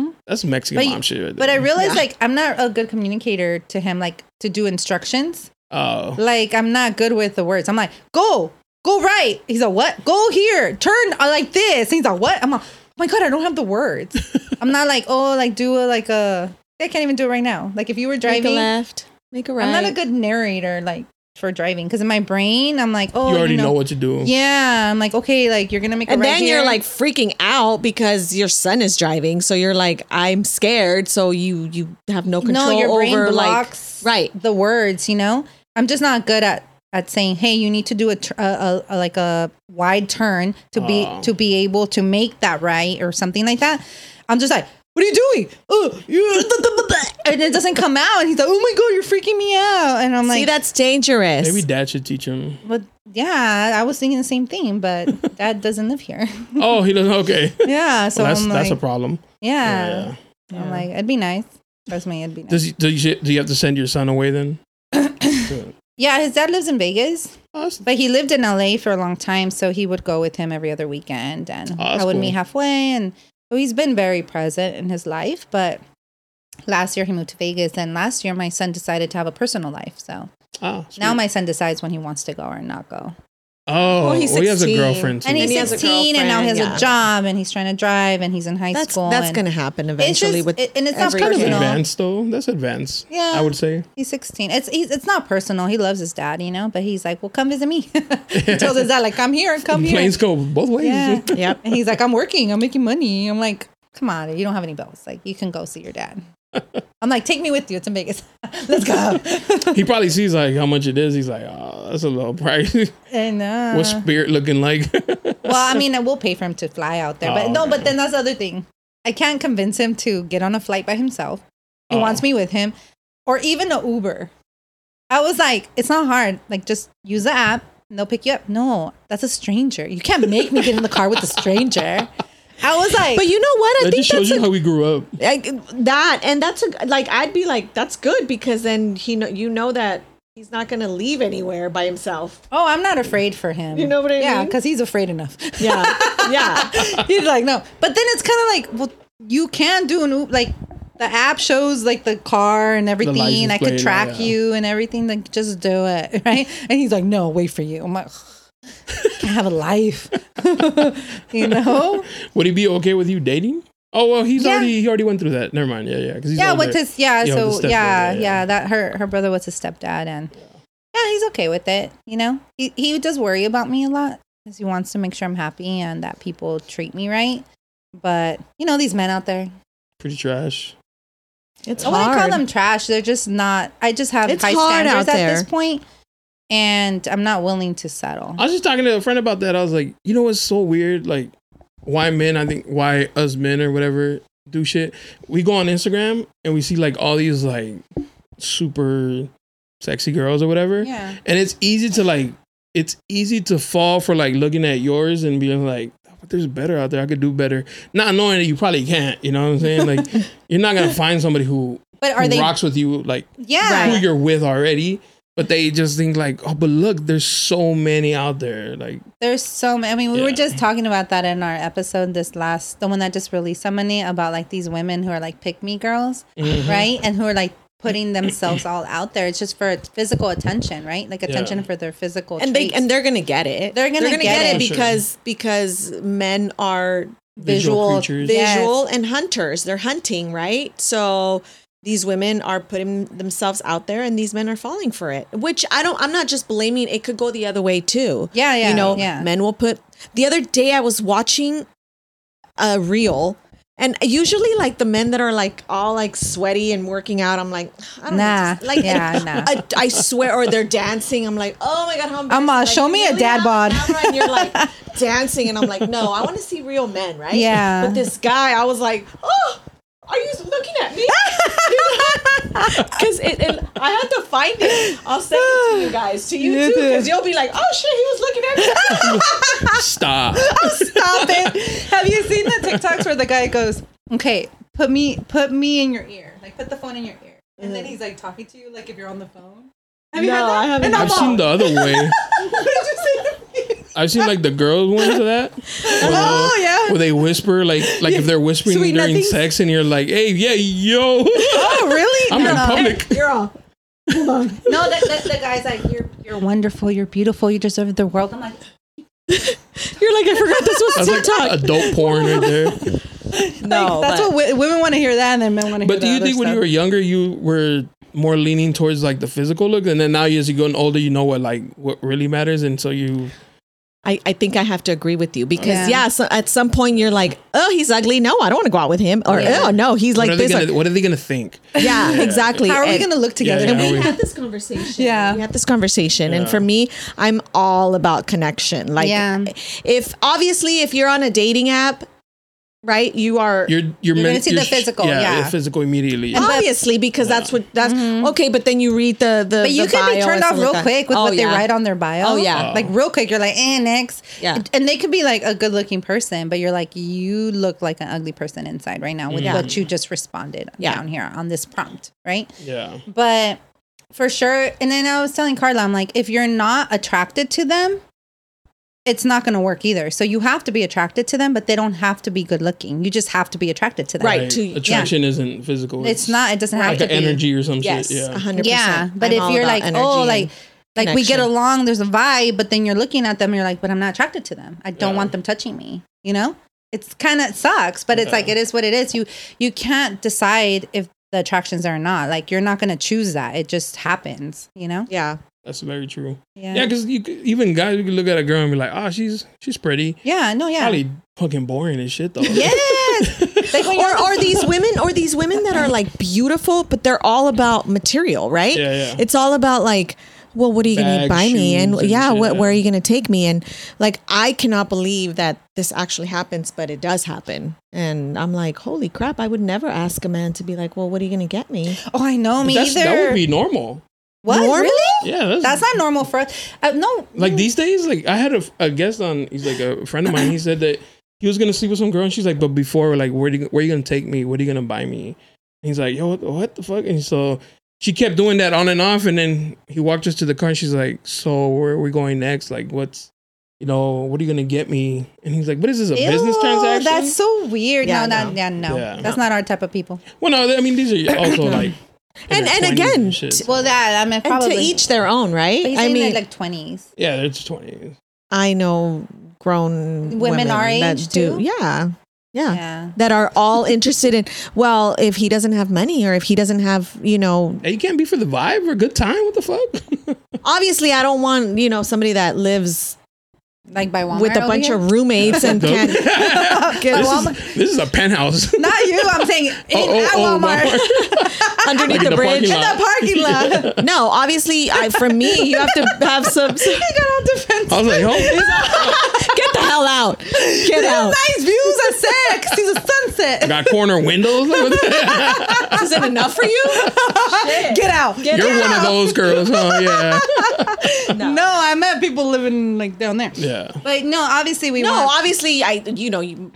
Speaker 1: yeah. that's Mexican
Speaker 2: But-
Speaker 1: mom shit. right
Speaker 2: But I
Speaker 1: there.
Speaker 2: realized like I'm not a good communicator to him, like to do instructions.
Speaker 1: oh,
Speaker 2: Like I'm not good with the words. I'm like, go, go right. He's like, what? Go here. Turn uh, like this. he's like, what? I'm like, oh my god, I don't have
Speaker 1: (laughs)
Speaker 2: the words. I'm not like, oh, like do a like a. I can't even do it right now. Like if you were driving,
Speaker 3: left. Make a right.
Speaker 2: I'm not a good narrator like for driving because in my brain I'm like, oh,
Speaker 1: you already know. what you do.
Speaker 2: Yeah, I'm like, okay, like you're gonna make.
Speaker 3: and
Speaker 2: a right
Speaker 3: then you're
Speaker 2: here.
Speaker 3: like freaking out because your son is driving, so you're like, I'm scared. So you you have no control
Speaker 2: no, your brain
Speaker 3: over
Speaker 2: blocks
Speaker 3: like right.
Speaker 2: the words. You know, I'm just not good at at saying, hey, you need to do a, tr- a, a, a like a wide turn to be
Speaker 1: Oh.
Speaker 2: to be able to make that right or something like that. I'm just like. What are you doing? Oh, you- (laughs) da, da, da, da." and it doesn't come out. And he's like, "Oh my god, you're freaking me out!" And I'm like,
Speaker 3: See, that's dangerous.
Speaker 1: Maybe dad should teach him.
Speaker 2: "But yeah, I was thinking the same
Speaker 3: (laughs)
Speaker 2: thing, but Dad doesn't live here." (laughs)
Speaker 1: Oh, he doesn't. Okay,
Speaker 2: yeah, (laughs) so
Speaker 1: Well, that's
Speaker 2: I'm
Speaker 1: that's a
Speaker 2: like,
Speaker 1: problem.
Speaker 2: yeah.
Speaker 1: Yeah.
Speaker 2: I'm like, it'd be nice. Trust me, it'd be nice.
Speaker 1: Does he, do you do you have to send your son away
Speaker 3: (coughs)
Speaker 1: then?
Speaker 2: yeah, his dad lives in Vegas,
Speaker 1: Oh, that's-
Speaker 2: but he lived in LA for a long time, so he would go with him every other weekend,
Speaker 3: Oh,
Speaker 2: and
Speaker 1: that's
Speaker 2: I would
Speaker 1: cool.
Speaker 2: meet halfway, and so he's been very present in his life. But last year he moved to Vegas, and last year my son decided to have a personal life, so
Speaker 1: ah, sweet.
Speaker 2: now my son decides when he wants to go or not go.
Speaker 1: Oh,
Speaker 3: Well,
Speaker 1: well,
Speaker 3: he's
Speaker 1: he has a
Speaker 3: 16.
Speaker 1: girlfriend. Too.
Speaker 2: And he's
Speaker 3: he has a
Speaker 2: 16 and now he has
Speaker 3: girlfriend,
Speaker 2: a
Speaker 3: yeah.
Speaker 2: job and he's trying to drive and he's in high
Speaker 3: That's
Speaker 2: school.
Speaker 3: that's
Speaker 2: and
Speaker 3: going to happen
Speaker 2: It's
Speaker 3: eventually
Speaker 2: just,
Speaker 3: with
Speaker 2: it- and it's not
Speaker 3: every
Speaker 1: that's
Speaker 3: kid.
Speaker 2: personal.
Speaker 1: advanced though. That's advanced.
Speaker 2: Yeah.
Speaker 1: I would say.
Speaker 2: He's 16. It's he's, it's not personal. He loves his dad, you know, but he's like, well, come visit me. (laughs)
Speaker 3: (laughs)
Speaker 2: he tells his dad, like, come here, come here.
Speaker 1: Planes go both ways.
Speaker 2: Oh, Yeah. (laughs)
Speaker 3: Yep.
Speaker 2: And he's like, I'm working, I'm making money. I'm like, come on, you don't have any bills. Like, you can go see
Speaker 3: (laughs)
Speaker 2: your dad. I'm like, take me with you to Vegas. (laughs) Let's go.
Speaker 1: (laughs)
Speaker 3: (laughs)
Speaker 1: He probably sees like how much it is. He's like, oh, that's a low price.
Speaker 2: and uh,
Speaker 1: (laughs) What's spirit looking like? (laughs)
Speaker 2: well, I mean, I will pay for him to fly out there, but
Speaker 1: Oh,
Speaker 2: no,
Speaker 1: okay.
Speaker 2: but then that's the other thing. I can't convince him to get on a flight by himself. He
Speaker 1: Oh.
Speaker 2: wants me with him, or even a Uber. I was like, it's not hard. Like, just use the app and they'll pick you up. No, that's a stranger. You can't make me get in the car with a stranger. I was like,
Speaker 3: But you know what? I
Speaker 1: that
Speaker 3: think
Speaker 1: just shows
Speaker 3: that's
Speaker 1: you
Speaker 3: a
Speaker 1: how we grew up.
Speaker 3: like that and that's a like i'd be like that's good because then he know you know that he's not gonna leave anywhere by himself
Speaker 2: oh, I'm not afraid for him.
Speaker 3: You know what I
Speaker 2: Yeah,
Speaker 3: mean?
Speaker 2: because he's afraid enough.
Speaker 3: yeah (laughs) yeah
Speaker 2: (laughs) He's like, no. But then it's kind of like, well, you can do an Uber. Like, the app shows like the car and everything.
Speaker 1: license
Speaker 2: I could
Speaker 1: plate,
Speaker 2: track
Speaker 1: yeah.
Speaker 2: you and everything. Like, just do it, (laughs) right? And he's like, no, wait for you. I'm like, can't have a life, (laughs) (laughs) you know?
Speaker 1: (laughs) Would he be okay with you dating? Oh well, he's
Speaker 2: Yeah.
Speaker 1: already he already went through that. Never mind. Yeah, yeah. 'cause he's
Speaker 2: yeah,
Speaker 1: older.
Speaker 2: with his
Speaker 1: Yeah,
Speaker 2: yeah,
Speaker 1: with his
Speaker 2: so
Speaker 1: stepdad, yeah,
Speaker 2: yeah, yeah,
Speaker 1: yeah.
Speaker 2: That her her brother was his stepdad, and yeah, he's okay with it. You know, he he does worry about me a lot because he wants to make sure I'm happy and that people treat me right. But you know, these men out there,
Speaker 1: pretty trash.
Speaker 3: it's
Speaker 2: I wouldn't call them trash. They're just not. I just have
Speaker 3: It's
Speaker 2: high
Speaker 3: hard
Speaker 2: standards
Speaker 3: out
Speaker 2: at this
Speaker 3: there.
Speaker 2: point, and I'm not willing to settle.
Speaker 1: I was just talking to a friend about that. I was like, you know what's so weird? Like, why men, I think, why us men or whatever do shit. We go on Instagram and we see like all these like super sexy girls or whatever.
Speaker 2: Yeah.
Speaker 1: And it's easy to like, it's easy to fall for like looking at yours and being like, "But there's better out there. I could do better. Not knowing that you probably can't. You know what I'm saying? Like, you're not going to find somebody who,
Speaker 2: But are
Speaker 1: who
Speaker 2: they?
Speaker 1: rocks with you like
Speaker 2: yeah.
Speaker 1: who you're with already. But they just think like, oh, but look, there's so many out there. Like,
Speaker 2: There's so many. I mean, we were
Speaker 1: Yeah.
Speaker 2: just talking about that in our episode this last, the one that just released. Somebody about like these women who are like pick me girls, right? And who are like putting themselves all out there. It's just for physical attention, right? Like attention for their physical.
Speaker 3: and they
Speaker 2: traits.
Speaker 3: and they're gonna get it
Speaker 2: They're gonna get it.
Speaker 1: Sure.
Speaker 3: because because men are
Speaker 1: Visual
Speaker 3: visual
Speaker 1: creatures.
Speaker 3: visual,
Speaker 2: Yes.
Speaker 3: and hunters they're hunting right so these women are putting themselves out there and these men are falling for it which i don't i'm not just blaming it could go the other way too
Speaker 2: Yeah, yeah,
Speaker 3: you know
Speaker 2: yeah.
Speaker 3: men will put the other day i was watching a reel and usually like the men that are like all like sweaty and working out i'm like i don't
Speaker 2: Nah.
Speaker 3: know like
Speaker 2: (laughs) Yeah, nah.
Speaker 3: I, I swear or they're dancing i'm like oh my god how
Speaker 2: I'm, uh,
Speaker 3: embarrassing.
Speaker 2: show me a dad
Speaker 3: on
Speaker 2: bod.
Speaker 3: camera and you're like
Speaker 2: (laughs)
Speaker 3: dancing and i'm like no i want to see real men right
Speaker 2: Yeah.
Speaker 3: but this guy i was like oh are you looking at me
Speaker 2: (laughs)
Speaker 3: because it, it- i had to find it i'll send it to you guys to you too because you'll be like oh shit he was looking at me
Speaker 2: (laughs)
Speaker 1: stop.
Speaker 2: Stop it. Have you seen the TikToks where the guy goes, "Okay, put me put me in your ear. Like put the phone in your ear." And then he's like talking to you like if you're on the phone. Have you
Speaker 3: No,
Speaker 2: heard that?
Speaker 3: I haven't
Speaker 2: And I'm
Speaker 1: I've seen
Speaker 2: all,
Speaker 1: the
Speaker 3: (laughs)
Speaker 1: other way.
Speaker 2: "What did you say to me?"
Speaker 1: I've seen like the girls ones of
Speaker 2: (laughs)
Speaker 1: that.
Speaker 2: Oh, yeah.
Speaker 1: Where they whisper like like if they're whispering
Speaker 2: Sweet
Speaker 1: during
Speaker 2: nothings.
Speaker 1: sex and you're like, hey, yeah, yo, (laughs)
Speaker 2: Oh, really?
Speaker 1: I'm
Speaker 2: no,
Speaker 1: in
Speaker 2: no. (laughs)
Speaker 1: public.
Speaker 3: you're all
Speaker 2: No, the, the, the guy's like, "You're you're wonderful. You're beautiful. You deserve the world." I'm like,
Speaker 3: you're like i forgot this was
Speaker 1: That's like uh, adult porn right
Speaker 2: (laughs)
Speaker 1: there.
Speaker 3: no
Speaker 2: that's what wi- women want to hear that, and then men want to hear.
Speaker 1: But do you think when you were younger you were more leaning towards like the physical look, and then now as you get older, you know what like what really matters, and so you
Speaker 3: I, I think I have to agree with you because
Speaker 2: Yeah.
Speaker 3: yeah, so at some point you're like, oh, he's ugly. No, I don't want to go out with him. Or
Speaker 2: Yeah.
Speaker 3: oh, no, he's
Speaker 1: what
Speaker 3: like
Speaker 1: are they
Speaker 3: this. or-
Speaker 1: gonna what are they gonna think? (laughs)
Speaker 3: yeah, exactly.
Speaker 2: how are we
Speaker 3: And
Speaker 2: going to look together?
Speaker 1: yeah,
Speaker 2: (laughs)
Speaker 1: how are we-
Speaker 6: this conversation.
Speaker 2: Yeah.
Speaker 3: we had this conversation, and for me, I'm all about connection. Like,
Speaker 2: Yeah.
Speaker 3: if obviously if you're on a dating app, right, you are
Speaker 1: You're you're,
Speaker 2: gonna
Speaker 1: meant-
Speaker 2: see
Speaker 1: you're
Speaker 2: the
Speaker 1: sh-
Speaker 2: physical, yeah.
Speaker 1: physical immediately.
Speaker 2: And- Mm-hmm.
Speaker 3: obviously because that's what that's okay. But then you read the the.
Speaker 2: But you
Speaker 3: the
Speaker 2: can
Speaker 3: bio
Speaker 2: be
Speaker 3: and
Speaker 2: turned
Speaker 3: stuff
Speaker 2: off real
Speaker 3: like that.
Speaker 2: quick with
Speaker 3: Oh,
Speaker 2: what
Speaker 3: yeah.
Speaker 2: they write on their bio.
Speaker 3: Oh, yeah.
Speaker 2: like real quick, you're like, eh, next.
Speaker 3: Yeah.
Speaker 2: And- and they could be like a good looking person, but you're like, you look like an ugly person inside right now with
Speaker 3: Mm. Yeah.
Speaker 2: what you just responded
Speaker 3: Yeah.
Speaker 2: down here on this prompt, right?
Speaker 1: yeah.
Speaker 2: But for sure, and then I was telling Carla, I'm like, if you're not attracted to them, it's not going to work either. So you have to be attracted to them, but they don't have to be good looking. You just have to be attracted to them.
Speaker 3: Right.
Speaker 1: Like,
Speaker 3: to-
Speaker 1: attraction isn't physical.
Speaker 2: It's not. It doesn't
Speaker 1: like
Speaker 2: have to
Speaker 1: an
Speaker 2: be. uh-huh.
Speaker 1: energy or some
Speaker 3: Yes,
Speaker 1: shit. Yeah.
Speaker 3: hundred
Speaker 2: Yeah,
Speaker 3: percent.
Speaker 2: but if you're oh, like, oh, like Like we get
Speaker 3: connection.
Speaker 2: along, there's a vibe, but then you're looking at them, and you're like, but I'm not attracted to them. I don't want them touching me. You know, it's kind of sucks, but it's like it is what it is. You you can't decide if the attractions are or not. Like you're not gonna choose that. It just happens. You know.
Speaker 3: Yeah.
Speaker 1: That's very true.
Speaker 2: Yeah.
Speaker 1: Yeah,
Speaker 2: Yeah.
Speaker 1: because you could, even guys, you could look at a girl and be like, "Oh, she's she's pretty."
Speaker 2: no. Yeah.
Speaker 1: Probably fucking boring and shit though. (laughs)
Speaker 3: Yes.
Speaker 2: Like when
Speaker 3: or
Speaker 2: you're
Speaker 3: or
Speaker 2: (laughs)
Speaker 3: these women or these women that are like beautiful, but they're all about material, right?
Speaker 1: Yeah, yeah.
Speaker 3: It's all about like, well, what are you gonna
Speaker 1: Bag,
Speaker 3: buy me? And
Speaker 1: shoes, and
Speaker 3: yeah,
Speaker 1: shit,
Speaker 3: what
Speaker 1: yeah.
Speaker 3: where are you gonna take me? And like I cannot believe that this actually happens, but it does happen. And I'm like, holy crap, I would never ask a man to be like, Well, what are you gonna get me?
Speaker 2: oh, I know
Speaker 1: But
Speaker 2: me
Speaker 1: that's,
Speaker 2: either.
Speaker 1: that would be normal.
Speaker 2: what
Speaker 3: Normal?
Speaker 2: really?
Speaker 1: Yeah, that's,
Speaker 2: That's not normal for us. Uh, no.
Speaker 1: like these days. Like I had a, a guest on. He's like a friend of mine. He said that he was gonna sleep with some girl, and she's like, "But before, like, where do you, where you gonna take me? What are you gonna buy me?" And he's like, "Yo, what, what the fuck?" And so she kept doing that on and off, and then he walked us to the car, and she's like, "So where are we going next? Like, what's you know, what are you gonna get me?" And he's like, "What is this a business
Speaker 2: Ew,
Speaker 1: transaction?"
Speaker 2: That's so weird.
Speaker 3: Yeah,
Speaker 2: no, no,
Speaker 3: no.
Speaker 2: yeah, no.
Speaker 1: Yeah.
Speaker 2: That's not our type of people.
Speaker 1: well, no, I mean these are also like, in
Speaker 3: And-
Speaker 1: their 20s
Speaker 3: and again,
Speaker 1: shit, so-
Speaker 2: Well, that I mean,
Speaker 3: And to
Speaker 2: probably
Speaker 3: each their own, right?
Speaker 2: But he's
Speaker 3: I
Speaker 2: saying
Speaker 3: mean
Speaker 2: like, like twenties.
Speaker 1: yeah, it's twenty.
Speaker 3: I know grown
Speaker 2: Women
Speaker 3: women,
Speaker 2: our
Speaker 3: that
Speaker 2: age,
Speaker 3: do
Speaker 2: too?
Speaker 3: yeah. Yeah.
Speaker 2: Yeah.
Speaker 3: that are all interested in well if he doesn't have money or if he doesn't have you know
Speaker 1: Hey, you can't be for the vibe or a good time. What the fuck? (laughs)
Speaker 3: obviously i don't want you know somebody that lives
Speaker 2: Like by Walmart
Speaker 3: with a
Speaker 2: over
Speaker 3: bunch
Speaker 2: here? (laughs)
Speaker 3: of roommates
Speaker 1: (laughs)
Speaker 3: and
Speaker 1: Nope.
Speaker 3: can't
Speaker 1: this,
Speaker 3: Well,
Speaker 1: is, this is a penthouse.
Speaker 2: Not you. I'm saying in
Speaker 1: Oh,
Speaker 2: at Walmart.
Speaker 3: (laughs)
Speaker 2: (laughs)
Speaker 3: underneath
Speaker 1: Like in the
Speaker 3: the
Speaker 1: parking
Speaker 3: bridge
Speaker 1: lot.
Speaker 2: The
Speaker 1: (laughs)
Speaker 2: parking lot.
Speaker 3: no obviously I, for me you have to have
Speaker 2: (laughs)
Speaker 3: some
Speaker 2: he got all defensive.
Speaker 1: I was like, oh,
Speaker 3: (laughs) get the hell out
Speaker 2: (laughs)
Speaker 3: get out
Speaker 2: Nice views. I said, 'cause he's a sunset.
Speaker 1: got corner windows. Like, what the-
Speaker 3: is it enough for you
Speaker 2: (laughs) Get out. Get
Speaker 1: You're one of those girls, huh? Yeah,
Speaker 2: no. I met people living like down there.
Speaker 1: yeah.
Speaker 2: But no, obviously we
Speaker 3: no
Speaker 2: want.
Speaker 3: obviously i you know you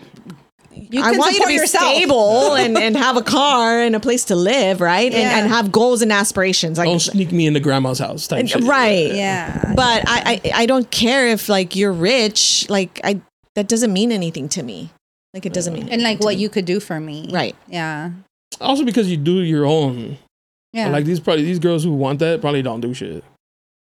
Speaker 2: You
Speaker 3: I
Speaker 2: can
Speaker 3: want you to
Speaker 2: support
Speaker 3: be
Speaker 2: yourself.
Speaker 3: stable and, and have a car and a place to live, right?
Speaker 2: Yeah.
Speaker 3: And, and have goals and aspirations. Like,
Speaker 1: Don't sneak me into grandma's house. Type shit.
Speaker 3: right.
Speaker 2: Yeah.
Speaker 3: but I, I I don't care if like you're rich. Like I that doesn't mean anything to me. Like it doesn't mean
Speaker 2: And like
Speaker 3: anything to
Speaker 2: what
Speaker 3: me.
Speaker 2: you could do for me.
Speaker 3: right.
Speaker 2: Yeah.
Speaker 1: Also, because you do your own.
Speaker 2: Yeah.
Speaker 1: Like these probably these girls who want that probably don't do shit.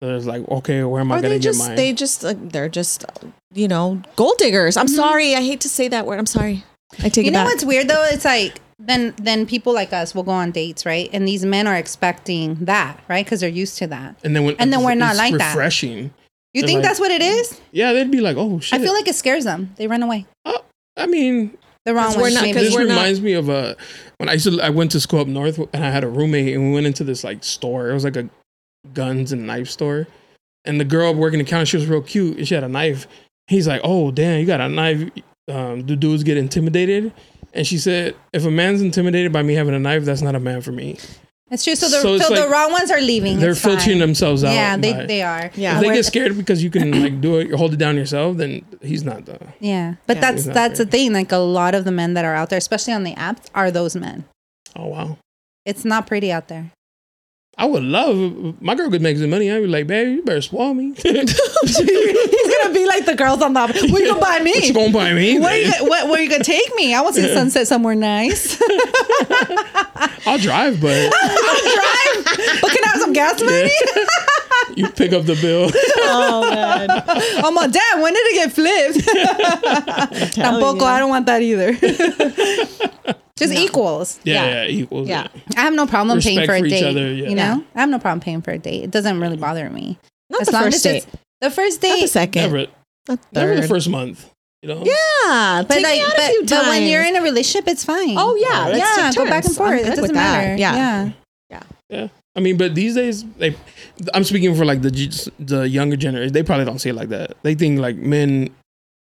Speaker 1: They're just like, okay, where am I
Speaker 3: Or
Speaker 1: gonna
Speaker 3: they
Speaker 1: get
Speaker 3: just
Speaker 1: mine?
Speaker 3: they just uh, they're just uh, you know gold diggers. I'm sorry. I hate to say that word. I'm sorry. I take
Speaker 2: Mm-hmm. you
Speaker 3: it
Speaker 2: know
Speaker 3: back.
Speaker 2: what's weird though it's like then then people like us will go on dates right and these men are expecting that right because they're used to that
Speaker 1: and then when
Speaker 2: and then we're not
Speaker 1: it's
Speaker 2: like that.
Speaker 1: refreshing.
Speaker 2: you
Speaker 1: They're
Speaker 2: think
Speaker 1: like-
Speaker 2: that's what it is
Speaker 1: Yeah, they'd be like, oh
Speaker 2: i
Speaker 1: shit.
Speaker 2: feel like it scares them they run away
Speaker 1: Oh, I mean,
Speaker 2: the wrong
Speaker 3: we're
Speaker 2: way
Speaker 3: not-
Speaker 2: maybe.
Speaker 1: this
Speaker 3: we're not-
Speaker 1: reminds me of uh when I used to, I went to school up north and I had a roommate and we went into this like store. It was like a guns and knife store, and the girl working the counter, she was real cute and she had a knife. He's like, "Oh damn, you got a knife." Um, do dudes get intimidated? And she said, "If a man's intimidated by me having a knife, that's not a man for me.
Speaker 2: it's true so the,
Speaker 1: so
Speaker 2: so
Speaker 1: it's
Speaker 2: the
Speaker 1: like
Speaker 2: wrong ones are leaving
Speaker 1: They're
Speaker 2: it's fine.
Speaker 1: filtering themselves out.
Speaker 2: yeah they,
Speaker 1: by-
Speaker 2: they are
Speaker 3: Yeah.
Speaker 1: If they
Speaker 2: We're-
Speaker 1: get scared because you can like do it, hold it down yourself. Then he's not the
Speaker 2: yeah but
Speaker 3: Yeah.
Speaker 2: that's
Speaker 1: It's not
Speaker 2: that's
Speaker 1: fair.
Speaker 2: the thing like a lot of the men that are out there especially on the apps are those men
Speaker 1: oh wow."
Speaker 2: it's not pretty out there
Speaker 1: I would love my girl could make some money. I'd be like, baby, you better swallow
Speaker 2: (laughs)
Speaker 1: me. (laughs)
Speaker 2: he's gonna be like the girls on the app what you gonna buy
Speaker 1: What
Speaker 2: me
Speaker 1: you gonna buy me?
Speaker 2: where you,
Speaker 1: man?
Speaker 2: gonna- what, where you gonna take me i want to see the sunset somewhere nice (laughs)
Speaker 1: I'll drive, but (laughs)
Speaker 2: drive, but can I have some gas money?
Speaker 1: you pick up the
Speaker 2: (laughs)
Speaker 1: bill.
Speaker 3: oh man.
Speaker 2: Oh my dad, when did it
Speaker 1: (laughs)
Speaker 2: get flipped? (laughs) Tampoco, I don't want that either. Just equals.
Speaker 1: Yeah,
Speaker 3: Yeah.
Speaker 1: yeah, equals.
Speaker 3: Yeah.
Speaker 2: I have no problem paying
Speaker 1: Respect
Speaker 2: for a
Speaker 1: for each
Speaker 2: date.
Speaker 1: other, yeah.
Speaker 2: You know, I have no problem paying for a date. It doesn't really bother me.
Speaker 3: Not the first date.
Speaker 2: it's- the first date.
Speaker 3: Not the second.
Speaker 1: Never,
Speaker 3: Not
Speaker 1: never the
Speaker 3: third.
Speaker 1: first month. You know.
Speaker 3: Yeah.
Speaker 2: but
Speaker 3: take
Speaker 2: like,
Speaker 3: me out a
Speaker 2: but,
Speaker 3: few
Speaker 2: but when
Speaker 3: times.
Speaker 2: you're in a relationship, it's fine.
Speaker 3: Oh yeah, let's
Speaker 2: yeah.
Speaker 3: take
Speaker 2: Go back and
Speaker 3: turns. I'm
Speaker 2: forth. It
Speaker 3: good
Speaker 2: doesn't
Speaker 3: with that.
Speaker 2: matter.
Speaker 3: Yeah.
Speaker 2: yeah.
Speaker 1: Yeah. I mean, but these days, they, I'm speaking for like the g- the younger generation. They probably don't see it like that. They think like men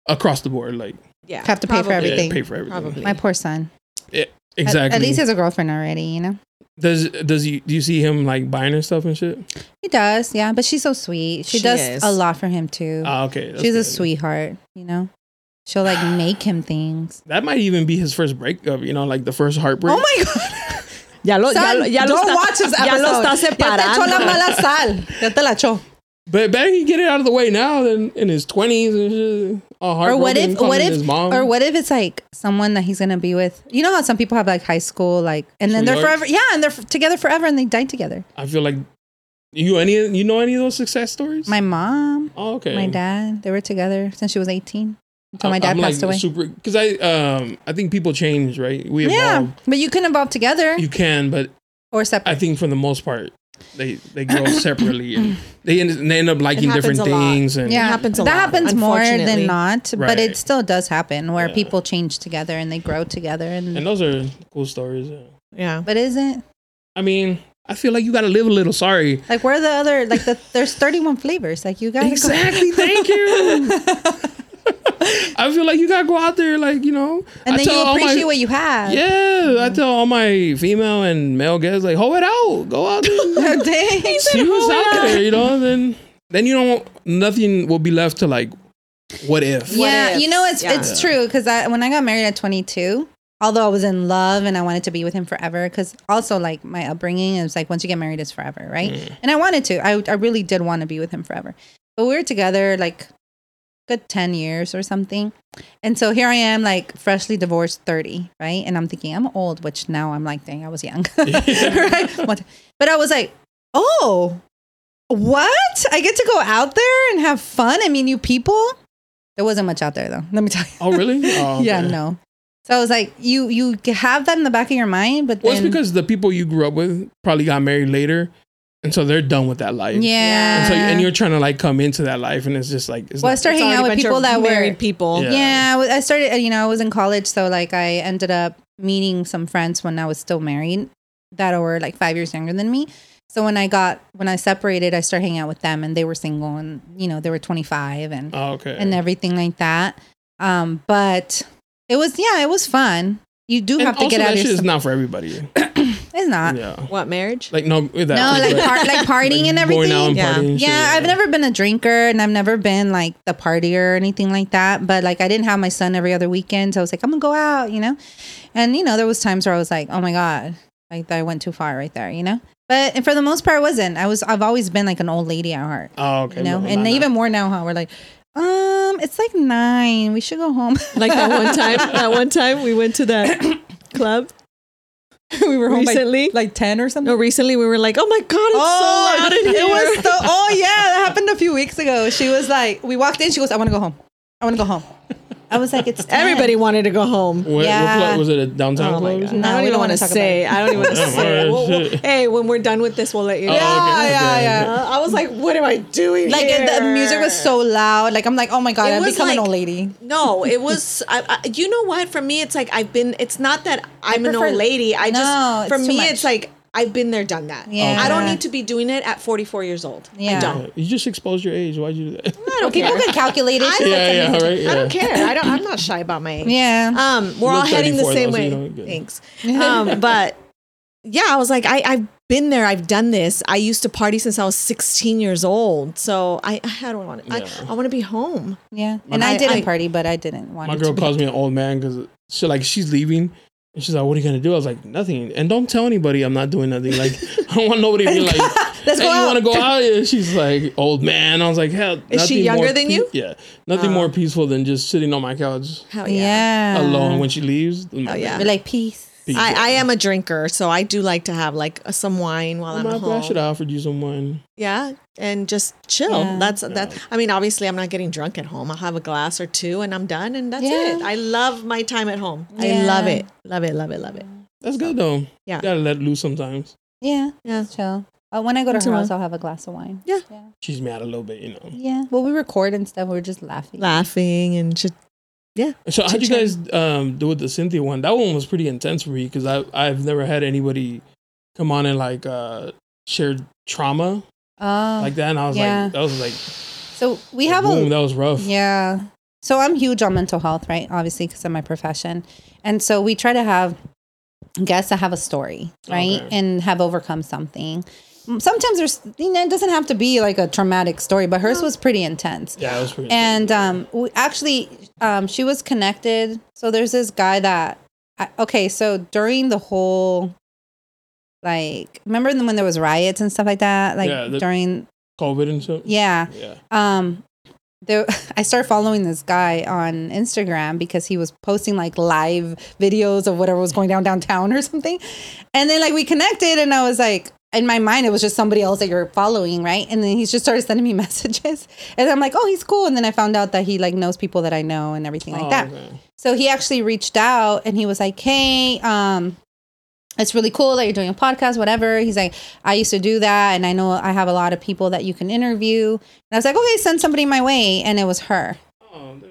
Speaker 1: across the board, like
Speaker 3: Yeah,
Speaker 2: Have to pay for
Speaker 3: probably.
Speaker 1: yeah,
Speaker 2: everything.
Speaker 1: pay for everything.
Speaker 3: Probably.
Speaker 2: My poor son. At-
Speaker 1: Exactly.
Speaker 2: At, least he has a girlfriend already. You know.
Speaker 1: does does you do you see him like buying her stuff and shit?
Speaker 2: He does. Yeah, but she's so sweet. She,
Speaker 3: She
Speaker 2: does
Speaker 3: is.
Speaker 2: a lot for him too.
Speaker 1: Ah, okay. that's
Speaker 2: She's a
Speaker 1: good.
Speaker 2: sweetheart, you know. She'll like make him things. Oh
Speaker 1: That might even be his first breakup. You know, like the first heartbreak.
Speaker 2: my god!
Speaker 3: Ya lo, Oh, ya lo,
Speaker 2: Son,
Speaker 3: ya lo
Speaker 2: don't
Speaker 3: está-
Speaker 2: watch this
Speaker 3: ya lo
Speaker 2: episode.
Speaker 3: está
Speaker 2: Ya te echó la
Speaker 3: separando.
Speaker 2: mala sal. Ya te la echó.
Speaker 1: But better he get it out of the way now than in his twenties and shit. All
Speaker 2: Or what
Speaker 1: heartbroken,
Speaker 2: if?
Speaker 1: calling
Speaker 2: What
Speaker 1: His
Speaker 2: if?
Speaker 1: mom.
Speaker 2: Or what if it's like someone that he's gonna be with? You know how some people have like high school, like, and then they're
Speaker 1: Sweethearts.
Speaker 2: forever. Yeah, and they're f- together forever, and they die together.
Speaker 1: I feel like You any you know any of those success stories?
Speaker 2: My mom,
Speaker 1: oh, okay.
Speaker 2: my dad, they were together since she was 18 until my dad
Speaker 1: I'm,
Speaker 2: passed
Speaker 1: like,
Speaker 2: away.
Speaker 1: Super, because I um I think people change, right? We
Speaker 2: yeah,
Speaker 1: evolve.
Speaker 2: but you can evolve together
Speaker 1: You can, but
Speaker 2: or separate.
Speaker 1: I think for the most part, they they
Speaker 2: (coughs)
Speaker 1: grow separately and they end, they end up liking
Speaker 3: happens
Speaker 1: different
Speaker 3: a lot.
Speaker 1: things. And
Speaker 2: yeah,
Speaker 3: happens a
Speaker 2: that
Speaker 3: lot,
Speaker 2: happens more than
Speaker 3: unfortunately.
Speaker 2: not, but
Speaker 1: Right.
Speaker 2: it still does happen where
Speaker 1: Yeah.
Speaker 2: people change together and they grow together. And,
Speaker 1: and those are cool stories. Yeah.
Speaker 3: Yeah.
Speaker 2: but isn't
Speaker 1: I mean, I feel like you got to live a little sorry.
Speaker 2: like where the other like the there's 31 flavors like you guys
Speaker 1: Exactly. Thank you. (laughs) I feel like you gotta go out there, like you know,
Speaker 2: and
Speaker 1: I
Speaker 2: then
Speaker 1: tell
Speaker 2: you
Speaker 1: all my-
Speaker 2: appreciate what you have.
Speaker 1: Yeah, I tell all my female and male guests like, hoe it out, go out there,
Speaker 2: (laughs) (laughs) Dang.
Speaker 1: see what's out there, you know. And then, then you don't, nothing will be left to like, what if?
Speaker 2: yeah,
Speaker 3: ifs?
Speaker 2: you know it's
Speaker 3: Yeah.
Speaker 2: it's true because I, when I got married at 22, although I was in love and I wanted to be with him forever, because also like my upbringing is like once you get married, it's forever, right? And I wanted to, I I really did want to be with him forever, but we were together like good 10 years or something, and so here I am like freshly divorced, 30, right? And I'm thinking I'm old, which now I'm like, dang, I was
Speaker 1: (laughs)
Speaker 2: young, (laughs) right? What- But I was like, oh. What? I get to go out there and have fun and meet new people? There wasn't much out there though. Let me tell you.
Speaker 1: Oh,
Speaker 2: (laughs)
Speaker 1: really? Oh, (laughs) okay.
Speaker 2: Yeah, no. So I was like, you you have that in the back of your mind, but
Speaker 1: Well,
Speaker 2: then
Speaker 1: it's because the people you grew up with probably got married later, and so they're done with that life.
Speaker 2: yeah.
Speaker 1: And so, and you're trying to like come into that life, and it's just like, it's
Speaker 2: well, I
Speaker 1: not-
Speaker 2: started hanging out with people that were
Speaker 3: married people.
Speaker 1: Yeah.
Speaker 2: yeah. I was- I started. uh, You know, I was in college, so like I ended up meeting some friends when I was still married that were like five years younger than me. So when I got when I separated, I started hanging out with them, and they were single, and you know they were 25, and
Speaker 1: oh, okay.
Speaker 2: and everything like that. Um, but it was yeah, it was fun. You do
Speaker 1: And
Speaker 2: have to
Speaker 1: also,
Speaker 2: get out
Speaker 1: that
Speaker 2: of
Speaker 1: shit
Speaker 2: your.
Speaker 1: is not for everybody.
Speaker 2: It's not.
Speaker 1: yeah.
Speaker 3: What marriage?
Speaker 1: Like no, that
Speaker 2: No, like
Speaker 1: but-
Speaker 2: par- like partying and
Speaker 1: Going out
Speaker 2: everything.
Speaker 1: and
Speaker 3: Yeah.
Speaker 1: partying and shit,
Speaker 2: Yeah, I've never been a drinker and I've never been like the partier or anything like that. But like I didn't have my son every other weekend. So I was like, I'm gonna go out, you know? And you know, there was times where I was like, Oh my God, like I went too far right there, you know? But and for the most part I wasn't. I was I've always been like an old lady at heart.
Speaker 1: Oh, okay.
Speaker 2: You know?
Speaker 1: no,
Speaker 2: and
Speaker 1: not-
Speaker 2: even more now how we're like, um, it's like nine. We should go home. (laughs)
Speaker 3: Like that
Speaker 1: (laughs)
Speaker 3: one time. that one time we went to
Speaker 1: (coughs)
Speaker 3: that club.
Speaker 2: we were home by,
Speaker 3: Recently?
Speaker 2: like ten or something.
Speaker 3: No, recently we were like, oh my god, it's
Speaker 2: Oh,
Speaker 3: so loud in here. (laughs)
Speaker 2: It was so. Oh yeah, that happened a few weeks ago. She was like, we walked in. She goes, I want to go home. I want to go home. I was like, it's 10.
Speaker 3: (laughs) Everybody wanted to go home.
Speaker 1: What,
Speaker 2: Yeah.
Speaker 1: what club was it? A downtown
Speaker 3: Oh my
Speaker 1: club?
Speaker 3: god!
Speaker 1: or something?
Speaker 2: No,
Speaker 3: I don't
Speaker 2: we
Speaker 3: even
Speaker 2: don't
Speaker 3: want
Speaker 2: wanna
Speaker 3: to
Speaker 2: talk
Speaker 3: say.
Speaker 2: about it.
Speaker 3: I don't even (laughs) want to
Speaker 1: Yeah,
Speaker 3: say. it.
Speaker 1: well,
Speaker 3: We'll-
Speaker 1: shit.
Speaker 3: hey, when we're done with this, we'll let you know.
Speaker 1: Oh,
Speaker 2: Yeah,
Speaker 1: okay,
Speaker 2: yeah,
Speaker 1: okay.
Speaker 2: yeah.
Speaker 3: Uh, I was like, what am I doing?
Speaker 2: Like
Speaker 3: here?
Speaker 2: the music was so loud. Like I'm like, oh my god,
Speaker 3: It
Speaker 2: I've
Speaker 3: was
Speaker 2: become
Speaker 3: like-
Speaker 2: an old lady.
Speaker 3: No, it was. I, I, you know what? For me, it's like I've been. It's not that I'm
Speaker 2: prefer-
Speaker 3: an old lady. I
Speaker 2: No,
Speaker 3: just. For
Speaker 2: it's too
Speaker 3: me,
Speaker 2: much.
Speaker 3: it's like I've been there, done that.
Speaker 2: Yeah.
Speaker 3: I don't need to be doing it at 44 years old. I
Speaker 2: Yeah.
Speaker 3: don't.
Speaker 1: You just exposed your age. Why'd you do that?
Speaker 3: I don't
Speaker 2: People
Speaker 3: care.
Speaker 2: can calculate it.
Speaker 3: I
Speaker 2: She
Speaker 3: don't-
Speaker 2: looks
Speaker 1: yeah, yeah,
Speaker 2: amazing.
Speaker 1: all right. Yeah.
Speaker 3: I don't care. I don't. I'm not shy about (laughs) my age.
Speaker 2: (laughs) Yeah.
Speaker 3: Um, we're
Speaker 1: You
Speaker 3: all
Speaker 1: look
Speaker 3: heading the
Speaker 1: 34 though,
Speaker 3: same
Speaker 1: so
Speaker 3: way.
Speaker 1: you don't get-
Speaker 3: Thanks. Um, (laughs) but yeah, I was like, I, I've been there. I've done this. I used to party since I was 16 years old. So I, I don't want to.
Speaker 1: Yeah.
Speaker 3: I, I want to be home.
Speaker 2: yeah. And I,
Speaker 3: um, I-
Speaker 2: didn't
Speaker 3: I-
Speaker 2: party, but I didn't want
Speaker 1: My
Speaker 2: it
Speaker 1: girl
Speaker 2: to be.
Speaker 1: calls me an old man because she like she's leaving. And she's like, "What are you gonna do?" I was like, "Nothing." And don't tell anybody I'm not doing nothing. Like, (laughs) I don't want
Speaker 3: (laughs)
Speaker 1: nobody to be like,
Speaker 2: Let's
Speaker 1: "Hey,
Speaker 2: go
Speaker 1: you
Speaker 2: out."
Speaker 1: want to go out?" And she's like, "Old man." I was like, "Hell."
Speaker 3: Is
Speaker 1: nothing
Speaker 3: she younger
Speaker 1: more
Speaker 3: than
Speaker 1: pe-
Speaker 3: you? Oh.
Speaker 1: Yeah, nothing more peaceful than just sitting on my couch
Speaker 3: Hell
Speaker 2: yeah.
Speaker 1: alone when she leaves. Oh
Speaker 3: yeah.
Speaker 2: We're like peace.
Speaker 3: I, I am a drinker, so I do like to have like a- some wine while I'm
Speaker 1: I should
Speaker 3: home.
Speaker 1: have offered you some wine.
Speaker 3: Yeah, and just chill.
Speaker 2: Yeah.
Speaker 3: That's that. I mean, obviously, I'm not getting drunk at home. I'll have a glass or two, and I'm done, and that's
Speaker 2: Yeah.
Speaker 3: it. I love my time at home. I
Speaker 2: Yeah.
Speaker 3: love it, love it, love it, love it.
Speaker 1: That's good though.
Speaker 3: Yeah.
Speaker 1: gotta let loose sometimes.
Speaker 2: Yeah.
Speaker 3: Yeah.
Speaker 2: Chill. Uh, when I go to
Speaker 3: That's
Speaker 2: her
Speaker 3: all.
Speaker 2: house, I'll have a glass of wine.
Speaker 3: Yeah.
Speaker 2: Yeah.
Speaker 1: She's mad a little bit, you know.
Speaker 2: Yeah. Well, we record and stuff. We're just laughing.
Speaker 3: Laughing and just
Speaker 1: So how'd you
Speaker 3: Chit-chat.
Speaker 1: guys um, do with the Cynthia one? That one was pretty intense for me because I I've never had anybody come on and like uh, share trauma
Speaker 2: Oh.
Speaker 1: like that, and I was
Speaker 2: yeah.
Speaker 1: like, that was like,
Speaker 2: so we have
Speaker 1: boom,
Speaker 2: a
Speaker 1: that was rough.
Speaker 2: Yeah. So I'm huge on mental health, right? Obviously, because of my profession. And so we try to have guests that have a story, right?
Speaker 1: Okay.
Speaker 2: And have overcome something. Mm, Sometimes there's, you know, it doesn't have to be like a traumatic story, but hers was pretty intense.
Speaker 1: Yeah, that was pretty.
Speaker 2: And um, we actually, um, she was connected. So there's this guy that, I, okay, so during the whole, like, remember when there was riots and stuff like that? Like
Speaker 1: Yeah, the-
Speaker 2: during,
Speaker 1: COVID and stuff.
Speaker 2: yeah
Speaker 1: yeah.
Speaker 2: um there (laughs) i started following this guy on instagram because he was posting like live videos of whatever was going down downtown or something and then like we connected and i was like in my mind, it was just somebody else that you're following, right? And then he just started sending me (laughs) messages, and I'm like, oh, he's cool. And then I found out that he like knows people that I know and everything like
Speaker 1: Oh,
Speaker 2: that.
Speaker 1: okay.
Speaker 2: So he actually reached out and he was like, hey, um, it's really cool that you're doing a podcast, whatever. He's like, I used to do that, and I know I have a lot of people that you can interview. And I was like, okay, send somebody my way, and it was her.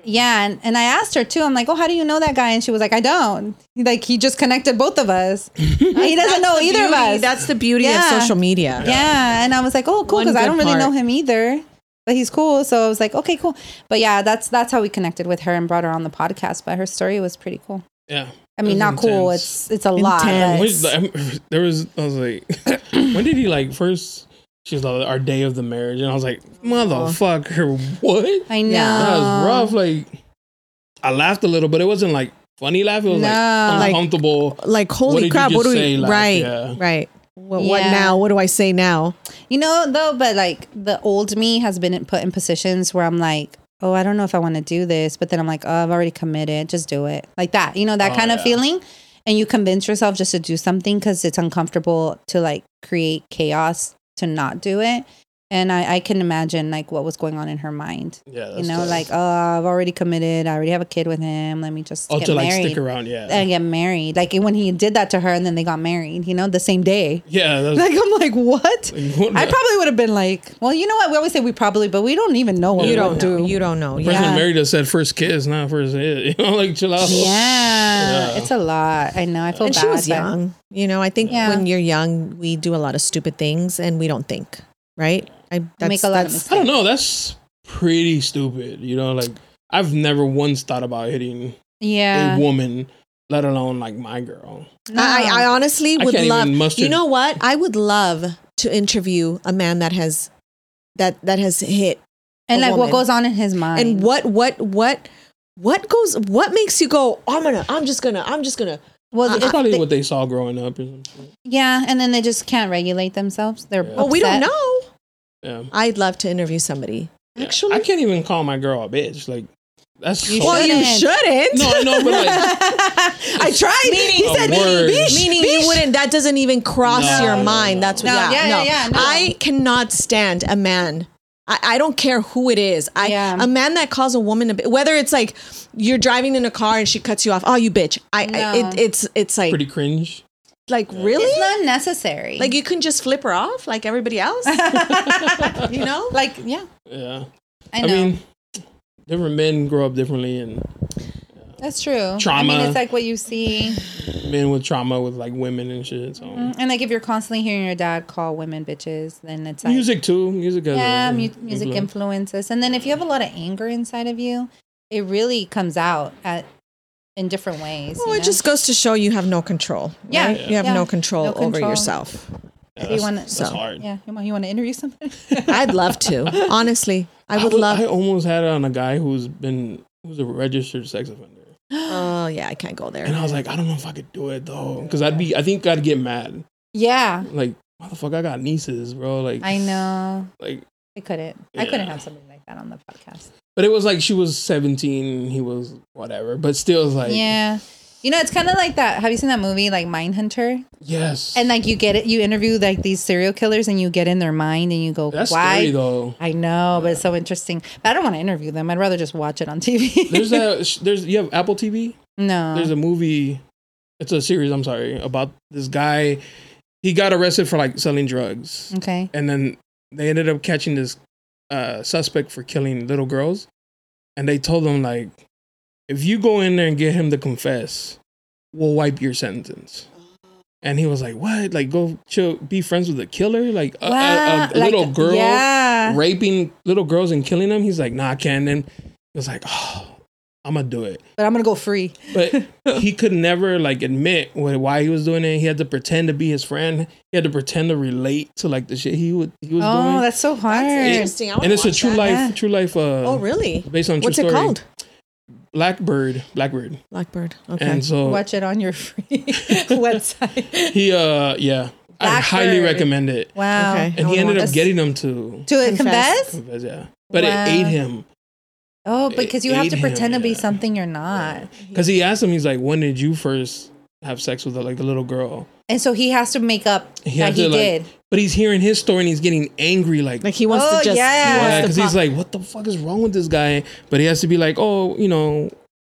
Speaker 2: Yeah, and, and I asked her too. I'm like, oh, how do you know that guy? And she was like, I don't. Like, he just connected both
Speaker 3: (laughs)
Speaker 2: of us. he doesn't know either of us.
Speaker 3: That's the beauty
Speaker 2: Yeah.
Speaker 3: of social media.
Speaker 2: yeah, and I was like, oh, cool,
Speaker 3: One
Speaker 2: because I
Speaker 3: good
Speaker 2: don't really know
Speaker 3: part.
Speaker 2: him either, but he's cool. So I was like, okay, cool. But yeah, that's that's how we connected with her and brought her on the podcast. But her story was pretty cool.
Speaker 1: Yeah.
Speaker 2: I mean,
Speaker 1: It
Speaker 2: not
Speaker 1: was
Speaker 2: cool.
Speaker 1: intense.
Speaker 2: It's it's a lot.
Speaker 3: Intense.
Speaker 2: but-
Speaker 1: Which, like, there was, I was like, (coughs) when did he like first? She was like, our day of the marriage, and I was like,
Speaker 2: Oh.
Speaker 1: motherfucker, what?
Speaker 2: I know.
Speaker 3: Yeah.
Speaker 1: that
Speaker 2: Um,
Speaker 1: was rough. Like, I laughed a little, but it wasn't like funny laugh. It was
Speaker 2: No.
Speaker 1: like
Speaker 3: Like,
Speaker 1: uncomfortable.
Speaker 3: Like,
Speaker 1: What
Speaker 3: holy
Speaker 1: did
Speaker 3: crap,
Speaker 1: you
Speaker 3: what
Speaker 1: just
Speaker 3: do
Speaker 1: say
Speaker 3: we,
Speaker 1: last-
Speaker 3: right,
Speaker 1: yeah.
Speaker 3: right. What, what
Speaker 2: Yeah.
Speaker 3: now? What do I say now?
Speaker 2: You know, though, but like the old me has been put in positions where I'm like, oh, I don't know if I want to do this, but then I'm like, oh, I've already committed, just do it. Like that, you know, that
Speaker 1: Oh,
Speaker 2: kind of
Speaker 1: yeah.
Speaker 2: feeling. And you convince yourself just to do something because it's uncomfortable to like create chaos to not do it. And I, I can imagine like what was going on in her mind.
Speaker 1: Yeah,
Speaker 2: you know, like, oh, I've already committed. I already have a kid with him. Let me just
Speaker 1: oh,
Speaker 2: get
Speaker 1: to like
Speaker 2: married
Speaker 1: stick around. Yeah,
Speaker 2: and get married. Like when he did that to her and then they got married, you know, the same day.
Speaker 1: yeah. That was,
Speaker 2: (laughs) Like, I'm like, what?
Speaker 1: (laughs) like, what
Speaker 2: I
Speaker 1: the-
Speaker 2: probably would have been like, well, you know what? We always say we probably, but we don't even know what
Speaker 3: You
Speaker 2: we
Speaker 3: don't
Speaker 2: would do.
Speaker 3: know. You don't know.
Speaker 1: person
Speaker 2: yeah.
Speaker 1: married us said first kiss, not first hit. (laughs) You know, like chill out.
Speaker 2: Yeah,
Speaker 1: Yeah.
Speaker 2: it's a lot. I know. I feel
Speaker 3: and
Speaker 2: bad.
Speaker 3: she was
Speaker 2: but-
Speaker 3: young. You know, I think
Speaker 2: Yeah.
Speaker 3: when you're young, we do a lot of stupid things and we don't think, right? I that's,
Speaker 2: make a lot of
Speaker 3: that's-
Speaker 1: I don't know. That's pretty stupid. You know, like I've never once thought about hitting
Speaker 2: Yeah.
Speaker 1: a woman, let alone like my girl.
Speaker 2: No.
Speaker 3: I, I honestly
Speaker 1: I
Speaker 3: would
Speaker 1: can't
Speaker 3: love.
Speaker 1: even muster-
Speaker 3: You know what? I would love to interview a man that has that that has hit
Speaker 2: and
Speaker 3: a
Speaker 2: like what
Speaker 3: woman.
Speaker 2: goes on in his mind.
Speaker 3: and what what what what goes what makes you go i'm gonna i'm just gonna i'm just gonna
Speaker 2: Well,
Speaker 1: That's
Speaker 2: it's-
Speaker 1: probably
Speaker 2: they-
Speaker 1: what they saw growing up. or something.
Speaker 2: yeah, and then they just can't regulate themselves. They're
Speaker 1: Yeah.
Speaker 3: well Oh, we don't
Speaker 2: upset.
Speaker 3: know
Speaker 1: Yeah.
Speaker 3: i'd love to interview somebody
Speaker 1: Yeah.
Speaker 3: actually
Speaker 1: I can't even call my girl a bitch. Like that's
Speaker 2: You
Speaker 1: so-
Speaker 3: well you
Speaker 2: shouldn't.
Speaker 3: shouldn't
Speaker 1: (laughs) no, I know, but like
Speaker 2: (laughs)
Speaker 3: i tried meaning,
Speaker 1: A word.
Speaker 3: meaning, meaning you wouldn't that doesn't even cross
Speaker 1: No,
Speaker 3: your
Speaker 1: no,
Speaker 3: mind
Speaker 1: no.
Speaker 3: that's what
Speaker 2: No,
Speaker 3: yeah,
Speaker 2: yeah,
Speaker 3: no.
Speaker 2: yeah, yeah, no.
Speaker 3: i cannot stand a man I, I don't care who it is. I
Speaker 2: Yeah.
Speaker 3: a man that calls a woman a bi- whether it's like you're driving in a car and she cuts you off. Oh, you bitch! I, I
Speaker 2: No.
Speaker 3: it, it's it's like
Speaker 1: pretty cringe.
Speaker 3: like really
Speaker 2: it's not necessary. (laughs)
Speaker 3: Like (laughs) you can just flip her off like everybody else.
Speaker 2: (laughs)
Speaker 3: you know?
Speaker 2: like yeah,
Speaker 1: Yeah.
Speaker 2: I
Speaker 1: I
Speaker 2: know
Speaker 1: mean, different men grow up differently, and
Speaker 2: that's true. I
Speaker 1: trauma.
Speaker 2: mean, it's like what you see,
Speaker 1: men with trauma with like women and shit. So
Speaker 2: and like if you're constantly hearing your dad call women bitches, then it's like
Speaker 1: music too, music. has a-
Speaker 2: yeah mu- music
Speaker 1: influence.
Speaker 2: influences and then if you have a lot of anger inside of you it really comes out at in different ways
Speaker 1: Oh,
Speaker 3: Well,
Speaker 2: you
Speaker 3: it
Speaker 2: know?
Speaker 3: just goes to show you have no control.
Speaker 2: Yeah,
Speaker 3: right? You have
Speaker 2: yeah.
Speaker 3: no, control
Speaker 2: No
Speaker 3: over
Speaker 2: control.
Speaker 3: yourself.
Speaker 1: Yeah,
Speaker 2: you
Speaker 1: that's,
Speaker 2: wanna-
Speaker 1: that's
Speaker 3: So.
Speaker 1: hard.
Speaker 2: yeah you want, you want to
Speaker 1: (laughs)
Speaker 2: interview somebody
Speaker 3: I'd love to. Honestly, I would
Speaker 1: al-
Speaker 3: love.
Speaker 1: I almost had it on a guy who's been who's a registered sex offender,
Speaker 3: Oh yeah, I can't go
Speaker 1: and
Speaker 3: there.
Speaker 1: I was like, I don't know if I could do it though, because I'd be, I think I'd get mad.
Speaker 2: yeah
Speaker 1: Like, motherfucker, I got nieces, bro. Like,
Speaker 2: i know
Speaker 1: like,
Speaker 2: i couldn't i couldn't
Speaker 1: Yeah.
Speaker 2: have something like that on the podcast
Speaker 1: but it was like she was seventeen, he was whatever, but still, it's like,
Speaker 2: yeah you know it's kind of like that have you seen that movie like mindhunter
Speaker 1: yes,
Speaker 2: and like you get it you interview like these serial killers and you get in their mind and you go
Speaker 1: that's scary
Speaker 2: why
Speaker 1: though.
Speaker 2: i know but it's so interesting but i don't want to interview them i'd rather just watch it on tv
Speaker 1: There's that. sh- There's you have Apple TV.
Speaker 2: (laughs) no
Speaker 1: there's a movie it's a series i'm sorry about this guy he got arrested for like selling drugs
Speaker 2: okay
Speaker 1: and then they ended up catching this uh, suspect for killing little girls and they told him like if you go in there and get him to confess we'll wipe your sentence and he was like what like go chill be friends with a killer like a, a-
Speaker 2: Wow,
Speaker 1: a,
Speaker 2: like,
Speaker 1: little girl
Speaker 2: yeah
Speaker 1: raping little girls and killing them he's like nah i can't and he was like oh i'm gonna do it
Speaker 2: but i'm gonna go free
Speaker 3: (laughs)
Speaker 1: but he could never like admit what, why he was doing it. He had to pretend to be his friend. He had to pretend to relate to like the shit he would he was
Speaker 2: Oh,
Speaker 1: doing.
Speaker 2: that's so hard.
Speaker 3: interesting. I wanna
Speaker 1: and it's a
Speaker 3: watch
Speaker 1: true
Speaker 3: that.
Speaker 1: life,
Speaker 2: Yeah.
Speaker 1: true life. Uh,
Speaker 3: Oh really?
Speaker 1: Based on true
Speaker 3: What's it
Speaker 1: story.
Speaker 3: called?
Speaker 1: Blackbird, Blackbird.
Speaker 3: Blackbird. Okay.
Speaker 1: And so
Speaker 2: Watch it on
Speaker 1: (laughs)
Speaker 2: your free (laughs) website.
Speaker 1: he, uh, yeah, I highly
Speaker 2: Blackbird.
Speaker 1: recommend it.
Speaker 2: Wow.
Speaker 3: Okay.
Speaker 1: And
Speaker 3: I
Speaker 1: he
Speaker 3: wanna
Speaker 1: ended
Speaker 3: watch
Speaker 1: up
Speaker 3: this.
Speaker 1: getting him to
Speaker 2: To confess?
Speaker 3: Confess.
Speaker 1: confess, yeah, but
Speaker 2: Wow.
Speaker 1: it ate him
Speaker 2: Oh, because you have
Speaker 1: Aid
Speaker 2: to
Speaker 1: him,
Speaker 2: pretend to be
Speaker 1: yeah.
Speaker 2: something you're not.
Speaker 1: because he asked him, he's like, when did you first have sex with like the little girl.
Speaker 2: And so he has to make up that
Speaker 1: has
Speaker 2: he
Speaker 1: to, like-
Speaker 2: did.
Speaker 1: But he's hearing his story and he's getting angry, like
Speaker 3: Like he wants
Speaker 2: Oh,
Speaker 3: to just.
Speaker 2: yeah.
Speaker 3: He wants
Speaker 1: yeah,
Speaker 3: to
Speaker 1: because
Speaker 3: pop-
Speaker 1: he's like, what the fuck is wrong with this guy? But he has to be like, oh, you know,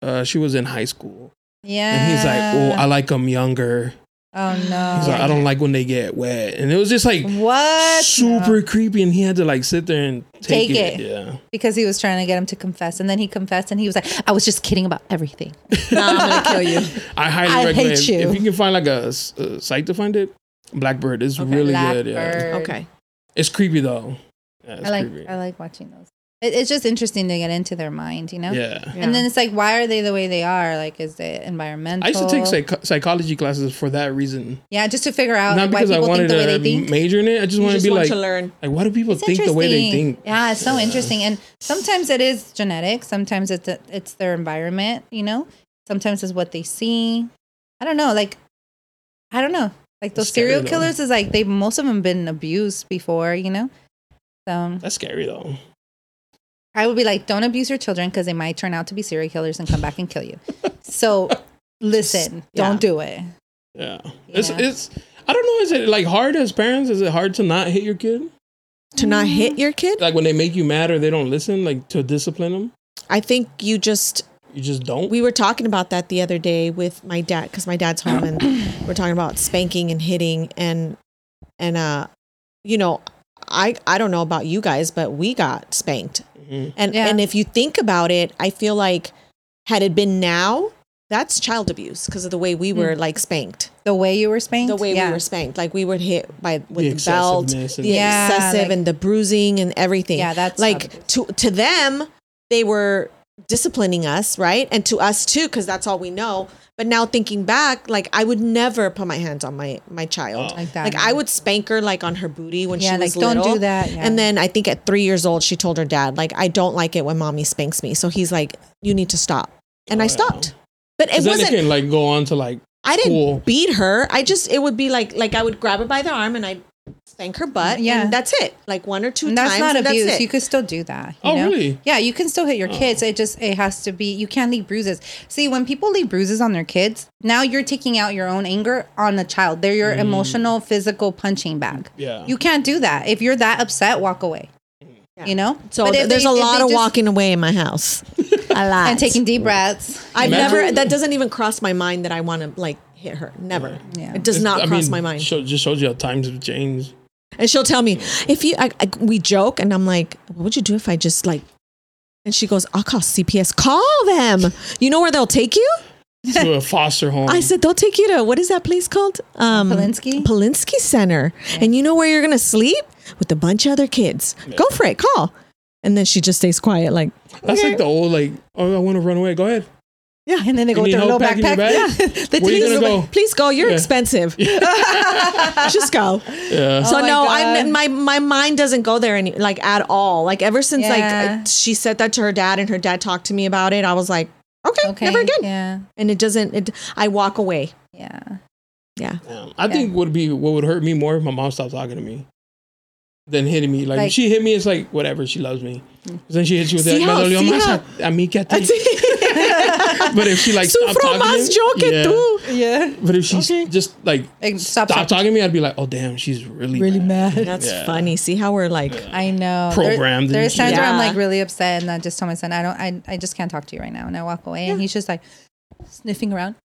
Speaker 1: uh, she was in high school,
Speaker 2: Yeah.
Speaker 1: and he's like, oh, I like them younger.
Speaker 2: oh no.
Speaker 1: He's like, I don't like when they get wet, and it was just like
Speaker 2: What?
Speaker 1: super creepy, and he had to like sit there and take,
Speaker 2: Take
Speaker 1: it.
Speaker 2: it.
Speaker 1: Yeah,
Speaker 2: Because he was trying to get him to confess, and then he confessed, and he was like, "I was just kidding about everything."
Speaker 3: nah, I'm gonna kill (laughs) you.
Speaker 1: I highly
Speaker 2: I
Speaker 1: recommend
Speaker 2: hate you.
Speaker 1: if you can find like a, s- a site to find it. Blackbird is really good. Yeah,
Speaker 2: Blackbird.
Speaker 3: Okay.
Speaker 1: it's creepy though. Yeah, it's
Speaker 2: I like
Speaker 1: creepy.
Speaker 2: I like watching those. It, it's just interesting to get into their mind, you know.
Speaker 1: yeah.
Speaker 2: And then it's like, why are they the way they are? Like, is it environmental?
Speaker 1: I used to take psych- psychology classes for that reason.
Speaker 2: yeah, just to figure out
Speaker 1: Not
Speaker 2: Oh, like, why
Speaker 1: because I
Speaker 2: people
Speaker 1: wanted
Speaker 2: think the way
Speaker 1: to
Speaker 2: they think.
Speaker 1: major in it. I just
Speaker 3: You
Speaker 1: wanted
Speaker 3: just
Speaker 1: to be like,
Speaker 3: want to learn.
Speaker 1: like, why do people
Speaker 2: It's
Speaker 1: think the way they
Speaker 2: interesting.
Speaker 1: think?
Speaker 2: Yeah, it's so interesting. And sometimes it is genetic. Sometimes it's it's their environment. You know. Sometimes it's what they see. I don't know. Like, I don't know. Like those
Speaker 1: It's scary,
Speaker 2: serial
Speaker 1: though.
Speaker 2: killers is like they most of them been abused before. You know. So
Speaker 1: That's scary though.
Speaker 2: I would be like, don't abuse your children because they might turn out to be serial killers and come back
Speaker 1: (laughs)
Speaker 2: and kill you. So listen,
Speaker 3: yeah.
Speaker 2: don't do it.
Speaker 1: Yeah. It's
Speaker 2: Yeah.
Speaker 1: it's I don't know, is it like hard as parents? Is it hard to not hit your kid?
Speaker 3: to not hit your kid.
Speaker 1: Like when they make you mad or they don't listen, like to discipline them?
Speaker 3: I think you just
Speaker 1: You just don't.
Speaker 3: we were talking about that the other day with my dad because my dad's home and we're talking about spanking and hitting and and uh you know i i don't know about you guys but we got spanked
Speaker 1: Mhm.
Speaker 3: and
Speaker 2: Yeah.
Speaker 3: and if you think about it i feel like had it been now that's child abuse because of the way we were like spanked
Speaker 2: The way you were spanked,
Speaker 3: the way
Speaker 2: yeah.
Speaker 3: we were spanked like we were hit by with
Speaker 1: The
Speaker 3: the, belt
Speaker 1: excessiveness
Speaker 3: the
Speaker 1: and-
Speaker 2: Yeah,
Speaker 3: excessive
Speaker 2: like-
Speaker 3: and the bruising and everything
Speaker 2: Yeah, that's child
Speaker 3: like to to them they were disciplining us right and to us too because that's all we know but now thinking back like i would never put my hands on my my child
Speaker 1: Oh.
Speaker 2: like that.
Speaker 3: like i would spank her like on her booty when
Speaker 2: Yeah,
Speaker 3: she was
Speaker 2: like, don't do
Speaker 3: little.
Speaker 2: that, yeah.
Speaker 3: and then i think at three years old she told her dad like i don't like it when mommy spanks me so he's like you need to stop and
Speaker 1: Oh,
Speaker 3: i
Speaker 1: yeah.
Speaker 3: stopped but it
Speaker 1: 'Cause then
Speaker 3: wasn't
Speaker 1: they can like go on to like
Speaker 3: I didn't
Speaker 1: Cool.
Speaker 3: beat her. I just it would be like like I would grab her by the arm and I'd spank her butt.
Speaker 2: Yeah.
Speaker 3: Yeah, and that's it. Like one or two
Speaker 2: And that's
Speaker 3: times.
Speaker 2: not
Speaker 3: and
Speaker 2: abuse.
Speaker 3: That's it.
Speaker 2: You could still do that. You
Speaker 1: Oh,
Speaker 2: know?
Speaker 1: really? Oh.
Speaker 2: Yeah, you can still hit your kids. It just it has to be. You can't leave bruises. See, when people leave bruises on their kids, now you're taking out your own anger on the child. They're your emotional, physical punching bag.
Speaker 1: Mm. Yeah.
Speaker 2: You can't do that. If you're that upset, walk away. You know.
Speaker 3: so
Speaker 2: But if
Speaker 3: th- there's
Speaker 2: they-
Speaker 3: a
Speaker 2: if
Speaker 3: lot
Speaker 2: they
Speaker 3: of
Speaker 2: just-
Speaker 3: walking away in my
Speaker 2: (laughs)
Speaker 3: house. a lot.
Speaker 2: and taking deep breaths.
Speaker 3: I've
Speaker 1: Imagine-
Speaker 3: never. That doesn't even cross my mind that I want to like hit her. Never.
Speaker 2: Yeah.
Speaker 3: It does
Speaker 1: It's-
Speaker 3: not
Speaker 1: I
Speaker 3: cross
Speaker 1: mean,
Speaker 3: my mind.
Speaker 1: Show, just shows you how times have
Speaker 3: (laughs)
Speaker 1: changed.
Speaker 3: and she'll tell me if you. I, I, we joke, and I'm like, "What would you do if I just like?" And she goes, "I'll call CPS. Call them. You know where they'll take you."
Speaker 1: to a foster home.
Speaker 3: I said they'll take you to what is that place called? Um,
Speaker 2: Polinsky?
Speaker 3: Polinsky Center. And you know where you're gonna sleep with a bunch of other kids. Go for it. Call. And then she just stays quiet, like
Speaker 1: That's
Speaker 3: okay.
Speaker 1: like the old like, oh I want to run away. Go ahead.
Speaker 3: yeah.
Speaker 2: And then they go
Speaker 1: You
Speaker 2: with
Speaker 1: need
Speaker 2: their little
Speaker 1: help packing your
Speaker 2: backpack.
Speaker 1: bags?
Speaker 2: Yeah. (laughs) They
Speaker 1: Where you
Speaker 2: take
Speaker 1: gonna
Speaker 2: them-
Speaker 1: go?
Speaker 3: Please go. You're
Speaker 1: Yeah. (laughs)
Speaker 3: expensive.
Speaker 2: (laughs)
Speaker 3: just go.
Speaker 1: Yeah.
Speaker 3: So
Speaker 2: Oh my
Speaker 3: no,
Speaker 2: God.
Speaker 3: I'm my my mind doesn't go there any like at all. Like ever since
Speaker 2: Yeah.
Speaker 3: like she said that to her dad and her dad talked to me about it, I was like, okay,
Speaker 2: Okay.
Speaker 3: never again.
Speaker 2: Yeah.
Speaker 3: And it doesn't. It, I walk away.
Speaker 2: Yeah.
Speaker 3: Yeah.
Speaker 1: Damn. I think would be what would hurt me more if my mom stopped talking to me than hitting me. Like,
Speaker 2: Like-
Speaker 1: if she hit me, it's like whatever. She loves me. Then she hits you with
Speaker 3: See
Speaker 1: that.
Speaker 3: how-
Speaker 1: "Me dolió
Speaker 3: see
Speaker 1: más
Speaker 3: how-
Speaker 1: a- a mí que a ti." (laughs) But if she like stopped
Speaker 3: Sufro
Speaker 1: talking,
Speaker 3: más
Speaker 1: to
Speaker 3: yo
Speaker 1: me,
Speaker 3: que tú.
Speaker 2: Yeah.
Speaker 1: But if she
Speaker 3: Okay.
Speaker 1: just like
Speaker 2: Like, stop
Speaker 1: stopped talking to me, I'd be like, oh damn, she's really mad.
Speaker 2: mad.
Speaker 3: That's
Speaker 1: Yeah.
Speaker 3: funny. See how we're like.
Speaker 2: I know.
Speaker 1: Programmed
Speaker 2: There, there's
Speaker 1: into you.
Speaker 2: times where I'm
Speaker 3: Yeah.
Speaker 2: like really upset, and I just tell my son, I don't, I, I just can't talk to you right now, and I walk away, and he's just like sniffing around.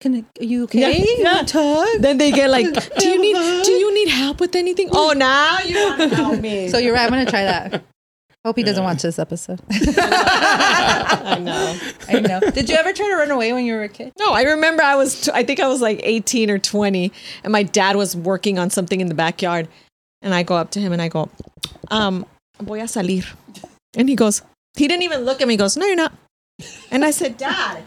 Speaker 2: Can are you okay?
Speaker 3: Yeah,
Speaker 2: You wanna
Speaker 3: yeah.
Speaker 2: talk?
Speaker 3: Then they get like, do you need do you need help with anything? Oh, now you want to help me.
Speaker 2: (laughs) So you're right. I'm gonna try
Speaker 3: (laughs)
Speaker 2: that. Hope he doesn't watch this episode.
Speaker 3: I know.
Speaker 2: I know. Did you ever try to run away when you were a kid?
Speaker 3: No, I remember I was t- I think I was like 18 or 20 and my dad was working on something in the backyard and I go up to him and I go, "Um, voy a salir." And he goes, he didn't even look at me. He goes, "No, you're not." And I said, "Dad,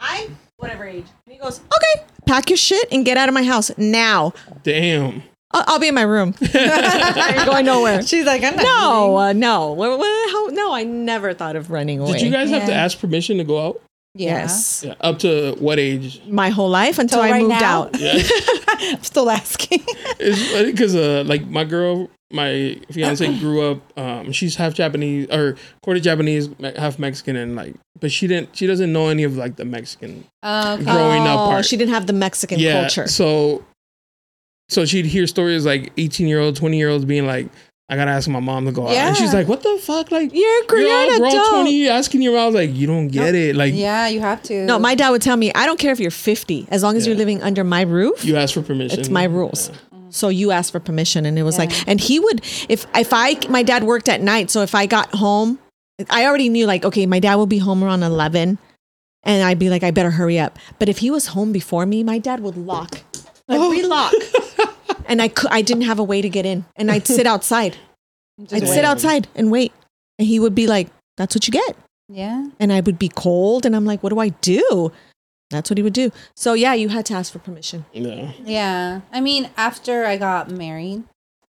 Speaker 3: I'm whatever age." And he goes, "Okay, pack your shit and get out of my house now.
Speaker 1: Damn.
Speaker 3: I'll, I'll be in
Speaker 1: (laughs)
Speaker 3: my room. (laughs) I ain't going nowhere."
Speaker 2: She's like, I'm not.
Speaker 3: No, uh, no. Wha- wha- how- no, I never thought of running away.
Speaker 1: Did you guys have to
Speaker 2: Yeah.
Speaker 1: ask permission to go out?
Speaker 2: Yeah.
Speaker 3: Yes.
Speaker 1: Yeah. Up to what age?
Speaker 3: My whole life until
Speaker 2: Till
Speaker 3: I
Speaker 2: right
Speaker 3: moved
Speaker 2: now?
Speaker 3: out. (laughs)
Speaker 1: Yeah. (laughs)
Speaker 2: I'm still asking.
Speaker 1: It's funny because uh, like my girl, my fiance grew up. Um, she's half Japanese or quarter Japanese, me- half Mexican, and like, but she didn't. She doesn't know any of like the Mexican
Speaker 2: Okay.
Speaker 1: growing up
Speaker 3: oh,
Speaker 1: part.
Speaker 3: she didn't have the Mexican
Speaker 1: yeah,
Speaker 3: culture.
Speaker 1: so so she'd hear stories like eighteen year olds, twenty year olds being like, "I gotta ask my mom to go out," and she's
Speaker 2: Yeah.
Speaker 1: like, "What the fuck?" Like,
Speaker 3: You're a
Speaker 1: all
Speaker 3: grown adult.
Speaker 1: twenty, you asking your mom like, "You don't get it." Like,
Speaker 2: Yeah, you have to.
Speaker 3: No, my dad would tell me, I don't care if you're 50, as long as
Speaker 1: Yeah.
Speaker 3: you're living under my roof.
Speaker 1: you ask for permission.
Speaker 3: it's my rules. So you asked for permission, and it was like, and he would, if if I, my dad worked at night, so if I got home, I already knew like, okay, my dad will be home around eleven, and I'd be like, I better hurry up. But if he was home before me, my dad would lock, like
Speaker 2: Oh. (laughs)
Speaker 3: relock, and I could, I didn't have a way to get in, and I'd sit
Speaker 2: (laughs)
Speaker 3: outside, I'd sit outside and wait, and he would be like, that's what you get
Speaker 2: Yeah.
Speaker 3: and I would be cold and I'm like, what do I do? That's what he would do. So yeah, you had to ask for permission.
Speaker 1: Yeah.
Speaker 2: Yeah. I mean, after I got married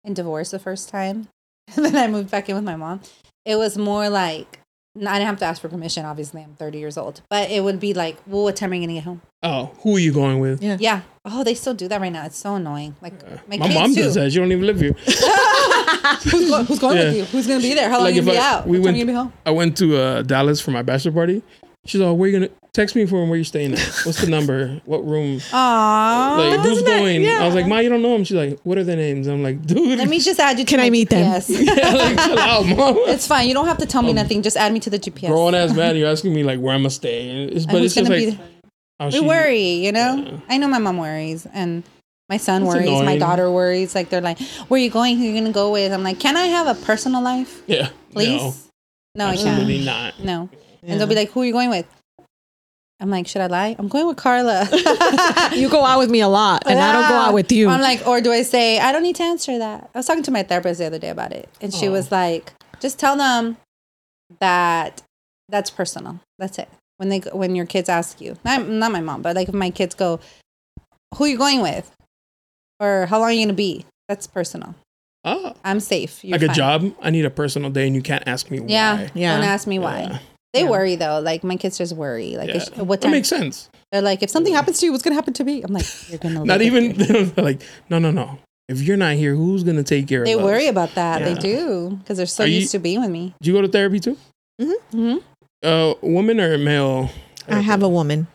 Speaker 2: and divorced the first time, (laughs) and then I moved back in with my mom, it was more like, n- I didn't have to ask for permission. Obviously, I'm 30 years old, but it would be like, well, what time are you going to get home?
Speaker 1: Oh, who are you going with?
Speaker 3: Yeah.
Speaker 2: Yeah. Oh, they still do that right now. It's so annoying. Like, my,
Speaker 1: My
Speaker 2: kids
Speaker 1: mom
Speaker 2: too.
Speaker 1: does that. She don't even live here.
Speaker 2: Who's, go- who's going
Speaker 1: Yeah.
Speaker 2: with you? Who's going to be there? How long
Speaker 1: Like,
Speaker 2: are you
Speaker 1: if
Speaker 2: going to be
Speaker 1: I-
Speaker 2: out?
Speaker 1: we
Speaker 2: What time
Speaker 1: went-
Speaker 2: you
Speaker 1: (laughs)
Speaker 2: gonna be home?
Speaker 1: I went to uh, Dallas for my bachelor party. She's all, "Where you gonna text me from? Where you staying at? What's the number? What
Speaker 2: (laughs)
Speaker 1: room?
Speaker 2: Oh, Aww.
Speaker 1: Like who's
Speaker 3: that-
Speaker 1: going?"
Speaker 3: yeah.
Speaker 1: I was like, "Ma, you don't know him." She's like, "What are their names?" I'm like, "Dude, (laughs)
Speaker 2: Let me just add you. to
Speaker 3: Can
Speaker 2: my
Speaker 3: I meet them? (laughs)
Speaker 2: GPS.
Speaker 1: yeah, like, chill out, mom."
Speaker 2: (laughs) it's fine. You don't have to tell
Speaker 1: Um,
Speaker 2: me nothing. Just add me to the
Speaker 1: (laughs)
Speaker 2: GPS.
Speaker 1: Grown ass man, you're asking me like where I'm gonna stay, And it's, but
Speaker 2: who's
Speaker 1: it's just
Speaker 2: gonna be
Speaker 1: like
Speaker 2: there?
Speaker 1: how
Speaker 2: we
Speaker 1: she-
Speaker 2: worry, you know?
Speaker 1: Yeah.
Speaker 2: I know my mom worries and my son
Speaker 1: That's
Speaker 2: worries, my
Speaker 1: annoying.
Speaker 2: daughter worries. Like they're like, Where are you going? Who are you gonna go with? I'm like, Can I have a personal life,
Speaker 1: Yeah, no,
Speaker 2: please? No, I can't.
Speaker 1: absolutely not.
Speaker 2: No. And they'll be like, Who are you going with? I'm like, should I lie? I'm going with Carla.
Speaker 1: (laughs)
Speaker 3: you go out with me a lot, and I don't go out with you.
Speaker 2: I'm like, or do I say, I don't need to answer that? I was talking to my therapist the other day about it. And
Speaker 3: Oh.
Speaker 2: she was like, just tell them that that's personal. That's it. When they, go- when your kids ask you, not, not my mom, but like if my kids go, who you going with? Or how long are you going to be? That's personal.
Speaker 1: Oh,
Speaker 2: I'm safe. You're
Speaker 1: like a
Speaker 2: fine.
Speaker 1: job. I need a personal day, and you can't ask me
Speaker 2: Yeah.
Speaker 1: why.
Speaker 3: Yeah.
Speaker 2: Don't ask me
Speaker 1: Yeah.
Speaker 2: why. They worry though. Like my kids just worry. Like,
Speaker 1: Yeah.
Speaker 2: if- what
Speaker 1: that
Speaker 2: time?
Speaker 1: makes sense.
Speaker 2: They're like, if something happens to you, what's going to happen to me? I'm like, you're going
Speaker 1: (laughs)
Speaker 2: to
Speaker 1: Not even they don't- they're like no, no, no. If you're not here, who's gonna take care
Speaker 2: They
Speaker 1: of us?
Speaker 2: worry about that. They
Speaker 1: Yeah.
Speaker 2: do because they're so
Speaker 1: Are you-
Speaker 2: used to being with me.
Speaker 1: Do you go to therapy too?
Speaker 2: Mhm.
Speaker 1: Uh, woman or male?
Speaker 3: I have a woman.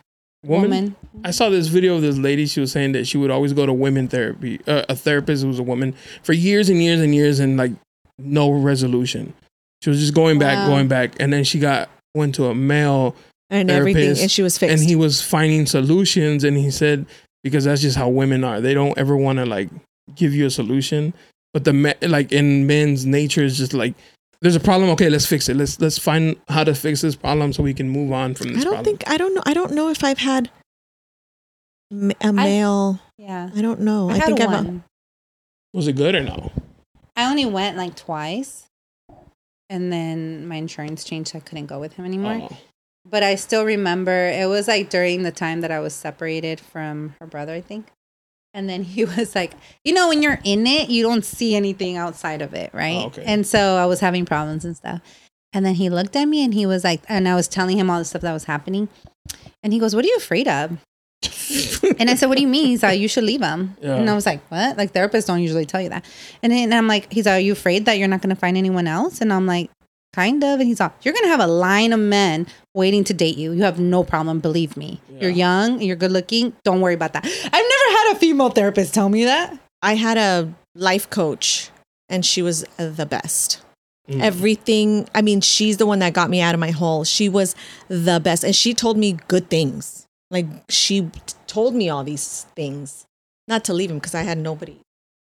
Speaker 2: Woman.
Speaker 1: I saw this video of this lady. She was saying that she would always go to women therapy, uh, a therapist who was a woman, for years and years and years, and like no resolution. She was just going back,
Speaker 2: Wow.
Speaker 1: going back, and then she got went to a male,
Speaker 3: And
Speaker 1: Therapist,
Speaker 3: everything, and she was fixed.
Speaker 1: and he was finding solutions, and he said because that's just how women are. They don't ever want to like give you a solution, but the me- like in men's nature is just like. There's a problem. Okay, let's fix it. Let's let's find how to fix this problem so we can move on from this.
Speaker 3: I don't
Speaker 1: problem.
Speaker 3: think I don't know. I don't know if I've had m- a male.
Speaker 2: Yeah.
Speaker 3: I, don't know.
Speaker 2: I,
Speaker 3: Oh, I,
Speaker 2: had
Speaker 3: think I've.
Speaker 2: one.
Speaker 1: was it good or no?
Speaker 2: I only went like twice. And then my insurance changed. so I couldn't go with him anymore.
Speaker 1: Oh.
Speaker 2: But I still remember it was like during the time that I was separated from her brother, I think. And then he (laughs) was like, you know, when you're in it, you don't see anything outside of it, right?
Speaker 1: Oh, okay.
Speaker 2: And so I was having problems and stuff. And then he looked at me and he was like, and I was telling him all the stuff that was happening. And he goes, What are you afraid of? And I said, What do you mean? He's like, You should leave him.
Speaker 1: Yeah.
Speaker 2: And I was like, What? Like, therapists don't usually tell you that. And then I'm like, He's like, Are you afraid that you're not going to find anyone else? And I'm like, Kind of. And he's like, You're going to have a line of men waiting to date you. You have no problem. Believe me. You're young. You're good looking. Don't worry about that. I've never had a female therapist tell me that.
Speaker 3: I had a life coach, and she was the best.
Speaker 1: Mm.
Speaker 3: Everything. I mean, she's the one that got me out of my hole. She was the best, and she told me good things. Like she t- told me all these things, not to leave him because I had nobody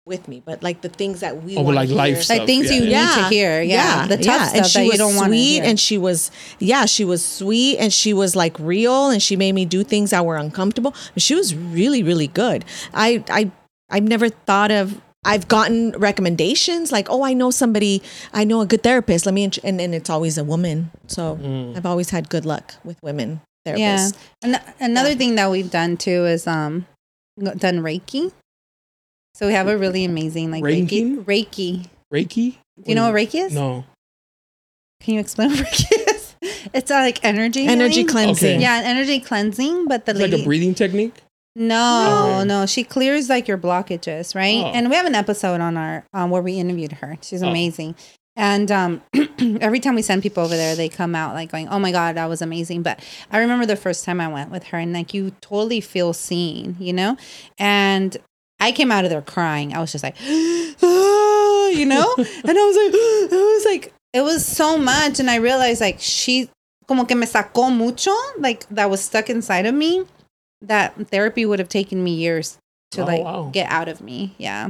Speaker 3: with me, but like the things that we
Speaker 1: Oh, but
Speaker 3: wanna
Speaker 1: like life
Speaker 3: hear.
Speaker 1: stuff.
Speaker 2: Like things you
Speaker 1: Yeah.
Speaker 2: need to hear. Yeah. The tough stuff
Speaker 3: and she
Speaker 2: that
Speaker 3: was
Speaker 2: you don't want to
Speaker 3: sweet
Speaker 2: hear.
Speaker 3: and she was yeah she was sweet and she was like real and she made me do things that were uncomfortable she was really really good i i i've never thought of I've gotten recommendations like, oh, I know somebody, I know a good therapist. Let me, int-" and, and it's always a woman. So I've always had good luck with women therapists.
Speaker 2: Yeah. An- another thing that we've done too is um g- done Reiki. So we have a really amazing like Reiki.
Speaker 1: Ranking?
Speaker 2: Reiki. Do
Speaker 1: Reiki?
Speaker 2: you know what Reiki is?
Speaker 1: No.
Speaker 2: Can you explain (laughs) what Reiki is? It's uh, like energy.
Speaker 3: Energy
Speaker 2: healing.
Speaker 3: cleansing.
Speaker 1: Okay.
Speaker 2: Yeah, energy cleansing. But the
Speaker 1: It's like
Speaker 2: lady,
Speaker 1: a breathing technique.
Speaker 2: No,
Speaker 1: Okay.
Speaker 2: no, she clears like your blockages, right?
Speaker 1: Oh.
Speaker 2: And we have an episode on our um, where we interviewed her. She's
Speaker 1: Oh.
Speaker 2: amazing. And um, (clears throat) every time we send people over there, they come out like going, "Oh my god, that was amazing!" But I remember the first time I went with her, and like you totally feel seen, you know. And I came out of there crying. I was just like, (gasps) "Ah,"
Speaker 1: (laughs)
Speaker 2: you know, and I was like, (gasps) I was like, it was so much, and I realized like she como que me sacó mucho, like that was stuck inside of me. That therapy would have taken me years to
Speaker 1: Oh,
Speaker 2: like
Speaker 1: wow.
Speaker 2: get out of me. Yeah.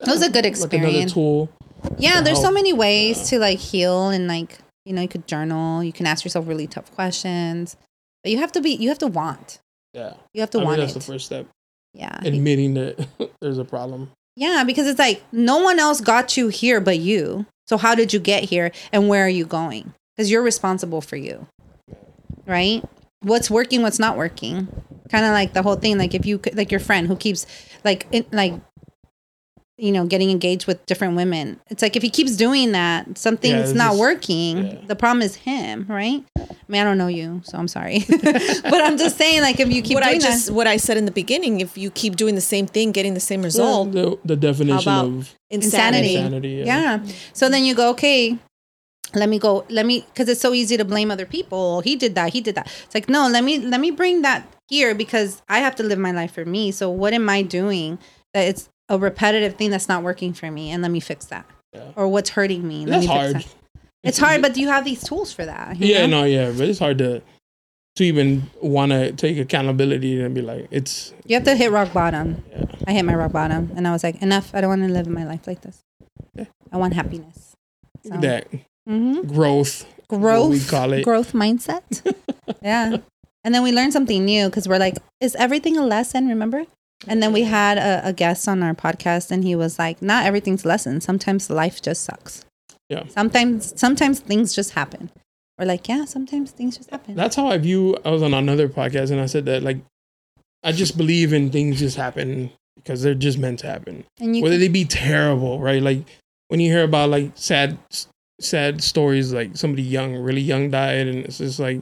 Speaker 2: It was a good
Speaker 1: Like another
Speaker 2: experience.
Speaker 1: tool.
Speaker 2: yeah,
Speaker 1: to
Speaker 2: there's so
Speaker 1: help.
Speaker 2: many ways
Speaker 1: Yeah.
Speaker 2: to like heal and like, you know, you could journal, you can ask yourself really tough questions. But you have to be you have to want.
Speaker 1: Yeah.
Speaker 2: You have
Speaker 1: I
Speaker 2: to
Speaker 1: mean,
Speaker 2: want
Speaker 1: that's
Speaker 2: it.
Speaker 1: the first step.
Speaker 2: yeah.
Speaker 1: Admitting that (laughs) there's a problem.
Speaker 2: Yeah, because it's like no one else got you here but you. So how did you get here and where are you going? Because you're responsible for you, right? What's working, what's not working? Kind of like the whole thing. Like if you could- like your friend who keeps like it, like you know getting engaged with different women. It's like if he keeps doing that,
Speaker 1: Yeah,
Speaker 2: something's
Speaker 1: it's
Speaker 2: not
Speaker 1: just-
Speaker 2: working.
Speaker 1: yeah.
Speaker 2: The problem is him, right? I mean, I don't know you, so I'm sorry, (laughs) but I'm just saying like if you keep
Speaker 3: what
Speaker 2: doing
Speaker 3: I just
Speaker 2: that,
Speaker 3: what I said in the beginning, if you keep doing the same thing, getting the same result,
Speaker 1: The, the definition
Speaker 3: about
Speaker 1: of
Speaker 3: insanity.
Speaker 2: Insanity.
Speaker 1: insanity.
Speaker 2: yeah. So then you go, okay, let me go, let me, because it's so easy to blame other people. He did that. He did that. It's like, no, let me, let me bring that here because I have to live my life for me. So what am I doing that it's a repetitive thing that's not working for me? And let me fix that.
Speaker 1: Yeah.
Speaker 2: Or what's hurting me?
Speaker 1: That's
Speaker 2: Let me fix
Speaker 1: hard.
Speaker 2: that. It's hard, but you have these tools for that. you
Speaker 1: Yeah,
Speaker 2: know?
Speaker 1: no, yeah, but it's hard to to even want to take accountability and be like, it's
Speaker 2: You have to hit rock bottom.
Speaker 1: Yeah.
Speaker 2: I hit my rock bottom and I was like, enough. I don't want to live my life like this. I want happiness. So,
Speaker 1: that
Speaker 2: mhm.
Speaker 1: growth.
Speaker 2: growth
Speaker 1: we call it. (laughs)
Speaker 2: growth mindset yeah and then we learned something new because we're like is everything a lesson remember and then we had a, a guest on our podcast and he was like not everything's a lesson sometimes life just sucks
Speaker 1: Yeah.
Speaker 2: sometimes sometimes things just happen we're like yeah sometimes things just happen
Speaker 1: That's how I view. I was on another podcast and I said that like, I just believe in things just happen because they're just meant to happen.
Speaker 2: and you
Speaker 1: whether
Speaker 2: can-
Speaker 1: they be terrible, right? Like when you hear about like sad, sad stories, like somebody young, really young died, and it's just like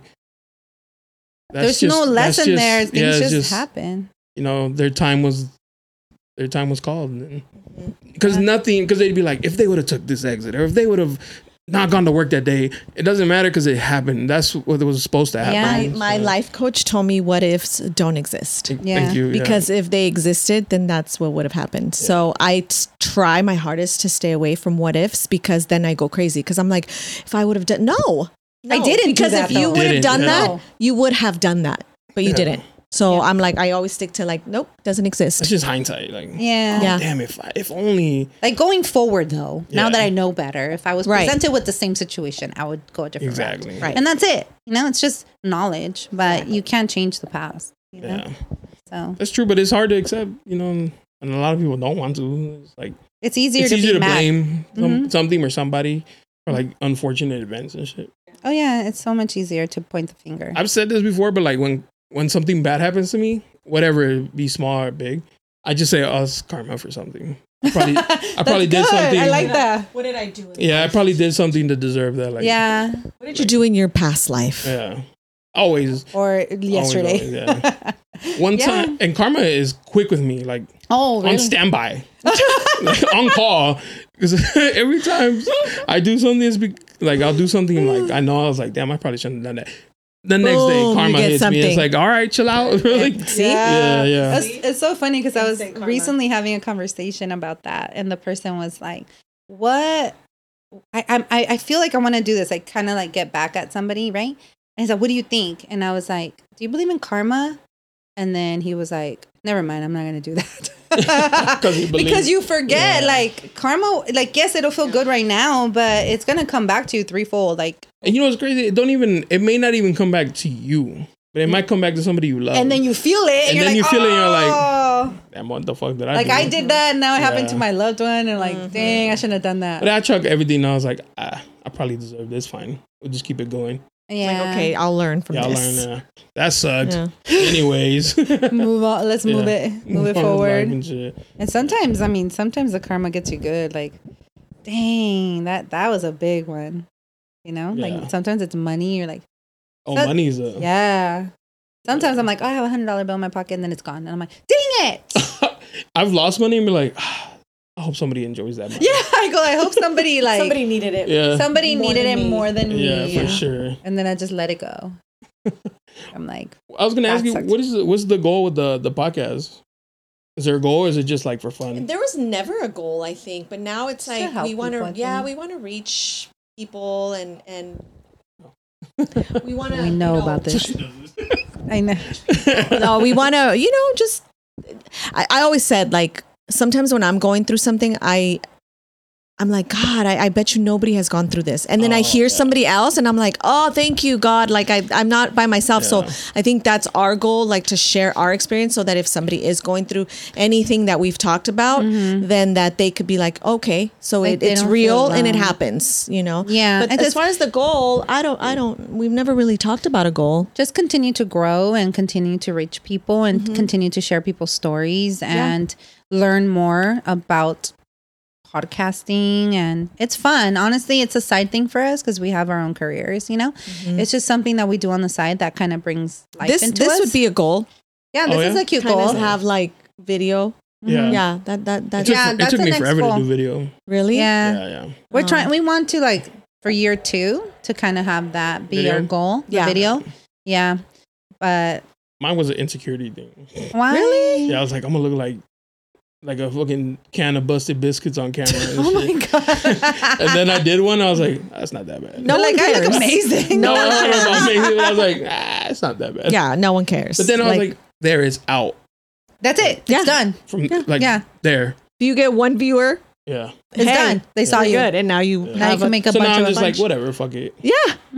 Speaker 2: there's
Speaker 1: that's
Speaker 2: no
Speaker 1: just- that's
Speaker 2: lesson
Speaker 1: just-
Speaker 2: there things
Speaker 1: yeah, it's
Speaker 2: just, happen
Speaker 1: You know, their time was, their time was called,
Speaker 2: Mm-hmm.
Speaker 1: because nothing, because they'd be like, if they would have took this exit, or if they would have not gone to work that day, it doesn't matter because it happened. That's what was supposed to happen.
Speaker 2: Yeah,
Speaker 3: My
Speaker 1: So,
Speaker 3: life coach told me what ifs don't exist.
Speaker 1: Thank
Speaker 2: Yeah.
Speaker 1: you. yeah.
Speaker 3: Because if they existed, then that's what would have happened. So I t- try my hardest to stay away from what ifs because then I go crazy. Because I'm like, if I would have done, no,
Speaker 2: I
Speaker 3: No,
Speaker 2: didn't do
Speaker 3: Because
Speaker 2: that,
Speaker 3: if you
Speaker 2: though.
Speaker 3: would have
Speaker 1: Didn't,
Speaker 3: done
Speaker 1: yeah.
Speaker 3: that,
Speaker 2: No.
Speaker 3: you would have done that, but you
Speaker 1: Yeah.
Speaker 3: didn't. So
Speaker 2: Yeah.
Speaker 3: I'm like, I always stick to like, nope, doesn't
Speaker 1: that's
Speaker 3: exist.
Speaker 1: just hindsight. Like,
Speaker 2: yeah.
Speaker 3: Yeah.
Speaker 1: damn, if I, if only
Speaker 2: like going forward though now
Speaker 1: Yeah.
Speaker 2: that i know better if i was
Speaker 3: Right.
Speaker 2: presented with the same situation i would go a different route.
Speaker 1: exactly.
Speaker 3: Right.
Speaker 2: and that's it. You know, it's just knowledge, but you can't change the past. You know?
Speaker 1: Yeah.
Speaker 2: So
Speaker 1: That's true, but it's hard to accept, you know, and a lot of people don't want to. It's like
Speaker 2: it's easier
Speaker 1: it's
Speaker 2: to
Speaker 1: easier
Speaker 2: be
Speaker 1: to
Speaker 2: mad.
Speaker 1: blame some,
Speaker 2: Mhm.
Speaker 1: something or somebody for like unfortunate events and shit.
Speaker 2: Oh yeah, it's so much easier to point the finger.
Speaker 1: I've said this before, but like when when something bad happens to me, whatever it be small or big, I just say, "Oh, it's karma for something." I
Speaker 2: (laughs)
Speaker 1: probably, I probably did something.
Speaker 2: I like that.
Speaker 6: What did I do? in
Speaker 1: yeah, I
Speaker 6: life?
Speaker 1: probably did something to deserve that. Like,
Speaker 2: Yeah,
Speaker 6: What did
Speaker 3: What you do in your past life?
Speaker 1: yeah, always.
Speaker 2: or yesterday.
Speaker 1: always, Oh,
Speaker 2: (laughs)
Speaker 1: yeah. One
Speaker 2: Yeah.
Speaker 1: time, and karma is quick with me. Like,
Speaker 2: Oh,
Speaker 1: on
Speaker 2: really? (laughs)
Speaker 1: standby, (laughs) like, on call. Because (laughs) every time I do something, it's be, like I'll do something like I know I was like, damn, I probably shouldn't have done that. The next
Speaker 3: Boom,
Speaker 1: day,
Speaker 3: you
Speaker 1: karma hits
Speaker 3: get
Speaker 1: me.
Speaker 3: something.
Speaker 1: It's like, all right, chill out. (laughs) like,
Speaker 3: See?
Speaker 1: yeah, yeah.
Speaker 2: That's, it's so funny because I was
Speaker 6: Instant karma.
Speaker 2: recently having a conversation about that, and the person was like, "What? I I'm- I, I feel like I want to do this. Like, kind of like get back at somebody, right?" And he's like, "What do you think?" And I was like, "Do you believe in karma?" And then he was like, "Never mind, I'm not gonna do that."
Speaker 1: (laughs) 'Cause he
Speaker 2: (laughs)
Speaker 1: believed-
Speaker 2: because you forget,
Speaker 1: Yeah.
Speaker 2: like karma. Like, yes, it'll feel good right now, but it's gonna come back to you threefold. Like,
Speaker 1: And you know what's crazy? It don't even. It may not even come back to you, but it might come back to somebody you love.
Speaker 2: and then you feel it, and,
Speaker 1: Oh. And
Speaker 2: you're
Speaker 1: then
Speaker 2: like,
Speaker 1: you feel it, and you're like,
Speaker 2: "Oh."
Speaker 1: damn, what the fuck did I?
Speaker 2: like
Speaker 1: do?
Speaker 2: I did that, and now it happened
Speaker 1: Yeah.
Speaker 2: to my loved one, and like, dang, I shouldn't have done that.
Speaker 1: But I chuck everything. I was like, ah, I probably deserve this. Fine, we'll just keep it going.
Speaker 2: yeah.
Speaker 3: Like, okay, I'll learn from
Speaker 1: Y'all
Speaker 3: this.
Speaker 1: learn. Uh, that sucked.
Speaker 3: Yeah.
Speaker 1: Anyways,
Speaker 2: (laughs) Move on. Let's move
Speaker 1: Yeah.
Speaker 2: it. Move
Speaker 1: (laughs) on with
Speaker 2: it
Speaker 1: life
Speaker 2: forward.
Speaker 1: and shit.
Speaker 2: And sometimes, I mean, sometimes the karma gets you good. Like, dang, that that was a big one. You know,
Speaker 1: Yeah.
Speaker 2: like sometimes it's money. You're like,
Speaker 1: Oh,
Speaker 2: That-
Speaker 1: money's a
Speaker 2: yeah. Sometimes I'm like, oh, I have a hundred dollar bill in my pocket, and then it's gone, and I'm like, dang it!
Speaker 1: (laughs) I've lost money and be like, "Ah, I hope somebody enjoys that. Money.
Speaker 2: Yeah, I go. I hope somebody like somebody,
Speaker 6: Somebody needed it.
Speaker 1: Yeah.
Speaker 6: more
Speaker 2: needed it
Speaker 6: than me."
Speaker 2: more than
Speaker 1: yeah,
Speaker 2: me.
Speaker 1: for sure.
Speaker 2: And then I just let it go. I'm like,
Speaker 1: I was gonna
Speaker 2: That
Speaker 1: ask you,
Speaker 2: sucks.
Speaker 1: what is what's the goal with the the podcast? Is there a goal? or Is it just like for fun?
Speaker 3: There was never a goal, I think, but now it's
Speaker 2: To
Speaker 3: like
Speaker 2: help
Speaker 3: we want
Speaker 2: people, I
Speaker 3: to, yeah,
Speaker 2: think.
Speaker 3: we want to reach people and and we want to.
Speaker 2: I know about this.
Speaker 1: (laughs)
Speaker 2: I know.
Speaker 3: No, we want to, you know, just. I, I always said like sometimes when I'm going through something, I. I'm like, God, I, I bet you nobody has gone through this. And then I
Speaker 1: Oh,
Speaker 3: hear
Speaker 1: yeah.
Speaker 3: somebody else and I'm like, oh, thank you, God. Like, I, I'm not by myself. So
Speaker 1: Yeah.
Speaker 3: I think that's our goal, like to share our experience so that if somebody is going through anything that we've talked about, then that they could be like, okay, so
Speaker 2: Mm-hmm. Like,
Speaker 3: it,
Speaker 2: they
Speaker 3: it's
Speaker 2: don't feel
Speaker 3: real and it
Speaker 2: alone.
Speaker 3: happens, you know?
Speaker 2: Yeah,
Speaker 3: But as
Speaker 2: and that's-
Speaker 3: far as the goal, I don't, I don't, we've never really talked about a goal.
Speaker 2: Just continue to grow and continue to reach people and continue to share people's stories and learn more about podcasting and it's fun honestly it's a side thing for us because we have our own careers you know it's just something that we do on the side that kind of brings life
Speaker 3: this
Speaker 2: into
Speaker 3: this
Speaker 2: us.
Speaker 3: would be a goal.
Speaker 2: yeah
Speaker 1: Oh,
Speaker 2: this is
Speaker 1: yeah?
Speaker 2: a cute
Speaker 3: Kind
Speaker 2: goal
Speaker 3: of have like video.
Speaker 1: yeah.
Speaker 3: Yeah, that that
Speaker 1: It
Speaker 3: that
Speaker 1: took,
Speaker 2: Mm-hmm. Yeah,
Speaker 1: it
Speaker 2: that's
Speaker 1: took
Speaker 2: the
Speaker 1: me
Speaker 2: next
Speaker 1: forever
Speaker 2: goal.
Speaker 1: to do video.
Speaker 3: really.
Speaker 2: yeah.
Speaker 1: Yeah, yeah.
Speaker 2: We're
Speaker 3: Oh.
Speaker 2: trying. We want to like for year two to kind of have that be
Speaker 1: Video?
Speaker 2: our goal. the
Speaker 3: Yeah.
Speaker 2: video. Yeah, but
Speaker 1: Mine was an insecurity thing.
Speaker 2: why? Really?
Speaker 1: Yeah, I was like, I'm gonna look like like a fucking can of busted biscuits on camera. And
Speaker 2: (laughs) Oh
Speaker 1: shit.
Speaker 2: my
Speaker 1: (laughs)
Speaker 2: god!
Speaker 1: And then I did one. I was like, that's not that bad.
Speaker 3: No
Speaker 2: You're
Speaker 3: one
Speaker 2: like I
Speaker 3: cares.
Speaker 2: look amazing.
Speaker 1: no, no, no, no, amazing, but I was like, ah, it's not that bad.
Speaker 3: Yeah, no one cares.
Speaker 1: But then I was like, there is out
Speaker 2: (laughs) that's it.
Speaker 3: Yeah.
Speaker 2: It's done.
Speaker 1: from like
Speaker 2: Yeah.
Speaker 1: there.
Speaker 3: if you get one viewer,
Speaker 1: Yeah.
Speaker 2: It's
Speaker 3: hey,
Speaker 2: done. They saw
Speaker 3: you're
Speaker 2: you.
Speaker 3: good, and now you
Speaker 1: Yeah.
Speaker 2: Now you
Speaker 3: have
Speaker 2: can
Speaker 3: a-
Speaker 2: make a
Speaker 1: so now
Speaker 2: bunch
Speaker 1: I'm
Speaker 2: of.
Speaker 1: just like,
Speaker 3: bunch.
Speaker 1: whatever, fuck it.
Speaker 3: Yeah,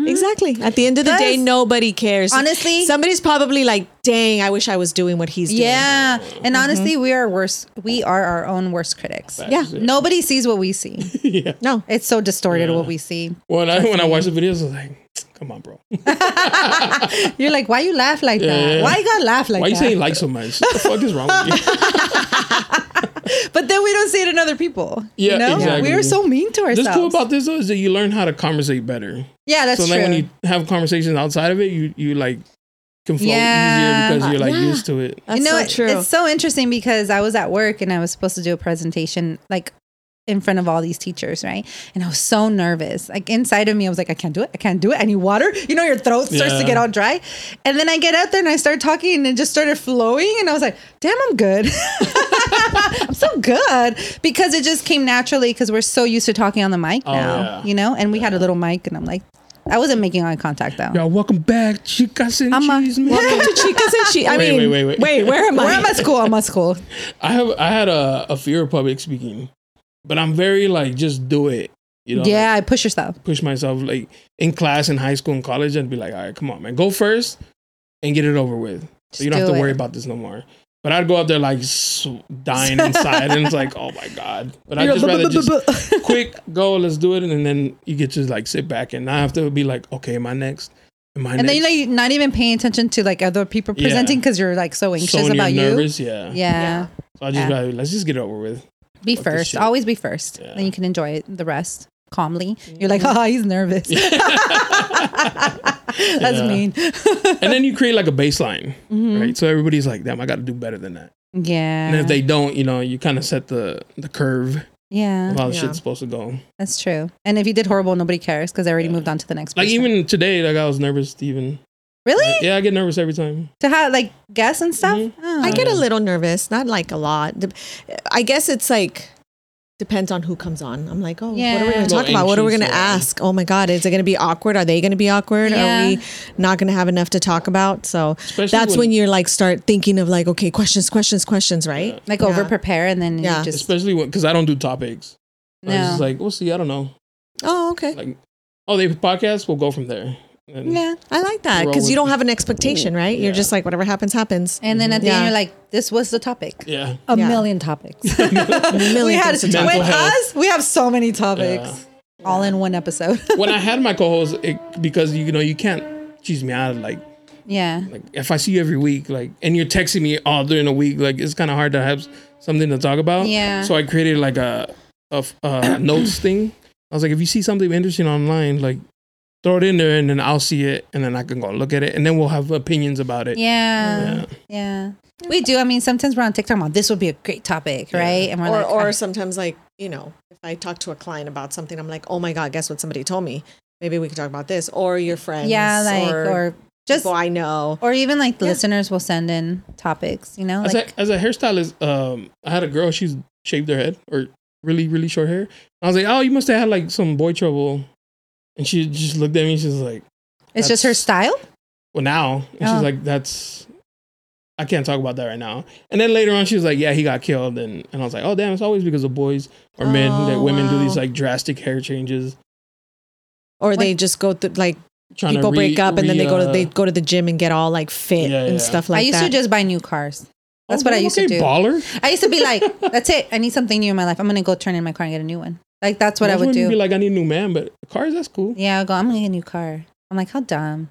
Speaker 3: exactly. At the end of the day,
Speaker 2: Guys,
Speaker 3: nobody cares.
Speaker 2: honestly-
Speaker 3: somebody's probably like, "Dang, I wish I was doing what he's doing."
Speaker 2: yeah, and honestly, we are worse. We are our own worst critics.
Speaker 3: Yeah.
Speaker 1: Mm-hmm. That's it.
Speaker 2: Nobody sees what we see.
Speaker 1: yeah.
Speaker 3: No.
Speaker 2: It's so distorted
Speaker 1: Yeah.
Speaker 2: what we see.
Speaker 1: When I when I watched the videos, I was like, come on, bro.
Speaker 2: You're like, why you laugh like
Speaker 1: Yeah,
Speaker 2: that?
Speaker 1: yeah.
Speaker 2: Why you gotta laugh like
Speaker 1: Why
Speaker 2: that?
Speaker 1: you saying like so much? What the fuck is wrong with
Speaker 2: (laughs)
Speaker 1: you?
Speaker 2: But then we don't see it in other people.
Speaker 1: Yeah,
Speaker 2: you know?
Speaker 1: exactly.
Speaker 2: We are so mean to ourselves.
Speaker 1: What's cool about this though is that you learn how to conversate better.
Speaker 2: yeah, that's
Speaker 1: so
Speaker 2: true.
Speaker 1: then when you have conversations outside of it, you you like can flow
Speaker 2: Yeah.
Speaker 1: easier because you're like
Speaker 3: Yeah.
Speaker 1: used to it.
Speaker 3: that's
Speaker 2: you know,
Speaker 3: so
Speaker 2: it-
Speaker 3: true.
Speaker 2: it's so interesting because I was at work and I was supposed to do a presentation like in front of all these teachers, right? And I was so nervous. Like inside of me, I was like, I can't do it. I can't do it. I need water. You know, your throat starts to
Speaker 1: Yeah.
Speaker 2: get all dry. And then I get out there and I start talking and it just started flowing. And I was like, damn, I'm good. (laughs) I'm so good because it just came naturally because we're so used to talking on the mic
Speaker 1: Oh,
Speaker 2: now,
Speaker 1: yeah.
Speaker 2: you know? And we had a little mic and I'm like, I wasn't making eye contact though.
Speaker 1: Y'all welcome back, chicas and
Speaker 2: I'm a-
Speaker 1: cheese, man.
Speaker 3: Welcome to Chicas and Chi- I
Speaker 1: Wait,
Speaker 3: mean,
Speaker 1: wait, wait, wait.
Speaker 3: where am I?
Speaker 2: Where am I school? I'm at school.
Speaker 1: (laughs) I have I had a, a fear of public speaking, but I'm very like just do it. You know,
Speaker 2: Yeah, I push yourself.
Speaker 1: push myself like in class in high school and college and be like, all right, come on, man, go first and get it over with. So you don't
Speaker 2: Just
Speaker 1: have to
Speaker 2: do
Speaker 1: worry
Speaker 2: it.
Speaker 1: about this no more. But I'd go out there like s- dying inside, and it's like, oh my god. But I just rather just
Speaker 2: (laughs)
Speaker 1: quick go, let's do it, and then you get to like sit back and not have to be like, okay, am I next? Am I
Speaker 2: and
Speaker 1: next?
Speaker 2: then you're like not even paying attention to like other people
Speaker 1: Yeah.
Speaker 2: presenting because you're like so anxious
Speaker 1: So when
Speaker 2: about
Speaker 1: you're
Speaker 2: you.
Speaker 1: nervous, yeah.
Speaker 2: Yeah.
Speaker 1: So I just
Speaker 2: Yeah.
Speaker 1: rather let's just get it over with.
Speaker 2: be
Speaker 1: Fuck this
Speaker 2: first.
Speaker 1: shit.
Speaker 2: Always be first.
Speaker 1: Yeah.
Speaker 2: Then you can enjoy it, the rest calmly. You're like, (laughs) oh, he's nervous. That's
Speaker 1: Yeah.
Speaker 2: mean. (laughs)
Speaker 1: And then you create like a baseline, right? So everybody's like, damn, I got to do better than that.
Speaker 2: Mm-hmm. yeah.
Speaker 1: And if they don't, you know, you kind of set the the curve
Speaker 2: yeah,
Speaker 1: of how
Speaker 3: Yeah.
Speaker 1: shit's supposed to go.
Speaker 2: that's true. And if you did horrible, nobody cares because they already moved on to the next.
Speaker 1: Like
Speaker 2: person.
Speaker 1: even today, like I was nervous, to even.
Speaker 2: really
Speaker 1: Yeah, I get nervous every time.
Speaker 2: to have like guests and stuff.
Speaker 1: Mhm.
Speaker 2: Oh.
Speaker 3: I get a little nervous, not like a lot. Dep- I guess it's like depends on who comes on. I'm like, oh, what are we
Speaker 2: Yeah.
Speaker 3: going to
Speaker 1: Well,
Speaker 3: talk about? What are we going to
Speaker 1: anxious, yeah.
Speaker 3: ask? Oh my God, is it going to be awkward? Are they going to be awkward? Are
Speaker 2: Yeah.
Speaker 3: we not going to have enough to talk about? So
Speaker 1: Especially
Speaker 3: that's
Speaker 1: when-
Speaker 3: when, you like start thinking of like, okay, questions, questions, questions, right?
Speaker 2: like over prepare and then
Speaker 3: Yeah.
Speaker 2: you just
Speaker 1: Especially when, because I don't do topics. No. I was
Speaker 2: no.
Speaker 1: just like, we'll see. I don't know.
Speaker 3: Oh, okay.
Speaker 1: Like, oh, they have a podcast. We'll go from there. And
Speaker 2: yeah.
Speaker 3: I like that
Speaker 1: Roll
Speaker 3: because you
Speaker 1: with
Speaker 3: don't
Speaker 1: it.
Speaker 3: have an expectation, right? You're
Speaker 1: Yeah.
Speaker 3: just like, whatever happens, happens.
Speaker 2: And then at the
Speaker 3: Yeah.
Speaker 2: end, you're like, this was the topic.
Speaker 1: Yeah.
Speaker 2: A
Speaker 3: Yeah.
Speaker 2: million topics. we
Speaker 3: million
Speaker 2: had
Speaker 3: things to talk
Speaker 1: about.
Speaker 2: with
Speaker 1: Mental health.
Speaker 2: us. We have so many topics, all in one episode. (laughs)
Speaker 1: when I had my co-host, it, because you know you can't cheese me out. Like,
Speaker 2: yeah,
Speaker 1: like if I see you every week, like, and you're texting me all during the week, like it's kind of hard to have s- something to talk about.
Speaker 2: Yeah.
Speaker 1: So I created
Speaker 2: (coughs)
Speaker 1: like a, a f- a notes thing. I was like, if you see something interesting online, like throw it in there, and then I'll see it, and then I can go look at it, and then we'll have opinions about it.
Speaker 2: Yeah. Yeah. We do. I mean, sometimes we're on TikTok. Well, this would be a great topic, right? And we're
Speaker 3: or
Speaker 2: like,
Speaker 3: or
Speaker 2: I-
Speaker 3: sometimes like you know if i talk to a client about something i'm like oh my god guess what somebody told me maybe we could talk about this or your friends
Speaker 2: yeah, like or, just
Speaker 3: just people i know
Speaker 2: or even like the
Speaker 3: Yeah.
Speaker 2: listeners will send in topics. You know,
Speaker 1: As
Speaker 2: like
Speaker 1: a as a hairstylist, um, I had a girl. She's shaved her head or really really short hair. I was like, oh, you must have had like some boy trouble, and she just looked at me. She's like,
Speaker 2: it's just her
Speaker 1: that's-
Speaker 2: style.
Speaker 1: well now, and
Speaker 2: Oh.
Speaker 1: she's like, that's. I can't talk about that right now. And then later on, she was like, "Yeah, he got killed," and, and I was like, "Oh damn, it's always because of boys or men
Speaker 3: Oh,
Speaker 1: that women do these
Speaker 3: wow.
Speaker 1: like drastic hair changes,
Speaker 3: or they just go through like
Speaker 1: trying
Speaker 3: people
Speaker 1: to re-
Speaker 3: break up and then they
Speaker 1: re-
Speaker 3: go to
Speaker 1: uh,
Speaker 3: they go to the gym and get all like fit
Speaker 1: Yeah,
Speaker 3: and
Speaker 1: yeah.
Speaker 3: stuff like
Speaker 2: I used
Speaker 3: that
Speaker 2: to just buy new cars. That's
Speaker 1: "Oh,
Speaker 2: what I
Speaker 1: damn,
Speaker 2: used to
Speaker 1: okay,
Speaker 2: do.
Speaker 1: Baller.
Speaker 2: I used to be like, (laughs) that's it. I need something new in my life. I'm gonna go turn in my car and get a new one. Like that's what I
Speaker 1: Most
Speaker 2: would
Speaker 1: women
Speaker 2: do.
Speaker 1: Be like, I need a new man, but cars, that's cool.
Speaker 2: yeah, I'll go. I'm gonna get a new car. I'm like, how dumb.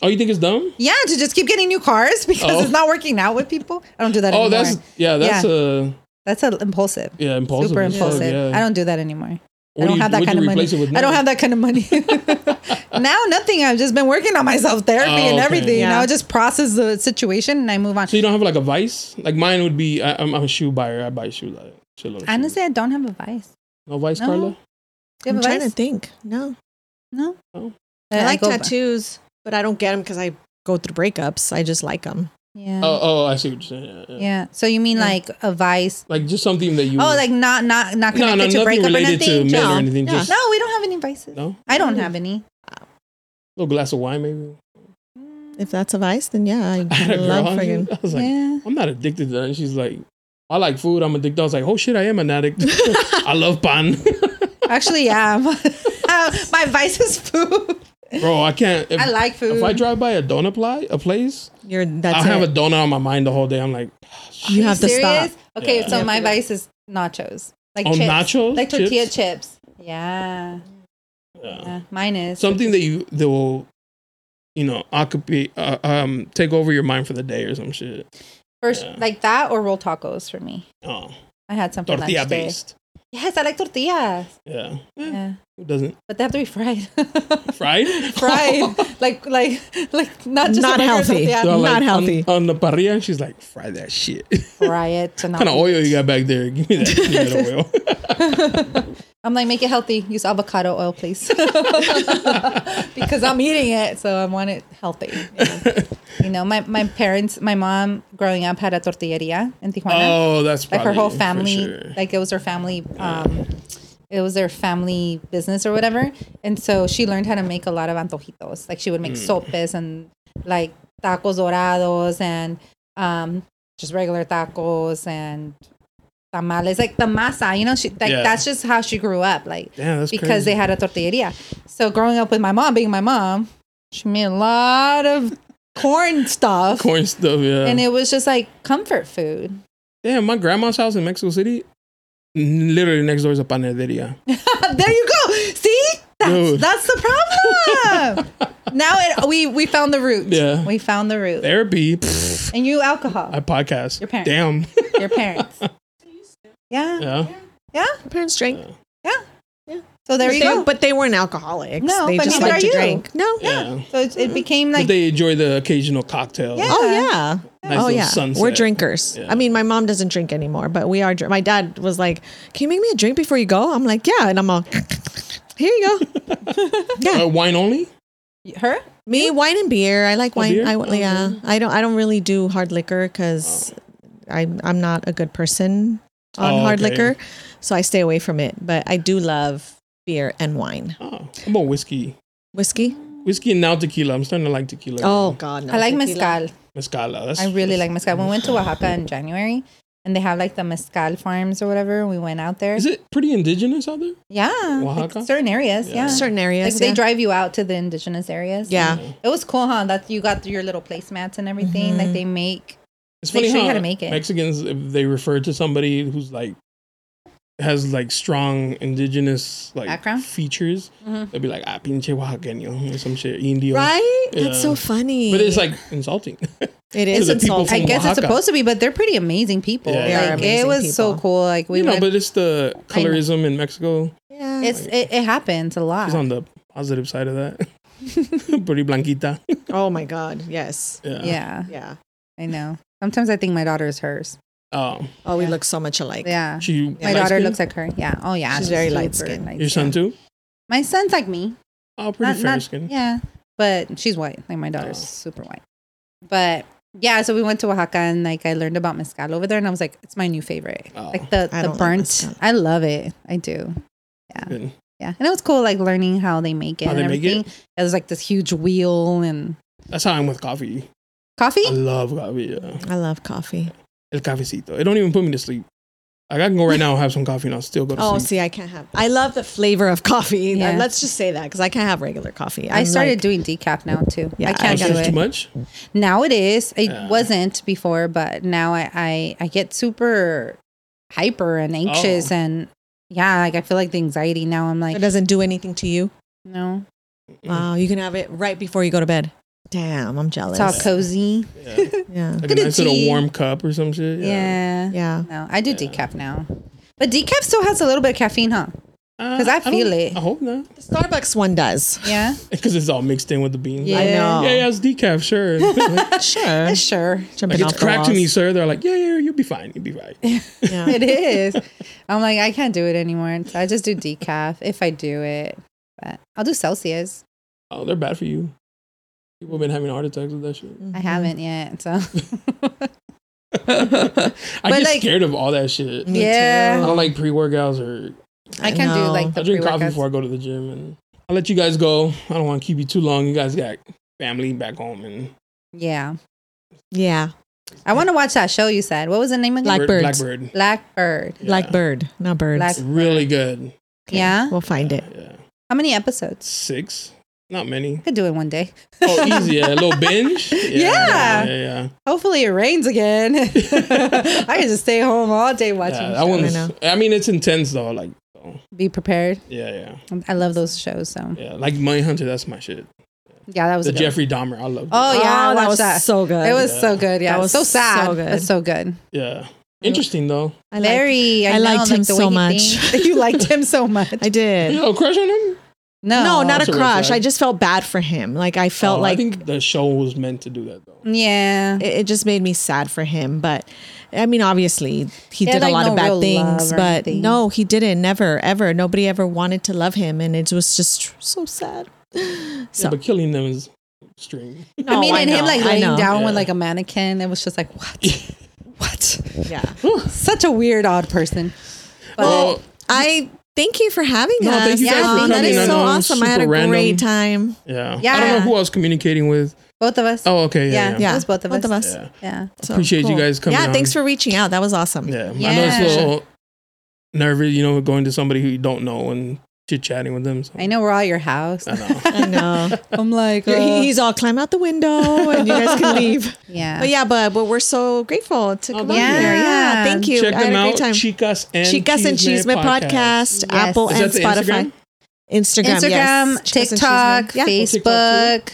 Speaker 1: Oh, you think it's dumb?
Speaker 2: Yeah, to just keep getting new cars (laughs) because
Speaker 1: Oh.
Speaker 2: it's not working out with people. I don't do that
Speaker 1: Oh,
Speaker 2: anymore.
Speaker 1: that's
Speaker 2: That's,
Speaker 1: yeah, that's
Speaker 2: Yeah.
Speaker 1: uh
Speaker 2: a impulsive.
Speaker 1: yeah, impulsive.
Speaker 2: Super
Speaker 1: as fuck,
Speaker 2: impulsive.
Speaker 1: yeah.
Speaker 2: I don't do that anymore.
Speaker 1: What do
Speaker 2: I don't
Speaker 1: you-
Speaker 2: have that
Speaker 1: what'd
Speaker 2: kind
Speaker 1: you
Speaker 2: of money.
Speaker 1: replace it with
Speaker 2: I don't
Speaker 1: now?
Speaker 2: have that kind of
Speaker 1: (laughs)
Speaker 2: money. now nothing. I've just been working on myself, therapy
Speaker 1: Oh,
Speaker 2: and
Speaker 1: okay.
Speaker 2: everything.
Speaker 3: Yeah.
Speaker 2: Now I just process the situation and I move on.
Speaker 1: So you don't have like a vice? Like mine would be I, I'm, I'm a shoe buyer. I buy shoes. I shitload of shoes.
Speaker 2: Honestly, I don't have advice.
Speaker 1: no vice,
Speaker 2: no.
Speaker 1: Carla.
Speaker 2: Do you
Speaker 3: i'm
Speaker 2: have
Speaker 3: trying to
Speaker 2: advice?
Speaker 3: think no
Speaker 2: No.
Speaker 1: No.
Speaker 3: i like
Speaker 2: go by-
Speaker 3: tattoos but i don't get them because i go through breakups i just like them
Speaker 2: Yeah.
Speaker 1: Oh, oh, I see what you're saying. Yeah, yeah.
Speaker 2: Yeah. So you mean
Speaker 3: Yeah.
Speaker 2: like advice?
Speaker 1: Like just something that you.
Speaker 2: Oh, like not not not
Speaker 1: no, no,
Speaker 2: connected
Speaker 1: nothing
Speaker 2: to breakup or
Speaker 1: related to
Speaker 2: nothing.
Speaker 1: men
Speaker 3: No,
Speaker 1: or anything.
Speaker 3: yeah.
Speaker 1: Just
Speaker 2: no, we don't have any vices.
Speaker 1: no,
Speaker 2: I don't have any.
Speaker 1: little glass of wine maybe. (laughs)
Speaker 3: if that's a vice then yeah
Speaker 1: I
Speaker 3: i
Speaker 1: had a girl.
Speaker 3: love
Speaker 1: on here,
Speaker 3: friggin
Speaker 1: I was like,
Speaker 2: yeah.
Speaker 1: I'm not addicted to that. And she's like, I like food. I'm addicted. I was like, oh shit, I am an
Speaker 2: (laughs)
Speaker 1: addict. I love pan, (laughs)
Speaker 2: Actually, yeah. (laughs) Uh, my vice is food.
Speaker 1: bro. I can't. If,
Speaker 2: I like food.
Speaker 1: If I drive by a donut ply, a place,
Speaker 3: you're that's
Speaker 1: I'll have
Speaker 3: it.
Speaker 1: a donut on my mind the whole day. I'm like,
Speaker 3: you have to stop
Speaker 2: Serious? Okay,
Speaker 1: Yeah.
Speaker 2: so
Speaker 1: Yeah.
Speaker 2: my vice is nachos. Like
Speaker 1: Oh,
Speaker 2: chips.
Speaker 1: nachos?
Speaker 2: Like tortilla
Speaker 1: Chips?
Speaker 2: chips. Yeah.
Speaker 1: yeah.
Speaker 2: yeah. Mine is.
Speaker 1: something that you that will you know occupy uh, um take over your mind for the day or some shit
Speaker 2: First,
Speaker 1: yeah.
Speaker 2: like that or roll tacos for me.
Speaker 1: oh
Speaker 2: I had some for lunch
Speaker 1: tortilla
Speaker 2: today.
Speaker 1: based
Speaker 2: Yes, I like tortillas.
Speaker 1: yeah. Eh,
Speaker 2: Yeah.
Speaker 1: who doesn't
Speaker 2: But they have to be fried. (laughs)
Speaker 1: fried (laughs)
Speaker 2: fried. like, like, like, not just
Speaker 3: Not
Speaker 2: a regular
Speaker 3: healthy.
Speaker 2: tortilla.
Speaker 1: They're
Speaker 3: Not
Speaker 1: on-
Speaker 3: healthy.
Speaker 1: on, the parrilla she's like fry that shit (laughs)
Speaker 2: Fry it. to not
Speaker 1: kind of
Speaker 2: be-
Speaker 1: oil you got back there (laughs) give me that peanut
Speaker 2: (laughs)
Speaker 1: oil
Speaker 2: Uh-huh. I'm like, make it healthy. Use avocado oil, please. (laughs) because I'm eating it, so I want it healthy. You know, You know, my, my parents, my mom growing up had a tortilleria in Tijuana.
Speaker 1: oh that's
Speaker 2: like
Speaker 1: probably
Speaker 2: her whole
Speaker 1: it, for
Speaker 2: family,
Speaker 1: sure.
Speaker 2: like it was her family, um, it was their family business or whatever. And so she learned how to make a lot of antojitos. Like she would make
Speaker 1: Hmm.
Speaker 2: sopes and like tacos dorados and um, just regular tacos and tamales, like the masa, you know, she like
Speaker 1: Yeah.
Speaker 2: that's just how she grew up, like
Speaker 1: Damn, that's
Speaker 2: because they
Speaker 1: crazy.
Speaker 2: had a tortilleria. So growing up with my mom, being my mom, she made a lot of corn stuff,
Speaker 1: corn stuff yeah
Speaker 2: and it was just like comfort food.
Speaker 1: damn my grandma's house in mexico city n- literally next door is a
Speaker 2: (laughs)
Speaker 1: panaderia
Speaker 2: there you go. See, that's,
Speaker 1: Dude.
Speaker 2: that's the problem. now it, we we found the root.
Speaker 1: Yeah.
Speaker 2: we found the root.
Speaker 1: therapy pfft,
Speaker 2: And you alcohol,
Speaker 1: (laughs) i podcast
Speaker 2: Your parents.
Speaker 1: damn (laughs)
Speaker 2: your parents. Yeah,
Speaker 1: yeah
Speaker 2: yeah.
Speaker 3: My parents drank
Speaker 2: So there
Speaker 3: but they,
Speaker 2: you go.
Speaker 3: but they weren't alcoholics
Speaker 2: No,
Speaker 3: they
Speaker 2: but
Speaker 3: just
Speaker 2: neither
Speaker 3: like
Speaker 2: are
Speaker 3: to
Speaker 2: you.
Speaker 3: drink no
Speaker 1: yeah
Speaker 2: So it, it became
Speaker 1: But
Speaker 2: like
Speaker 1: they enjoy the occasional cocktail
Speaker 2: Yeah.
Speaker 3: Oh yeah.
Speaker 1: Nice
Speaker 3: oh
Speaker 1: little
Speaker 3: yeah.
Speaker 1: sunset.
Speaker 3: We're drinkers.
Speaker 1: Yeah.
Speaker 3: I mean, my mom doesn't drink anymore, but we are. Dr- my dad was like, "Can you make me a drink before you go?" I'm like, "Yeah," and I'm all, "Here you
Speaker 1: (laughs)
Speaker 3: go."
Speaker 1: Uh, wine only?
Speaker 2: her.
Speaker 3: me, wine and beer. I like wine.
Speaker 1: beer?
Speaker 3: I
Speaker 1: Oh,
Speaker 3: yeah. I don't. I don't really do hard liquor because I'm I'm not a good person on
Speaker 1: Oh,
Speaker 3: hard
Speaker 1: okay.
Speaker 3: liquor, so I stay away from it. But I do love beer and wine,
Speaker 1: Oh, how about whiskey?
Speaker 3: whiskey.
Speaker 1: Whiskey and now tequila. I'm starting to like tequila.
Speaker 3: Oh God, no,
Speaker 2: I like
Speaker 3: tequila.
Speaker 2: mezcal.
Speaker 1: Mezcala. That's,
Speaker 2: I really like mezcal. We went to Oaxaca in January, and they have like the mezcal farms or whatever. We went out there.
Speaker 1: Is it pretty indigenous out there?
Speaker 2: yeah,
Speaker 1: Oaxaca?
Speaker 2: like, certain areas.
Speaker 1: Yeah.
Speaker 2: Yeah,
Speaker 3: Certain areas.
Speaker 2: Like they
Speaker 3: yeah.
Speaker 2: drive you out to the indigenous areas.
Speaker 3: Yeah.
Speaker 2: it was cool, huh? That you got your little placemats and everything. Like they make.
Speaker 1: It's
Speaker 2: Make
Speaker 1: funny
Speaker 2: sure you
Speaker 1: how
Speaker 2: gotta make it.
Speaker 1: Mexicans, if they refer to somebody who's like, has like strong indigenous like
Speaker 2: Background? Mm-hmm.
Speaker 1: features, they'd be like, ah, pinche Oaxaqueño or some shit, Indio.
Speaker 3: Right? That's
Speaker 1: Yeah.
Speaker 3: so funny.
Speaker 1: But it's like insulting.
Speaker 3: it
Speaker 1: to
Speaker 3: is
Speaker 1: the people
Speaker 3: insulting.
Speaker 2: I
Speaker 1: From
Speaker 2: guess
Speaker 1: Oaxaca.
Speaker 2: it's supposed to be, but they're pretty amazing people.
Speaker 1: Yeah, They
Speaker 3: are
Speaker 2: like it
Speaker 3: amazing
Speaker 2: was so
Speaker 3: people.
Speaker 2: cool. Like
Speaker 1: (laughs)
Speaker 2: we
Speaker 1: you know,
Speaker 2: went.
Speaker 1: but it's the colorism in Mexico.
Speaker 3: Yeah.
Speaker 2: it's it, it happens a lot. (laughs)
Speaker 1: It's on the positive side of that. (laughs) Pretty Blanquita.
Speaker 3: Oh my God. Yes.
Speaker 1: Yeah.
Speaker 2: Yeah,
Speaker 3: Yeah.
Speaker 2: I know. Sometimes I think my daughter is hers.
Speaker 1: Oh,
Speaker 3: Oh, we look so much alike.
Speaker 2: Yeah.
Speaker 1: she.
Speaker 2: My daughter looks like her. Yeah. Oh, yeah.
Speaker 3: She's very
Speaker 2: super
Speaker 3: light-skinned.
Speaker 2: light
Speaker 1: your son
Speaker 2: skin.
Speaker 1: too.
Speaker 2: My son's like me.
Speaker 1: Oh, pretty
Speaker 2: Not-
Speaker 1: fair
Speaker 2: not-
Speaker 1: skin.
Speaker 2: Yeah, but she's white. Like my daughter's
Speaker 1: Oh.
Speaker 2: super white. But yeah, so we went to Oaxaca and like I learned about mezcal over there, and I was like, it's my new favorite.
Speaker 1: Oh.
Speaker 2: Like the
Speaker 3: I
Speaker 2: the
Speaker 3: don't like
Speaker 2: burnt,
Speaker 3: mezcal.
Speaker 2: I love it. I do.
Speaker 1: Good.
Speaker 2: Yeah, and it was cool like learning how they make it.
Speaker 1: How
Speaker 2: and
Speaker 1: they make
Speaker 2: everything. It was like this huge wheel and
Speaker 1: That's how I'm with coffee.
Speaker 2: coffee.
Speaker 1: I love coffee. Yeah.
Speaker 3: I love coffee.
Speaker 1: El cafecito. It don't even put me to sleep. Like I can go right now and have some coffee and I'll still go to
Speaker 3: Oh,
Speaker 1: sleep.
Speaker 3: see, I can't have. I love the flavor of coffee.
Speaker 2: Yeah.
Speaker 3: Let's just say that because I can't have regular coffee.
Speaker 2: I
Speaker 3: I'm
Speaker 2: started
Speaker 3: like-
Speaker 2: doing decaf now too.
Speaker 3: Yeah,
Speaker 2: I can't
Speaker 3: I
Speaker 1: That's
Speaker 2: do
Speaker 3: gotta-
Speaker 1: just too
Speaker 2: it.
Speaker 1: much.
Speaker 2: Now it is. It
Speaker 1: Yeah.
Speaker 2: wasn't before, but now I, I I get super hyper and anxious
Speaker 1: Oh.
Speaker 2: and yeah, like I feel like the anxiety now. I'm like
Speaker 3: it doesn't do anything to you.
Speaker 2: no,
Speaker 1: Mm.
Speaker 3: Wow, you can have it right before you go to bed. Damn, I'm jealous.
Speaker 2: it's all cozy.
Speaker 1: Yeah.
Speaker 3: Yeah.
Speaker 1: Like a
Speaker 2: Look at the
Speaker 1: nice little
Speaker 2: tea.
Speaker 1: warm cup or some shit.
Speaker 2: Yeah.
Speaker 3: Yeah.
Speaker 2: No, I do
Speaker 1: Yeah.
Speaker 2: decaf now. But decaf still has a little bit of caffeine, huh? 'Cause I
Speaker 1: don't-
Speaker 2: feel it.
Speaker 1: I hope not. (laughs)
Speaker 3: The Starbucks one does.
Speaker 2: Yeah.
Speaker 1: Because it's all mixed in with the beans.
Speaker 2: Yeah.
Speaker 1: Like,
Speaker 3: I know.
Speaker 1: yeah, yeah, it's decaf,
Speaker 2: (laughs)
Speaker 1: sure. like,
Speaker 3: Sure.
Speaker 2: Sure.
Speaker 3: Jumping
Speaker 1: it's
Speaker 3: off
Speaker 1: crack to
Speaker 3: the
Speaker 1: me,
Speaker 3: (laughs) walls.
Speaker 1: sir. They're like, yeah, yeah, you'll be fine. You'll be
Speaker 2: (laughs)
Speaker 1: fine.
Speaker 3: Yeah.
Speaker 2: It is. I'm like, I can't do it anymore. So I just do decaf if I do it. But I'll do Celsius.
Speaker 1: oh, they're bad for you. People have been having heart attacks with that
Speaker 2: (laughs)
Speaker 1: shit. (laughs)
Speaker 2: I haven't yet. So
Speaker 1: I
Speaker 2: But,
Speaker 1: get
Speaker 2: like-
Speaker 1: scared of all that shit.
Speaker 3: Me
Speaker 1: I
Speaker 2: Yeah.
Speaker 1: don't like pre workouts or
Speaker 2: I can do
Speaker 3: know.
Speaker 2: like the
Speaker 1: I drink coffee
Speaker 2: pre-workouts.
Speaker 1: before I go to the gym, and I'll let you guys go. I don't want to keep you too long. You guys got family back home, and
Speaker 2: Yeah.
Speaker 3: Yeah.
Speaker 2: I want to watch that show you said. What was the name again?
Speaker 3: Like-
Speaker 1: Bird-
Speaker 3: birds.
Speaker 1: Blackbird,
Speaker 2: Blackbird.
Speaker 1: Yeah.
Speaker 3: Like bird, not birds.
Speaker 2: Like-
Speaker 1: really good.
Speaker 2: Yeah.
Speaker 3: We'll find it.
Speaker 1: Yeah,
Speaker 2: How many episodes?
Speaker 1: six, not many.
Speaker 2: I could do it one day.
Speaker 1: Oh, easy, yeah. a little binge.
Speaker 2: (laughs)
Speaker 1: yeah,
Speaker 2: Yeah.
Speaker 1: yeah.
Speaker 2: Hopefully it rains again. (laughs) I can just stay home all day
Speaker 1: yeah.
Speaker 2: watching.
Speaker 1: Yeah,
Speaker 2: shows.
Speaker 1: that one's.
Speaker 3: I
Speaker 1: I mean, it's intense though. Like, so,
Speaker 2: Be prepared.
Speaker 1: yeah, yeah,
Speaker 2: I love those shows. So
Speaker 1: yeah. Like Money Hunter, that's my shit.
Speaker 2: yeah, that was
Speaker 1: The
Speaker 2: a good one.
Speaker 1: Jeffrey Dahmer, I love.
Speaker 2: Oh yeah,
Speaker 3: that
Speaker 2: I watched
Speaker 3: was
Speaker 2: that.
Speaker 3: so good.
Speaker 2: it was
Speaker 1: Yeah.
Speaker 2: so good. Yeah,
Speaker 3: That
Speaker 2: it was
Speaker 3: was
Speaker 2: so sad.
Speaker 3: so
Speaker 2: So
Speaker 3: good.
Speaker 2: good. It's so good.
Speaker 1: yeah. Interesting though.
Speaker 3: I like-
Speaker 2: Very.
Speaker 3: I
Speaker 2: I, know,
Speaker 3: liked
Speaker 2: like,
Speaker 3: him
Speaker 2: the way
Speaker 3: so
Speaker 2: he
Speaker 3: much.
Speaker 2: thinks. (laughs) you liked him so much.
Speaker 3: I did.
Speaker 1: You know, crush on him.
Speaker 2: No,
Speaker 3: No, not
Speaker 1: That's
Speaker 3: a
Speaker 1: a red
Speaker 3: crush.
Speaker 1: flag.
Speaker 3: I just felt bad for him. Like I felt
Speaker 1: Oh,
Speaker 3: like
Speaker 1: I think the show was meant to do that though.
Speaker 2: Yeah.
Speaker 3: it, it just made me sad for him. But I mean, obviously, he
Speaker 2: Yeah,
Speaker 3: did
Speaker 2: like,
Speaker 3: a lot
Speaker 2: no
Speaker 3: of bad
Speaker 2: real
Speaker 3: things.
Speaker 2: love or
Speaker 3: But
Speaker 2: anything.
Speaker 3: no, he didn't. Never, ever. Nobody ever wanted to love him, and it was just so sad.
Speaker 1: Yeah,
Speaker 3: So
Speaker 1: but killing them is extreme.
Speaker 2: I mean,
Speaker 3: No,
Speaker 2: and him
Speaker 3: know,
Speaker 2: like
Speaker 3: I
Speaker 2: laying
Speaker 3: know.
Speaker 2: down
Speaker 1: Yeah.
Speaker 2: with like a mannequin. It was just like what, (laughs) what? (laughs)
Speaker 3: Yeah.
Speaker 2: Such a weird, odd person. But
Speaker 1: Well,
Speaker 3: I thank you for having
Speaker 1: No,
Speaker 3: us.
Speaker 1: thank you
Speaker 2: guys for
Speaker 3: that
Speaker 2: coming.
Speaker 3: is so
Speaker 2: I
Speaker 1: know it was
Speaker 3: awesome. I had a
Speaker 1: super random.
Speaker 3: great time.
Speaker 1: yeah. I don't
Speaker 2: Yeah.
Speaker 1: know who I was communicating with.
Speaker 2: both of us.
Speaker 1: Oh, okay. Yeah.
Speaker 2: Yeah.
Speaker 1: yeah.
Speaker 3: Yeah,
Speaker 2: It was both of us.
Speaker 1: Yeah.
Speaker 2: Yeah.
Speaker 3: So,
Speaker 1: Appreciate you guys coming
Speaker 3: Yeah,
Speaker 1: on.
Speaker 3: thanks for reaching out. That was awesome.
Speaker 1: Yeah. I know it's
Speaker 2: Yeah.
Speaker 1: a little nervous, you know, going to somebody who you don't know and chit chatting with them. So.
Speaker 2: I know we're all at your house.
Speaker 1: I know.
Speaker 3: I know.
Speaker 2: (laughs) I'm like,
Speaker 3: He-
Speaker 2: uh,
Speaker 3: He's all climb out the window, and you guys (laughs) can leave.
Speaker 2: yeah.
Speaker 3: But yeah, but, but we're so grateful to come
Speaker 1: thank
Speaker 3: on
Speaker 1: you.
Speaker 3: here. Yeah,
Speaker 2: Yeah.
Speaker 3: thank you.
Speaker 1: Check
Speaker 3: I had
Speaker 1: them
Speaker 3: a great
Speaker 1: out.
Speaker 3: time.
Speaker 1: Chicas and
Speaker 3: Chicas and Cheesemint podcast,
Speaker 2: Yes.
Speaker 3: Apple
Speaker 2: Is
Speaker 3: and
Speaker 1: that the
Speaker 3: Spotify, Instagram,
Speaker 2: Instagram,
Speaker 3: yes. Chicas and
Speaker 2: TikTok,
Speaker 3: Cheesemint. Yeah.
Speaker 1: TikTok
Speaker 2: Facebook,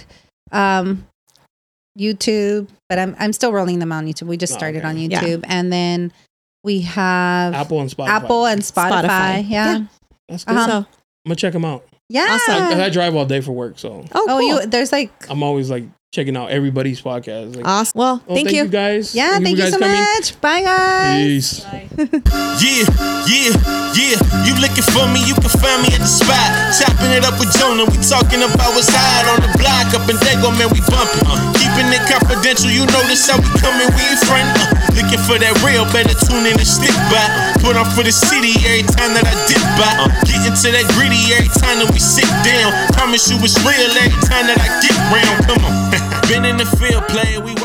Speaker 2: um, YouTube. But I'm I'm still rolling them on YouTube. We just
Speaker 1: Oh,
Speaker 2: started
Speaker 1: okay.
Speaker 2: on
Speaker 3: Yeah.
Speaker 2: YouTube, and then we have Apple,
Speaker 1: Apple and Spotify.
Speaker 2: and Spotify.
Speaker 3: Spotify.
Speaker 2: Yeah,
Speaker 1: That's good.
Speaker 2: Uh-huh.
Speaker 1: I'm
Speaker 3: So,
Speaker 1: gonna check them out.
Speaker 2: yeah.
Speaker 3: Awesome.
Speaker 1: I, 'cause I drive all day for work, so
Speaker 3: oh,
Speaker 2: Oh,
Speaker 3: cool.
Speaker 2: you there's like
Speaker 1: I'm always like checking out everybody's podcast. Like,
Speaker 3: awesome. Well,
Speaker 1: well,
Speaker 3: thank, you.
Speaker 1: guys.
Speaker 2: yeah. Thank you
Speaker 1: guys
Speaker 2: so
Speaker 1: coming.
Speaker 2: much. Bye guys.
Speaker 1: Peace.
Speaker 7: Yeah, yeah, yeah. You looking for me, you can find me at the spot. Chopping it up with Jonah, we talking about what's hot on the block. Up in Dago, man, we bumping. Uh, keeping it confidential, you notice how we coming, we ain't front. Uh, looking for that real, better tune in and stick by. Put on for the city every time that I dip by. Uh, getting to that gritty every time that we sit (laughs) down. Promise you it's real every time that I get round. Come on. Been in the field playing, we